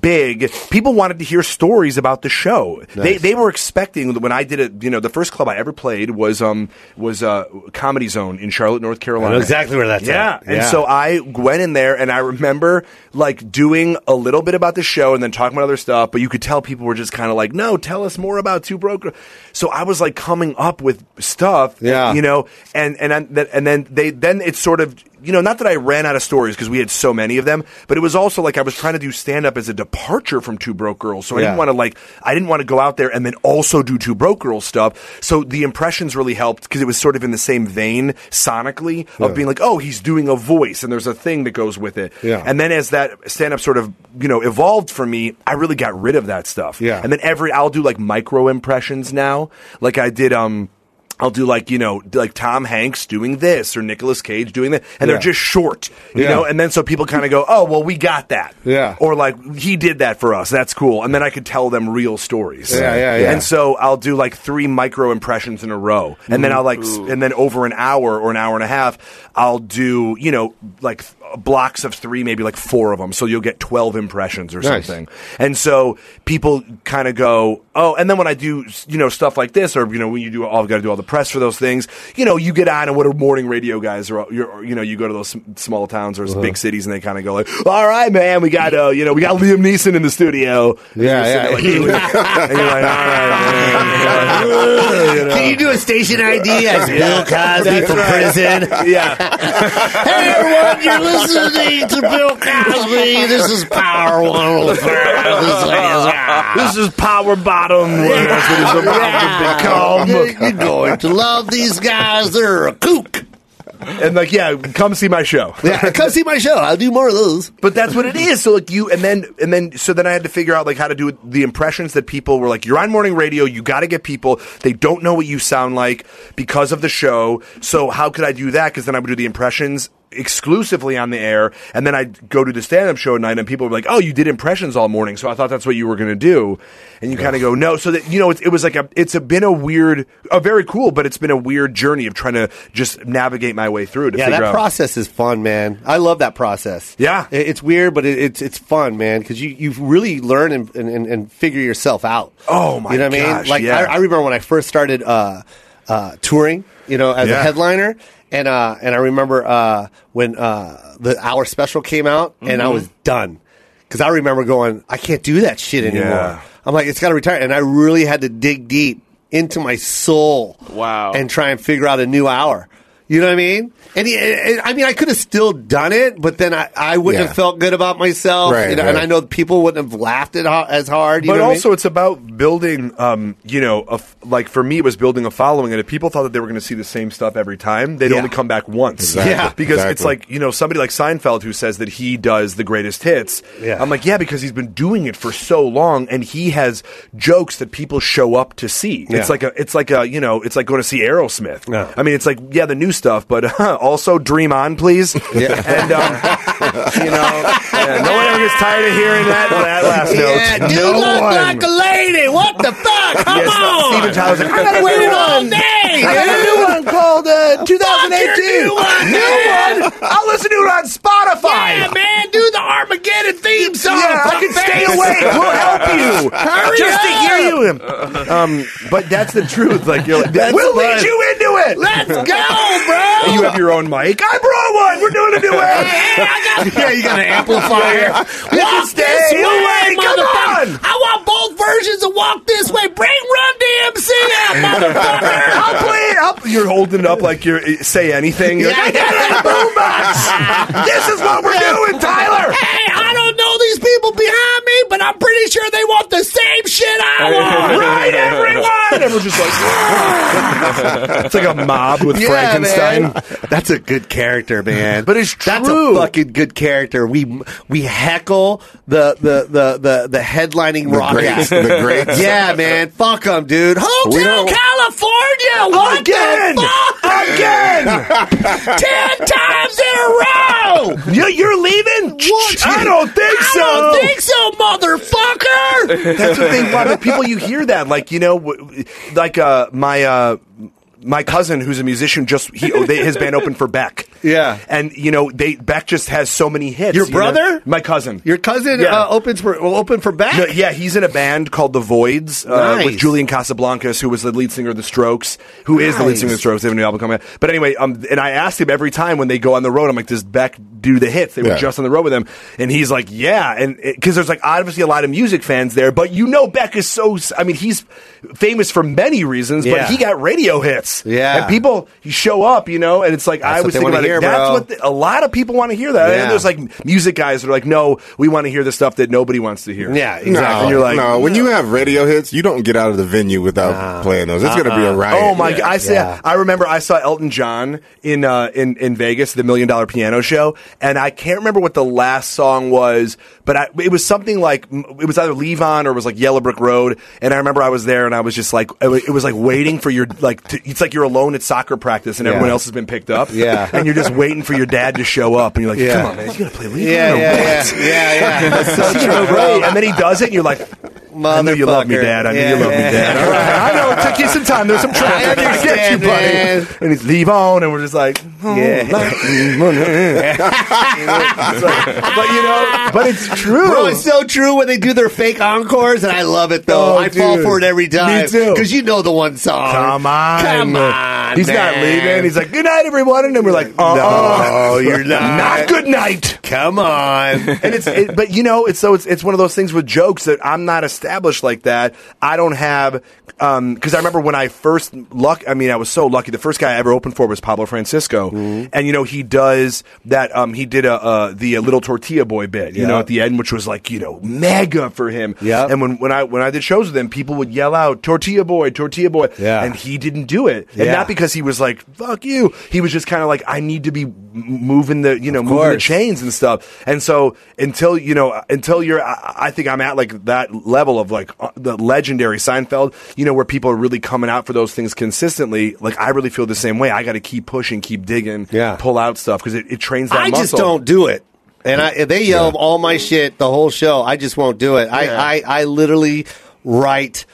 Speaker 8: big. People wanted to hear stories about the show. They they were expecting when I did it. You know, the first club I ever played was um was uh Comedy Zone in Charlotte, North Carolina.
Speaker 3: exactly where that's
Speaker 8: Yeah.
Speaker 3: at.
Speaker 8: And so I went in there and I remember like doing a little bit about the show and then talking about other stuff, but you could tell people were just kind of like, no, tell us more about Two Broke. Girl." So I was like coming up with stuff,
Speaker 3: Yeah.
Speaker 8: you know, and, and, and, th- and then they, then it's sort of, you know, not that I ran out of stories because we had so many of them, but it was also like I was trying to do stand up as a departure from Two Broke Girls. So I
Speaker 3: Yeah.
Speaker 8: didn't want to like, I didn't want to go out there and then also do Two Broke Girls stuff. So the impressions really helped because it was sort of in the same vein sonically of being like, oh, he's doing a voice and there's a thing that goes with it.
Speaker 3: Yeah.
Speaker 8: And then as that stand up sort of, you know, evolved for me, I really got rid of that stuff.
Speaker 3: Yeah.
Speaker 8: And then every, I'll do like micro impressions now. Like I did, um, I'll do like you know like Tom Hanks doing this or Nicolas Cage doing that, and
Speaker 3: Yeah.
Speaker 8: they're just short, you
Speaker 3: Yeah.
Speaker 8: know. And then so people kind of go, "Oh, well, we got that,"
Speaker 3: Yeah.
Speaker 8: or like he did that for us. That's cool. And then I could tell them real stories.
Speaker 3: Yeah, yeah, yeah.
Speaker 8: And so I'll do like three micro impressions in a row, and
Speaker 3: Mm.
Speaker 8: then I'll like, s and then over an hour or an hour and a half, I'll do you know like th- blocks of three, maybe like four of them. So you'll get twelve impressions or
Speaker 3: Nice.
Speaker 8: something. And so people kind of go, oh, and then when I do, you know, stuff like this, or you know, when you do all, I've got to do all the press for those things. You know, you get on, and what are morning radio guys? Or you're, you know, you go to those sm- small towns or
Speaker 3: Uh-huh.
Speaker 8: big cities, and they kind of go like, all right, man, we got, uh, you know, we got Liam Neeson in the studio.
Speaker 3: Yeah,
Speaker 8: And you're sitting there like, and you're like, all right, man. And you're like, "Ugh," you know.
Speaker 3: Can you do a station ID as Bill Cosby from prison?
Speaker 8: yeah.
Speaker 3: Hey everyone, you're listening to Bill Cosby. This is Power 105. This is,
Speaker 8: oh This is Power Bottom. That's what it's about to become.
Speaker 3: You're going to love these guys. They're a kook.
Speaker 8: And like, yeah, come see my show.
Speaker 3: Yeah, come see my show. I'll do more of those.
Speaker 8: But that's what it is. So like you, and then and then so then I had to figure out like how to do the impressions that people were like. You're on morning radio. You got to get people. They don't know what you sound like because of the show. So how could I do that? Because then I would do the impressions exclusively on the air, and then I'd go to the stand up show at night, and people were like, "Oh, you did impressions all morning." So I thought that's what you were going to do, and you kind of go, "No." So that you know, it, it was like a. It's a, been a weird, a very cool, but it's been a weird journey of trying to just navigate my way through to
Speaker 3: Yeah,
Speaker 8: figure
Speaker 3: that
Speaker 8: out.
Speaker 3: process is fun, man. I love that process.
Speaker 8: Yeah.
Speaker 3: It- it's weird, but it, it's it's fun, man, because you you really learn and, and- and and figure yourself out.
Speaker 8: Oh, my
Speaker 3: You know what I mean?
Speaker 8: gosh,
Speaker 3: Like
Speaker 8: yeah.
Speaker 3: I, I remember when I first started uh, uh, touring, you know, as a
Speaker 8: Yeah.
Speaker 3: headliner. And uh, and I remember uh, when uh, the hour special came out, and
Speaker 8: Mm-hmm.
Speaker 3: I was done because I remember going, I can't do that shit anymore.
Speaker 8: Yeah.
Speaker 3: I'm like, it's got to retire, and I really had to dig deep into my soul,
Speaker 5: Wow.
Speaker 3: and try and figure out a new hour. You know what I mean? And, he- and- I mean, I could have still done it, but then I, I wouldn't
Speaker 6: Yeah.
Speaker 3: have felt good about myself.
Speaker 6: Right,
Speaker 3: you know, And
Speaker 6: right.
Speaker 3: I know people wouldn't have laughed at ho- as hard. You
Speaker 8: but
Speaker 3: know what I
Speaker 8: also
Speaker 3: mean?
Speaker 8: it's about building um, you know a f- like for me it was building a following and if people thought that they were going to see the same stuff every time they'd
Speaker 3: Yeah.
Speaker 8: only come back once
Speaker 6: Exactly,
Speaker 3: Yeah.
Speaker 8: because it's
Speaker 6: exactly.
Speaker 8: like you know somebody like seinfeld who says that he does the greatest hits
Speaker 3: Yeah.
Speaker 8: i'm like yeah because he's been doing it for so long and he has jokes that people show up to see
Speaker 3: Yeah.
Speaker 8: it's like a it's like a you know it's like going to see aerosmith
Speaker 3: Yeah.
Speaker 8: i mean it's like yeah the new stuff but also dream on please yeah. and um, you know yeah, no one ever gets tired of hearing that, that last
Speaker 3: yeah,
Speaker 8: note
Speaker 3: dude
Speaker 8: no
Speaker 3: look
Speaker 8: one
Speaker 3: like a lady. What the fuck? Come
Speaker 8: Yes,
Speaker 3: on.
Speaker 8: Steven Tyler's like, I
Speaker 3: I've
Speaker 8: got
Speaker 3: been
Speaker 8: a
Speaker 3: waiting
Speaker 8: new
Speaker 3: all
Speaker 8: one.
Speaker 3: day.
Speaker 8: I got a new one called uh, 2018.
Speaker 3: new one, man.
Speaker 8: New one? I'll listen to it on Spotify.
Speaker 3: Yeah, man, do the Armageddon theme song.
Speaker 8: Yeah, I can
Speaker 3: fuckface.
Speaker 8: stay awake. We'll help you.
Speaker 3: Hurry
Speaker 8: Just to
Speaker 3: up.
Speaker 8: hear you. Um, but that's the truth. Like you're like,
Speaker 3: That's
Speaker 8: we'll
Speaker 3: fun.
Speaker 8: lead you into it.
Speaker 3: Let's go, bro.
Speaker 8: And you have your own mic. I brought one. We're doing a
Speaker 3: Hey,
Speaker 8: duet.
Speaker 3: I got, yeah, you got an amplifier.
Speaker 8: We can
Speaker 3: Walk
Speaker 8: stay
Speaker 3: this way,
Speaker 8: away, come
Speaker 3: motherfucker.
Speaker 8: on.
Speaker 3: I want both versions of Walk This Way. Bring Run
Speaker 8: MC it, motherfucker. I'll play it up. You're holding it up like you're eh, say anything. You're like, I got it in the boombox. this is what we're doing, Tyler.
Speaker 3: Hey, I don't know these people behind me, but I'm pretty sure they want the same shit I want.
Speaker 8: Right, everyone. Everyone's just like, "Whoa." it's like a mob with Frankenstein.
Speaker 3: man. That's a good character, man.
Speaker 8: But it's
Speaker 3: That's a
Speaker 8: true.
Speaker 3: fucking good character. We we heckle the the the the, the headlining
Speaker 6: The
Speaker 3: rock
Speaker 6: greats,
Speaker 3: act.
Speaker 6: the greats.
Speaker 3: Yeah, man. Fuck them, dude.
Speaker 6: We
Speaker 3: Hotel
Speaker 6: don't-
Speaker 3: California. What
Speaker 8: Again!
Speaker 3: The fuck? Again. Ten times in a row.
Speaker 8: You, you're leaving?
Speaker 3: What?
Speaker 8: I don't think
Speaker 3: I
Speaker 8: so.
Speaker 3: don't think so, motherfucker.
Speaker 8: That's what they want. The people you hear that, like you know, w- like uh, my uh, my cousin who's a musician, just he oh, they, his band opened for Beck.
Speaker 3: Yeah.
Speaker 8: and you know they Beck just has so many hits.
Speaker 3: Your
Speaker 8: you know?
Speaker 3: brother?
Speaker 8: my cousin.
Speaker 3: Your cousin
Speaker 8: Yeah.
Speaker 3: uh, opens for will open for back.
Speaker 8: No, yeah, he's in a band called The Voids uh,
Speaker 3: Nice.
Speaker 8: with Julian Casablancas, who was the lead singer of The Strokes, who is the lead
Speaker 3: Nice.
Speaker 8: singer of The Strokes. They have a new album coming out. But anyway, um, and I asked him every time when they go on the road, I'm like, does Beck do the hits? They were
Speaker 6: Yeah.
Speaker 8: just on the road with him. And he's like, yeah. And because there's like obviously a lot of music fans there, but you know, Beck is so, s- I mean, he's famous for many reasons,
Speaker 3: Yeah.
Speaker 8: but he got radio hits.
Speaker 3: Yeah.
Speaker 8: And people you show up, you know, and it's like, I
Speaker 3: what
Speaker 8: was
Speaker 3: they
Speaker 8: thinking
Speaker 3: wanna
Speaker 8: about
Speaker 3: hear,
Speaker 8: it. That's
Speaker 3: bro.
Speaker 8: what the, a lot of people want to hear that.
Speaker 3: Yeah.
Speaker 8: And there's like music guys that are like, no, we want to hear the stuff that nobody wants to hear.
Speaker 3: Yeah,
Speaker 6: No,
Speaker 3: exactly.
Speaker 8: And you're like,
Speaker 6: no. When you have radio hits, you don't get out of the venue without playing those. It's going to be a riot.
Speaker 8: Oh my! God. I saw.
Speaker 3: Yeah.
Speaker 8: I remember I saw Elton John in uh, in in Vegas, the Million Dollar Piano Show, and I can't remember what the last song was, but I, it was something like it was either "Leave On" or it was like "Yellow Brick Road." And I remember I was there, and I was just like, it was, it was like waiting for your like. To, it's like you're alone at soccer practice, and everyone else has been picked up.
Speaker 3: Yeah.
Speaker 8: and you're just waiting for your dad to show up, and you're like, "Come on, man, you gotta play Leave
Speaker 3: Yeah,
Speaker 8: On." or what?"
Speaker 3: yeah, yeah, yeah, yeah. That's so true,
Speaker 8: Right,
Speaker 3: bro.
Speaker 8: and then he does it, and you're like, I knew you love me,
Speaker 3: Motherfucker.
Speaker 8: Dad. I knew
Speaker 3: Yeah,
Speaker 8: you love
Speaker 3: yeah.
Speaker 8: me, Dad. All right. I know it took you some time. There's some traffic. I, get you,
Speaker 3: understand, man.
Speaker 8: buddy. And he's leave on, and we're just like, oh,
Speaker 3: Yeah.
Speaker 8: like- It's like- but you know, but it's true.
Speaker 3: Bro, it's so true when they do their fake encores, and I love it though.
Speaker 8: Oh,
Speaker 3: I fall
Speaker 8: dude.
Speaker 3: for it every time.
Speaker 8: too.
Speaker 3: Because you know the one song.
Speaker 8: Come on,
Speaker 3: Come on.
Speaker 8: He's not
Speaker 3: man.
Speaker 8: leaving. He's like, good night, everyone, and then we're like, oh,
Speaker 3: No, you're not.
Speaker 8: not good night.
Speaker 3: Come on.
Speaker 8: and it's it, but you know it's so it's it's one of those things with jokes that I'm not established like that. I don't have because I remember when I first luck. I mean, I was so lucky. The first guy I ever opened for was Pablo Francisco,
Speaker 3: Mm-hmm.
Speaker 8: and you know he does that. Um, he did a uh, the uh, little tortilla boy bit, you know,
Speaker 3: Yeah.
Speaker 8: at the end, which was like you know mega for him.
Speaker 3: Yeah.
Speaker 8: And when when I when I did shows with him, people would yell out tortilla boy, tortilla boy,
Speaker 3: Yeah.
Speaker 8: and he didn't do it, and
Speaker 3: Yeah.
Speaker 8: not because he was like fuck you. He was just kind of like I need to be m- moving the you know moving the
Speaker 3: course.
Speaker 8: chain chains and stuff. And so until you know, until you're, I, I think I'm at like that level of like uh, the legendary Seinfeld, you know, where people are really coming out for those things consistently. Like I really feel the same way. I got to keep pushing, keep digging,
Speaker 3: Yeah.
Speaker 8: pull out stuff because it, it trains that
Speaker 3: I
Speaker 8: muscle.
Speaker 3: just don't do it. And I, they yell all my shit the whole show. I just won't do it. I, I, I literally write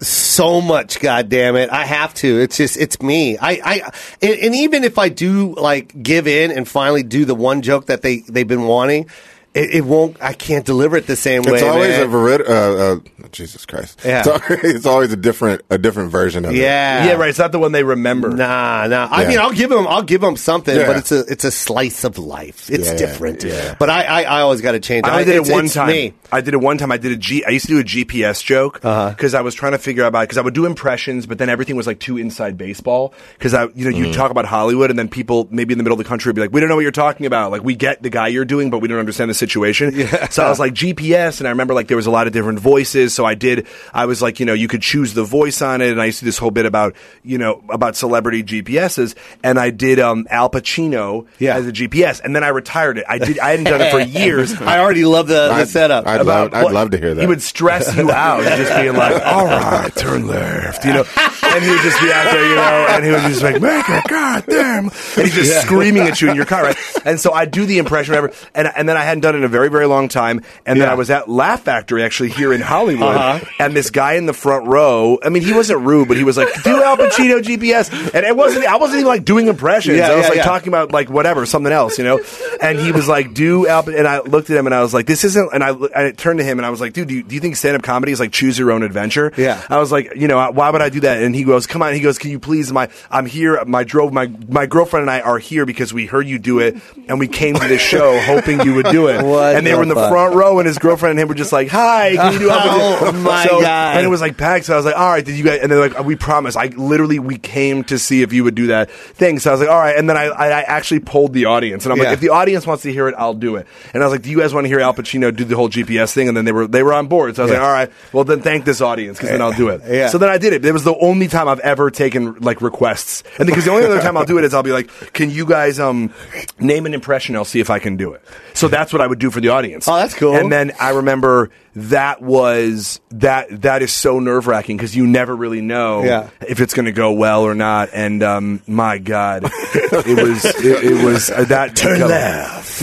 Speaker 3: so much. God damn it. I have to. It's just, it's me. I, I, and, and even if I do like give in and finally do the one joke that they, they've been wanting, it, it won't, I can't deliver it the same way.
Speaker 6: It's always
Speaker 3: man.
Speaker 6: a vari- uh, uh, Jesus Christ.
Speaker 3: Yeah.
Speaker 6: It's, always, it's always a different a different version of it.
Speaker 3: yeah.
Speaker 8: Yeah, right. It's not the one they remember.
Speaker 3: Nah, nah. I
Speaker 6: Yeah.
Speaker 3: mean, I'll give him, I'll give him something,
Speaker 6: Yeah.
Speaker 3: but it's a, it's a slice of life. It's
Speaker 6: Yeah, yeah,
Speaker 3: different.
Speaker 6: yeah.
Speaker 3: But I, I, I always got to change.
Speaker 8: I only did
Speaker 3: it's-
Speaker 8: it one
Speaker 3: it's
Speaker 8: time.
Speaker 3: Me. Uh-huh.
Speaker 8: I did it one time. I did a G. I used to do a GPS joke because I was trying to figure out about because I would do impressions, but then everything was like too inside baseball because I, you know,
Speaker 3: Mm.
Speaker 8: you talk about Hollywood and then people maybe in the middle of the country would be like, we don't know what you're talking about. Like we get the guy you're doing, but we don't understand the situation. So I was like GPS, and I remember like there was a lot of different voices. So I did. I was like, you know, you could choose the voice on it, and I used to do this whole bit about you know about celebrity GPSs, and I did um Al Pacino
Speaker 3: Yeah.
Speaker 8: as a GPS, and then I retired it. I did. I hadn't done it for years.
Speaker 3: I already love the, the
Speaker 6: I'd-
Speaker 3: setup.
Speaker 6: I'd
Speaker 8: about
Speaker 6: love, I'd
Speaker 8: what-
Speaker 6: love to hear that.
Speaker 8: He would stress you out, just being like, "All right, turn left," you know, and he would just be out there, you know, and he was just like, "Make a goddamn," and he's just screaming at you in your car, right? And so I do the impression, whatever, and and then I hadn't done it in a very very long time, and then I was at Laugh Factory actually here in Hollywood,
Speaker 3: Uh-huh.
Speaker 8: and this guy in the front row, I mean, he wasn't rude, but he was like, "Do Al Pacino GPS," and it wasn't, I wasn't even like doing impressions,
Speaker 3: Yeah,
Speaker 8: I was
Speaker 3: yeah,
Speaker 8: like
Speaker 3: yeah.
Speaker 8: talking talking about like whatever, something else, you know. And he was like, "Do Al?" And I looked at him and I was like, "This isn't." And I, I turned to him and I was like, "Dude, do you, do you think stand up comedy is like choose your own adventure?"
Speaker 3: Yeah.
Speaker 8: I was like, you know, why would I do that? And he he goes, "Come on." He goes, "Can you please? My I'm here. My drove my my girlfriend and I are here because we heard you do it, and we came to this show hoping you would do it.
Speaker 3: What
Speaker 8: and they
Speaker 3: the
Speaker 8: were in the
Speaker 3: fuck?
Speaker 8: front row, and his girlfriend and him were just like, "Hi, can you do it?"
Speaker 3: Oh, my
Speaker 8: so,
Speaker 3: God.
Speaker 8: And it was like packed. So I was like, "All right, did you guys?" And they're like, "We promise." I literally we came to see if you would do that thing. So I was like, "All right." And then I I, I actually polled the audience, and I'm
Speaker 3: Yeah.
Speaker 8: like, "If the audience wants to hear it, I'll do it." And I was like, "Do you guys want to hear Al Pacino do the whole GPS thing?" And then they were they were on board. So I was
Speaker 3: Yeah.
Speaker 8: like, "All right, well then thank this audience because then I'll do it."
Speaker 3: Yeah.
Speaker 8: So then I did it. It was the only time I've ever taken like requests, and because the only other time I'll do it is I'll be like, "Can you guys um name an impression? I'll see if I can do it." So that's what I would do for the audience.
Speaker 3: Oh, that's cool.
Speaker 8: And then I remember that was that that is so nerve wracking because you never really know
Speaker 3: Yeah.
Speaker 8: if it's going to go well or not. And um, my God, it was it, it was uh, that turn left.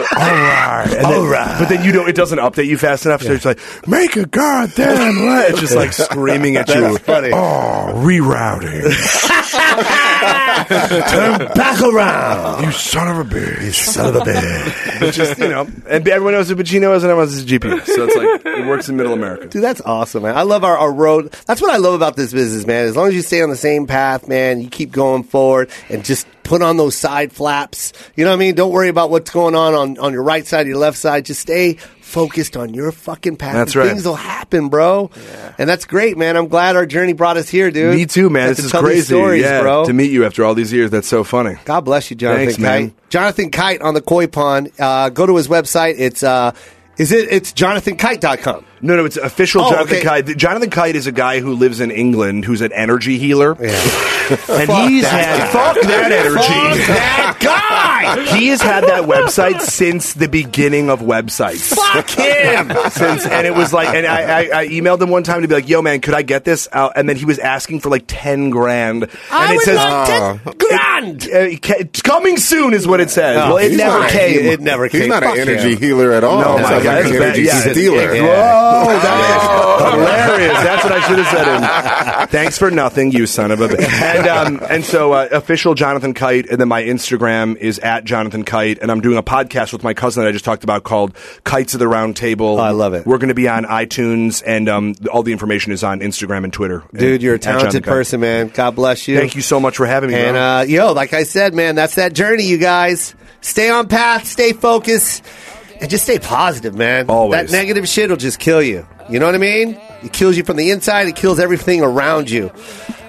Speaker 8: All right, but then you know it doesn't update you fast enough. So it's like make a goddamn left. It's just like screaming at you.
Speaker 3: That's funny.
Speaker 8: Oh, rerouting. Turn back around. You son of a bitch. Oh. You son of a bitch. It's just, you know, and everyone knows what Pacino is and everyone knows it's GPS. So it's like, it works in middle America.
Speaker 3: Dude, that's awesome, man. I love our, our road. That's what I love about this business, man. As long as you stay on the same path, man, you keep going forward and just put on those side flaps. You know what I mean? Don't worry about what's going on on, on your right side, your left side. Just stay focused on your fucking path.
Speaker 8: That's
Speaker 3: and
Speaker 8: right.
Speaker 3: Things will happen, bro. And that's great, man. I'm glad our journey brought us here, dude.
Speaker 8: Me too, man.
Speaker 3: Got to
Speaker 8: This is
Speaker 3: tell these
Speaker 8: crazy.
Speaker 3: stories,
Speaker 8: yeah,
Speaker 3: bro.
Speaker 8: To meet you after all these years, that's so funny.
Speaker 3: God bless you, Jonathan
Speaker 8: Thanks,
Speaker 3: Kite.
Speaker 8: man.
Speaker 3: Jonathan Kite on the Koi Pond. Uh, go to his website. It's uh, is it? It's jonathankite.com.
Speaker 8: No, no, it's official
Speaker 3: Oh,
Speaker 8: Jonathan
Speaker 3: okay.
Speaker 8: Kite. Jonathan Kite is a guy who lives in England who's an energy healer. and
Speaker 3: Fuck
Speaker 8: he's
Speaker 3: that
Speaker 8: had
Speaker 3: guy.
Speaker 8: fuck that energy.
Speaker 3: Fuck
Speaker 8: that guy. he has had that website since the beginning of websites. Fuck him. since and it was like and I, I, I emailed him one time to be like, "Yo, man, could I get this?" out? And then he was asking for like ten grand. And it says,
Speaker 3: grand. Oh,
Speaker 8: uh, it ca- it's coming soon is what it says. well, it
Speaker 3: he's
Speaker 8: never
Speaker 3: not-
Speaker 8: came.
Speaker 3: It never
Speaker 6: He's
Speaker 3: came.
Speaker 6: not
Speaker 3: Fuck
Speaker 6: an energy
Speaker 3: him.
Speaker 6: healer at all.
Speaker 3: Oh
Speaker 8: No,
Speaker 6: It
Speaker 8: my
Speaker 6: sounds
Speaker 8: God,
Speaker 6: like
Speaker 8: that's
Speaker 6: an
Speaker 8: bad.
Speaker 6: energy
Speaker 8: Yeah.
Speaker 6: stealer.
Speaker 8: Oh, that is hilarious. That's what I should have said. In. Thanks for nothing, you son of a bitch. And, um, and so, uh, official Jonathan Kite, and then my Instagram is at Jonathan Kite, and I'm doing a podcast with my cousin that I just talked about called Kites of the Round Table.
Speaker 3: Oh, I love it.
Speaker 8: We're going to be on iTunes, and um, all the information is on Instagram and Twitter.
Speaker 3: Dude,
Speaker 8: And
Speaker 3: you're a
Speaker 8: at Jonathan
Speaker 3: talented
Speaker 8: Kite.
Speaker 3: person, man. God bless you.
Speaker 8: Thank you so much for having me.
Speaker 3: And
Speaker 8: bro.
Speaker 3: uh, yo, like I said, man, that's that journey, you guys. Stay on path, stay focused, and just stay positive, man.
Speaker 8: Always.
Speaker 3: That negative shit will just kill you. You know what I mean? It kills you from the inside, it kills everything around you.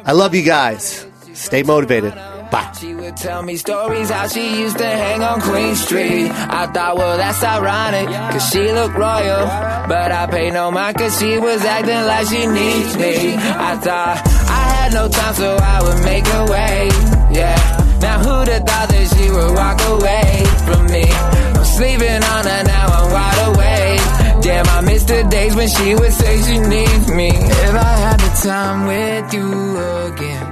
Speaker 3: I love you guys. Stay motivated. Bye.
Speaker 9: She would tell me stories how she used to hang on Queen Street. I thought, well, that's ironic, cause she looked royal. But I paid no mind cause she was acting like she needs me. I thought I had no time, so I would make her way. Yeah. Now who'd have thought that she would walk away from me? I'm sleeping on her now, I'm wide awake. Damn, I missed the days when she would say she needs me. If I had the time with you again.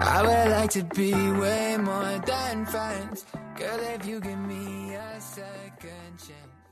Speaker 9: I would like to be way more than friends. Girl, if you give me a second chance.